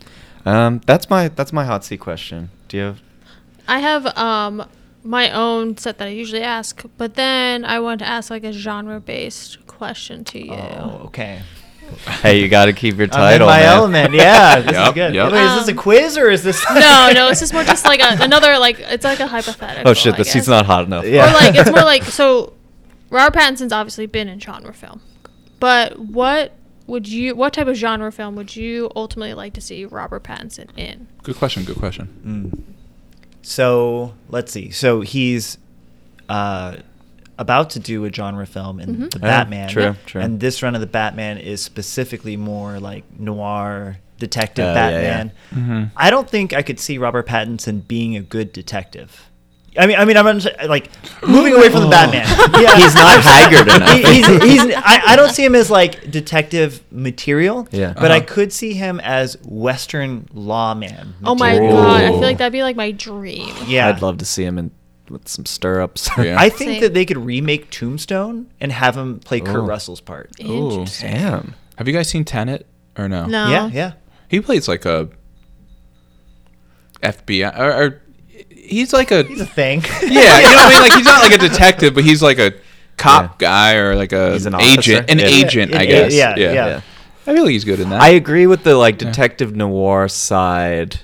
A: Um, that's my that's my hot seat question. Do you have?
B: I have um my own set that I usually ask, but then I want to ask like a genre based question to you.
D: Oh, okay.
A: Hey, you got to keep your
D: I'm
A: title.
D: in my
A: man.
D: element. Yeah, this is
C: Yup,
D: good.
C: yup.
D: Wait, is this a
B: Um,
D: quiz or is this?
B: no, no, this is more just like a, another like it's like a hypothetical.
A: Oh shit,
B: I
A: the seat's
B: guess.
A: not hot enough.
D: Yeah.
B: Or like it's more like so Robert Pattinson's obviously been in genre film. But what would you what type of genre film would you ultimately like to see Robert Pattinson in?
C: Good question. Good
D: Hmm.
C: question.
D: Mm. So let's see. So he's uh, about to do a genre film in
B: Mhm.
D: the
C: Yeah,
D: Batman.
C: true, true.
D: And this run of the Batman is specifically more like noir detective
A: Oh, yeah, yeah.
D: Batman.
C: Mhm.
D: I don't think I could see Robert Pattinson being a good detective. I mean, I mean, I'm not- like moving away from the Batman. Yeah.
A: He's not haggard enough.
D: He- he's, he's, I, I don't see him as like detective material.
A: Yeah.
D: But I
C: Uh-huh.
D: could see him as Western lawman.
B: Oh my
A: Ooh.
D: material.
B: god, I feel like that'd be like my dream.
D: Yeah.
A: I'd love to see him in with some stirrups.
C: Yeah.
D: I think
B: Same.
D: that they could remake Tombstone and have him play Kurt
A: Ooh.
D: Russell's part.
C: Ooh.
B: Interesting.
A: Damn.
C: Have you guys seen Tenet or no?
B: No.
D: Yeah, yeah.
C: He plays like a FBI or, or he's like a
D: He's a thing.
C: yeah. You know what I mean? Like he's not like a detective, but he's like a cop guy or like a
A: He's an
C: agent,
A: officer.
C: an
A: Yeah.
C: agent,
D: Yeah,
C: I
D: yeah,
C: guess.
D: yeah,
C: Yeah,
D: yeah.
C: I feel like he's good in that.
A: I agree with the like detective noir side.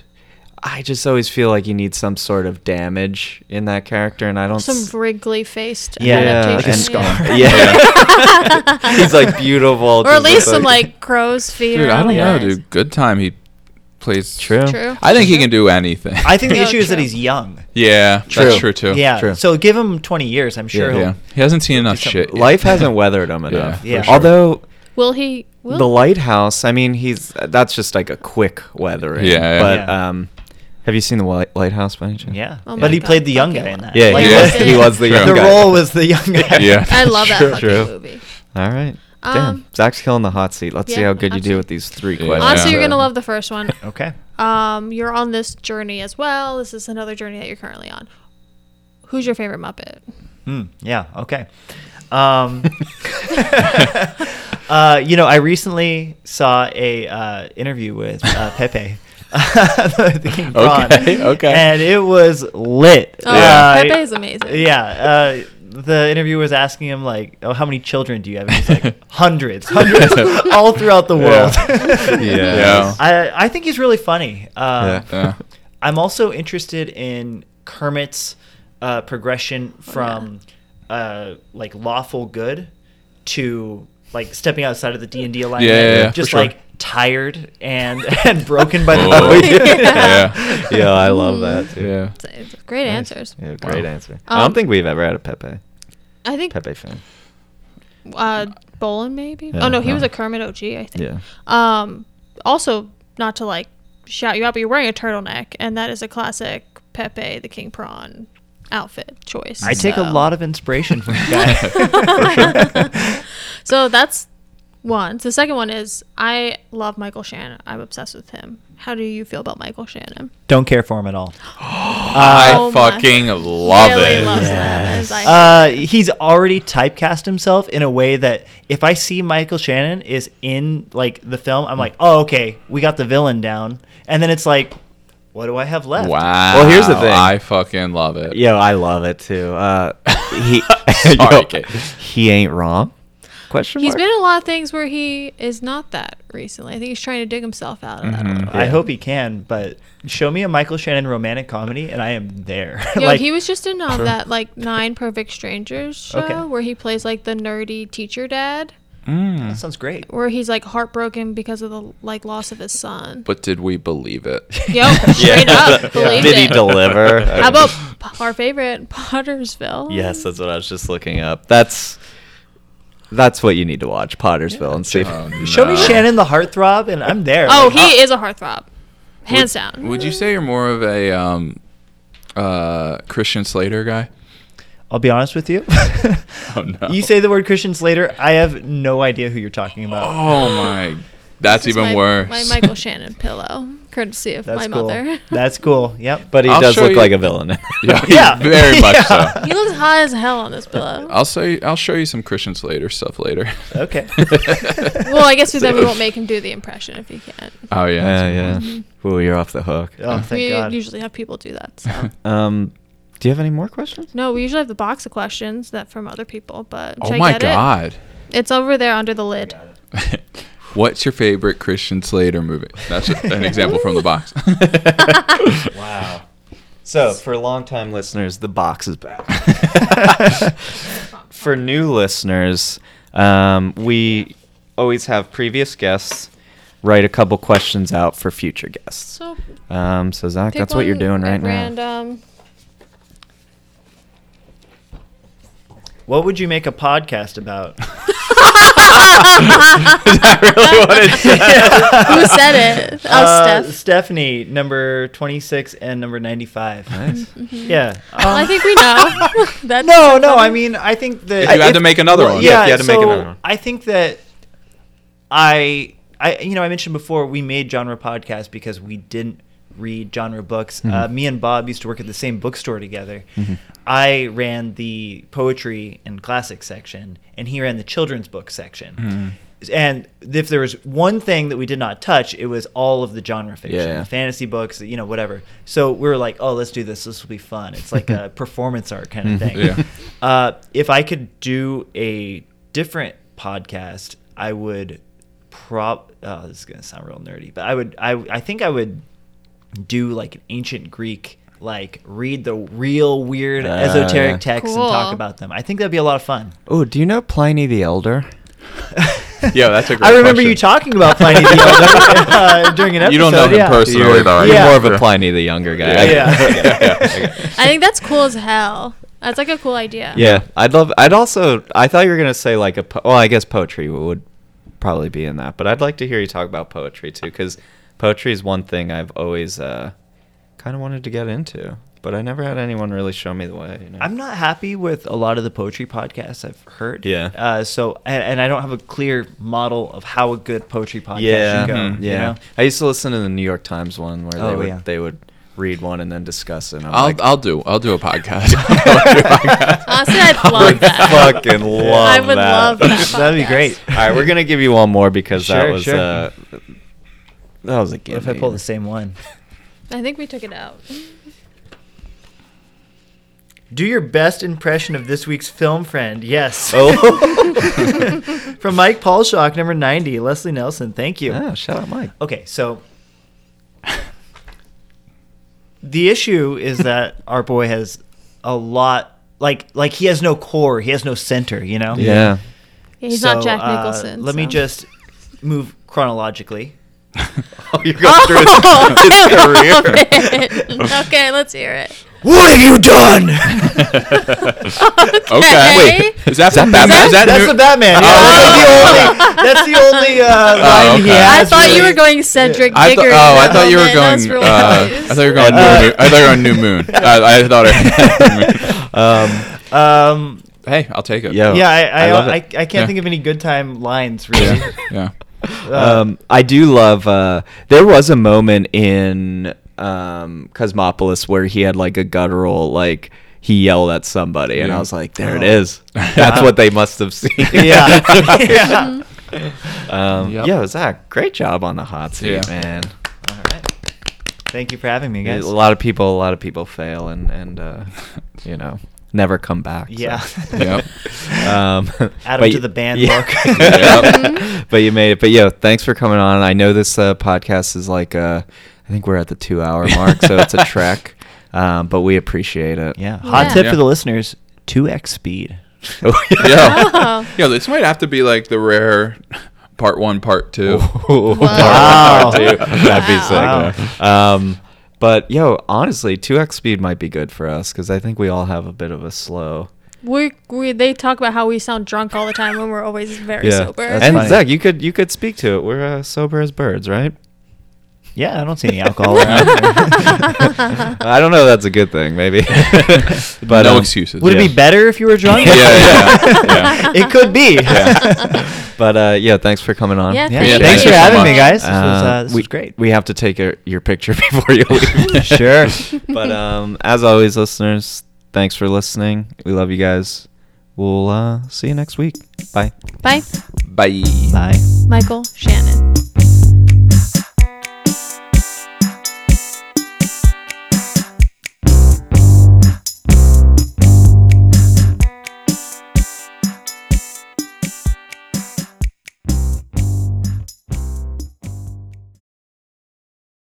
A: I just always feel like you need some sort of damage in that character, and I don't. s-
B: Some wriggly faced
D: Yeah,
B: adaptation.
D: like a
B: yeah.
D: scar.
A: Yeah, he's like beautiful,
B: Or at least some like crow's feet.
C: dude, I
B: around
C: don't
B: the
C: know,
B: eyes.
C: dude. Good time he plays.
A: True.
B: True.
C: I think he can do anything.
D: I think the
B: Yeah,
D: issue is that
B: true.
D: he's young.
C: yeah,
A: True.
C: that's true too.
D: yeah.
A: true.
D: So give him 20 years, I'm sure.
A: Yeah,
D: he'll-
C: yeah. He hasn't seen enough
D: some-
C: shit. yet.
A: Life hasn't weathered him enough.
D: Yeah, for sure.
A: Although
B: Will he? Will
A: the lighthouse, I mean, he's that's just like a quick weathering.
C: Yeah, yeah.
A: But
D: Yeah.
A: um, have you seen the Li- lighthouse by any chance?
D: Yeah.
B: Oh
A: my
D: but he
B: God,
D: played the young
B: fucking
D: guy in that.
A: Yeah,
B: Like,
A: he was. He was the
C: True.
A: young
D: The
A: guy.
D: role was the young guy.
C: Yeah.
B: I love that
A: True,
B: fucking
A: true.
B: movie.
A: All right.
B: Um,
A: Damn. Zach's killing the hot seat. Let's see
B: yeah,
A: how good you
B: absolutely.
A: do with these three
C: Yeah.
A: questions.
B: Honestly, you're
C: Yeah.
B: gonna love the first one.
D: Okay.
B: Um, you're on this journey as well. This is another journey that you're currently on. Who's your favorite Muppet?
D: Hmm. yeah. Okay. Um, uh, you know, I recently saw a uh, interview with uh, Pepe. the King Prawn.
C: Okay, okay.
D: And it was lit.
B: Oh,
D: Uh,
B: Pepe is amazing.
D: Yeah. Uh, the interviewer was asking him like, "Oh, how many children do you have?" And he's like, "Hundreds, hundreds, all throughout the world."
A: Yeah.
C: Yeah.
D: I I think he's really funny. Uh,
C: Yeah.
D: I'm also interested in Kermit's uh, progression
A: Oh,
D: from uh, like lawful good to like stepping outside of the D and D alignment,
C: Yeah, yeah, yeah,
D: just
C: for sure.
D: like tired and and broken by the
C: Oh.
D: world.
C: Yeah.
A: yeah, I love that. Too.
C: Yeah.
B: It's- it's Great answers.
A: Yeah, great answer. I
B: Um,
A: don't think we've ever had a Pepe
B: I think
A: Pepe fan.
B: uh, Bolin maybe.
A: Yeah,
B: oh no, he
A: no.
B: was a Kermit OG. I think.
A: Yeah.
B: Um, also, not to like shout you out, but you're wearing a turtleneck, and that is a classic Pepe the King Prawn outfit choice.
D: I take a
B: so-
D: lot of inspiration from the guy.
B: So that's one. The second one is I love Michael Shannon. I'm obsessed with him. How do you feel about Michael Shannon?
D: Don't care for him at all.
C: I
B: Oh my-
C: fucking love
B: really
C: it.
B: loves him. It's like-
D: Uh, he's already typecast himself in a way that if I see Michael Shannon is in like the film,
A: Hmm.
D: I'm like, oh okay, we got the villain down, and then it's like, what do I have left?
C: Wow.
A: Well, here's the thing.
C: I fucking love it.
A: Yo, I love it too. Uh, he
C: Sorry,
A: yo,
C: Kate.
A: he ain't wrong. Question
B: He's
A: mark?
B: been in a lot of things where he is not that recently. I think he's trying to dig himself out of
C: Mm-hmm.
B: that. A little.
D: I hope he can, but show me a Michael Shannon romantic comedy, and I am there.
B: Yo,
D: like,
B: he was just in um, that like Nine Perfect Strangers show
D: Okay.
B: where he plays like the nerdy teacher dad,
A: Hmm.
D: that sounds great.
B: where he's like heartbroken because of the like loss of his son.
C: But did we believe it?
B: Yo, straight up, believed
A: Did he
B: it.
A: deliver?
B: How about p- our favorite Pottersville?
A: Yes, that's what I was just looking up. That's that's what you need to watch, Pottersville, and see.
C: Oh,
D: Show me
C: no.
D: Shannon the heartthrob, and I'm there.
B: Oh,
D: Like,
B: he is a heartthrob, hands down.
C: Would you say you're more of a um, uh, Christian Slater guy?
D: I'll be honest with you.
C: Oh no.
D: you say the word Christian Slater, I have no idea who you're talking about.
C: Oh my. That's
B: It's
C: even
B: my-
C: worse.
B: My Michael Shannon pillow, courtesy of my
D: That's cool.
B: mother.
D: That's cool. Yep.
A: But he
C: I'll
A: does
C: show
A: look
C: you-
A: like a villain.
C: yeah,
D: Yeah.
C: Very much
D: Yeah.
C: so.
B: he looks hot as hell on this pillow.
C: I'll say I'll show you some Christian Slater stuff later.
D: Okay.
B: Well, I guess then we won't make him do the impression if he can't.
C: Oh yeah.
A: yeah,
C: that's-
A: yeah. Ooh, you're off the hook.
D: Oh, thank
B: we
D: God.
B: usually have people do that. So.
A: Um, do you have any more questions?
B: no, we usually have the box of questions that from other people, but
C: Oh
B: should I
C: my
B: get
C: god.
B: It? It's over there under the lid.
C: What's your favorite Christian Slater movie? That's a- an example from the box.
A: Wow. So, for longtime listeners, the box is back. for new listeners, um, we always have previous guests write a couple questions out for future guests.
B: So
A: Um, so, Zach,
B: pick
A: that's what you're
B: one
A: doing
B: at
A: right now.
B: random.
D: What would you make a podcast about?
B: Oh,
C: Is that really what it says?
B: Who said it? Oh,
D: Uh,
B: Steph.
D: Stephanie, number 26 and number 95.
A: Nice.
D: Yeah. Um,
B: Well, I think we know. That's
D: No, no.
B: funny.
D: I mean, I think that
C: If you had to make another one.
D: Uh, Yeah,
C: If you had to make
D: so
C: another one.
D: I think that I, I, you know, I mentioned before we made genre podcasts because we didn't read genre books.
C: Mm-hmm.
D: Uh,
A: Mhm.
D: me and Bob used to work at the same bookstore together.
A: Mhm.
D: I ran the poetry and classic section, and he ran the children's book section.
C: Mm-hmm.
D: And if there was one thing that we did not touch, it was all of the genre fiction,
A: Yeah.
D: the fantasy books, you know, whatever. So we were like, oh, let's do this. This will be fun. It's like a performance art kind
A: Mhm.
D: of thing.
C: Mm-hmm. Yeah.
D: Uh, if I could do a different podcast, I would prop. Oh, this is gonna sound real nerdy, but I would. I I think I would do like an ancient Greek, like read the real weird
A: Ah,
D: esoteric
A: yeah.
D: texts and talk
B: Cool.
D: about them. I think that'd be a lot of fun.
A: Oh, do you know Pliny the Elder?
C: Yeah, that's a great
D: I remember you
C: question.
D: talking about Pliny the Elder uh, during an episode.
C: You don't know him
D: yeah.
C: personally. Personally,
A: You're,
C: though, I
A: you're
D: guess.
A: more of
C: Yeah.
A: a Pliny the Younger guy.
C: Yeah.
D: Yeah.
A: Yeah, yeah, yeah.
B: I think that's cool as hell. That's like a cool idea.
A: Yeah, I'd love. I'd also. I thought you were gonna say like a. Po- well, I guess poetry would probably be in that, but I'd like to hear you talk about poetry too, because poetry is one thing I've always uh, kind of wanted to get into, but I never had anyone really show me the way. You know?
D: I'm not happy with a lot of the poetry podcasts I've heard.
A: Yeah.
D: Uh, so and, and I don't have a clear model of how a good poetry podcast
A: Yeah,
D: should go.
A: mhm,
D: you
A: yeah.
D: know?
A: I used to listen to the New York Times one where they
D: Oh,
A: would
D: yeah.
A: they would read one and then discuss it. and I'm
C: I'll
A: like,
C: I'll do I'll do a podcast. I'll do a podcast.
B: Honestly, I'd
A: I
B: love
A: would
B: that.
A: Fucking love
B: I would
A: that.
B: love that.
D: That'd be
B: podcast.
D: great.
A: All right, we're gonna give you one more because that
D: Sure,
A: was
D: sure.
A: uh, that was a
D: What
A: gimme.
D: if I pull the same one?
B: I think we took it out.
D: Do your best impression of this week's film friend. Yes.
A: Oh.
D: From Mike Paulshock, number 90, Leslie Nelson. Thank you.
A: Yeah, shout out Mike.
D: Okay, so the issue is that our boy has a lot like like he has no core, he has no center, you know?
A: Yeah.
B: Yeah, he's
D: So,
B: not Jack
D: uh,
B: Nicholson.
D: let me
B: so.
D: just move chronologically.
A: Oh, you're going through
B: Oh,
A: his, his career.
B: I love it. okay, let's hear it.
D: What have you done?
C: Okay.
B: Wait,
C: Is that,
A: is that Oh.
C: from-
A: Batman?
C: Is that
D: that's
C: new-
D: the Batman. Yeah, Oh, That's like the only, that's the only
A: Oh,
D: uh,
C: Oh,
D: line he
C: okay.
B: I
D: has.
B: thought
D: really.
B: you were going Cedric
C: I
B: Diggory.
C: thought, oh, I thought you were going. Uh, I thought you were going. New
D: Uh,
C: moon. I thought you were on New Moon. I, I thought. I,
A: Um,
D: Um,
C: hey, I'll take it.
A: Yo.
D: yeah, I I,
A: Oh, I love
D: I, I,
A: it.
D: can't
C: Yeah.
D: think of any good time lines really.
C: Yeah. yeah.
D: Uh,
A: um, I do love. Uh, there was a moment in um, Cosmopolis where he had like a guttural, like he yelled at somebody, and
C: Yeah.
A: I was like, "There it
D: Oh.
A: is. That's
D: Wow.
A: what they must have seen."
D: yeah. yeah.
A: Um,
C: Yep.
A: Yeah, Zach, great job on the hot seat,
C: Yeah.
A: man.
D: All right. Thank you for having me,
A: A
D: guys.
A: lot of people, a lot of people fail, and and uh, you know, never come back. so.
D: Yeah.
C: Yep.
A: um,
D: Add
A: but
D: 'em to
A: you-
D: the band book.
A: Yep. but you made it. But yo, thanks for coming on. I know this uh, podcast is like, uh, I think we're at the two hour mark, so it's a trek. Um, but we appreciate it.
D: yeah. Hot
B: Yeah.
D: tip
C: Yeah.
D: for the listeners: two x speed.
C: Yeah.
B: Oh.
C: Yeah, this might have to be like the rare part one, part two.
A: Ooh.
D: Wow.
A: That'd be
D: Wow.
A: sick. Um, but yo, honestly, two X speed might be good for us because I think we all have a bit of a slow.
B: We, we they talk about how we sound drunk all the time when we're always very sober.
D: that's
A: and
D: funny.
A: Zach, you could you could speak to it. We're uh, sober as birds, right?
D: Yeah, I don't see any alcohol around.
A: I don't know. if That's a good thing, maybe. but
C: no
A: um,
C: excuses.
D: Would
A: Yeah.
D: it be better if you were drunk?
C: Yeah, yeah,
A: yeah.
D: it could be.
A: Yeah. But uh, yeah, thanks for coming on.
B: Yeah,
D: Yeah,
B: thank
D: thanks
B: you.
D: for having
C: so
D: me,
C: much.
D: guys. This was,
A: Uh,
D: uh, this
A: we,
D: was great.
A: We have to take a, your picture before you leave.
D: Sure.
A: but um, as always, listeners, thanks for listening. We love you guys. We'll uh, see you next week. Bye.
B: Bye,
C: Bye.
D: Bye.
B: Michael Shannon.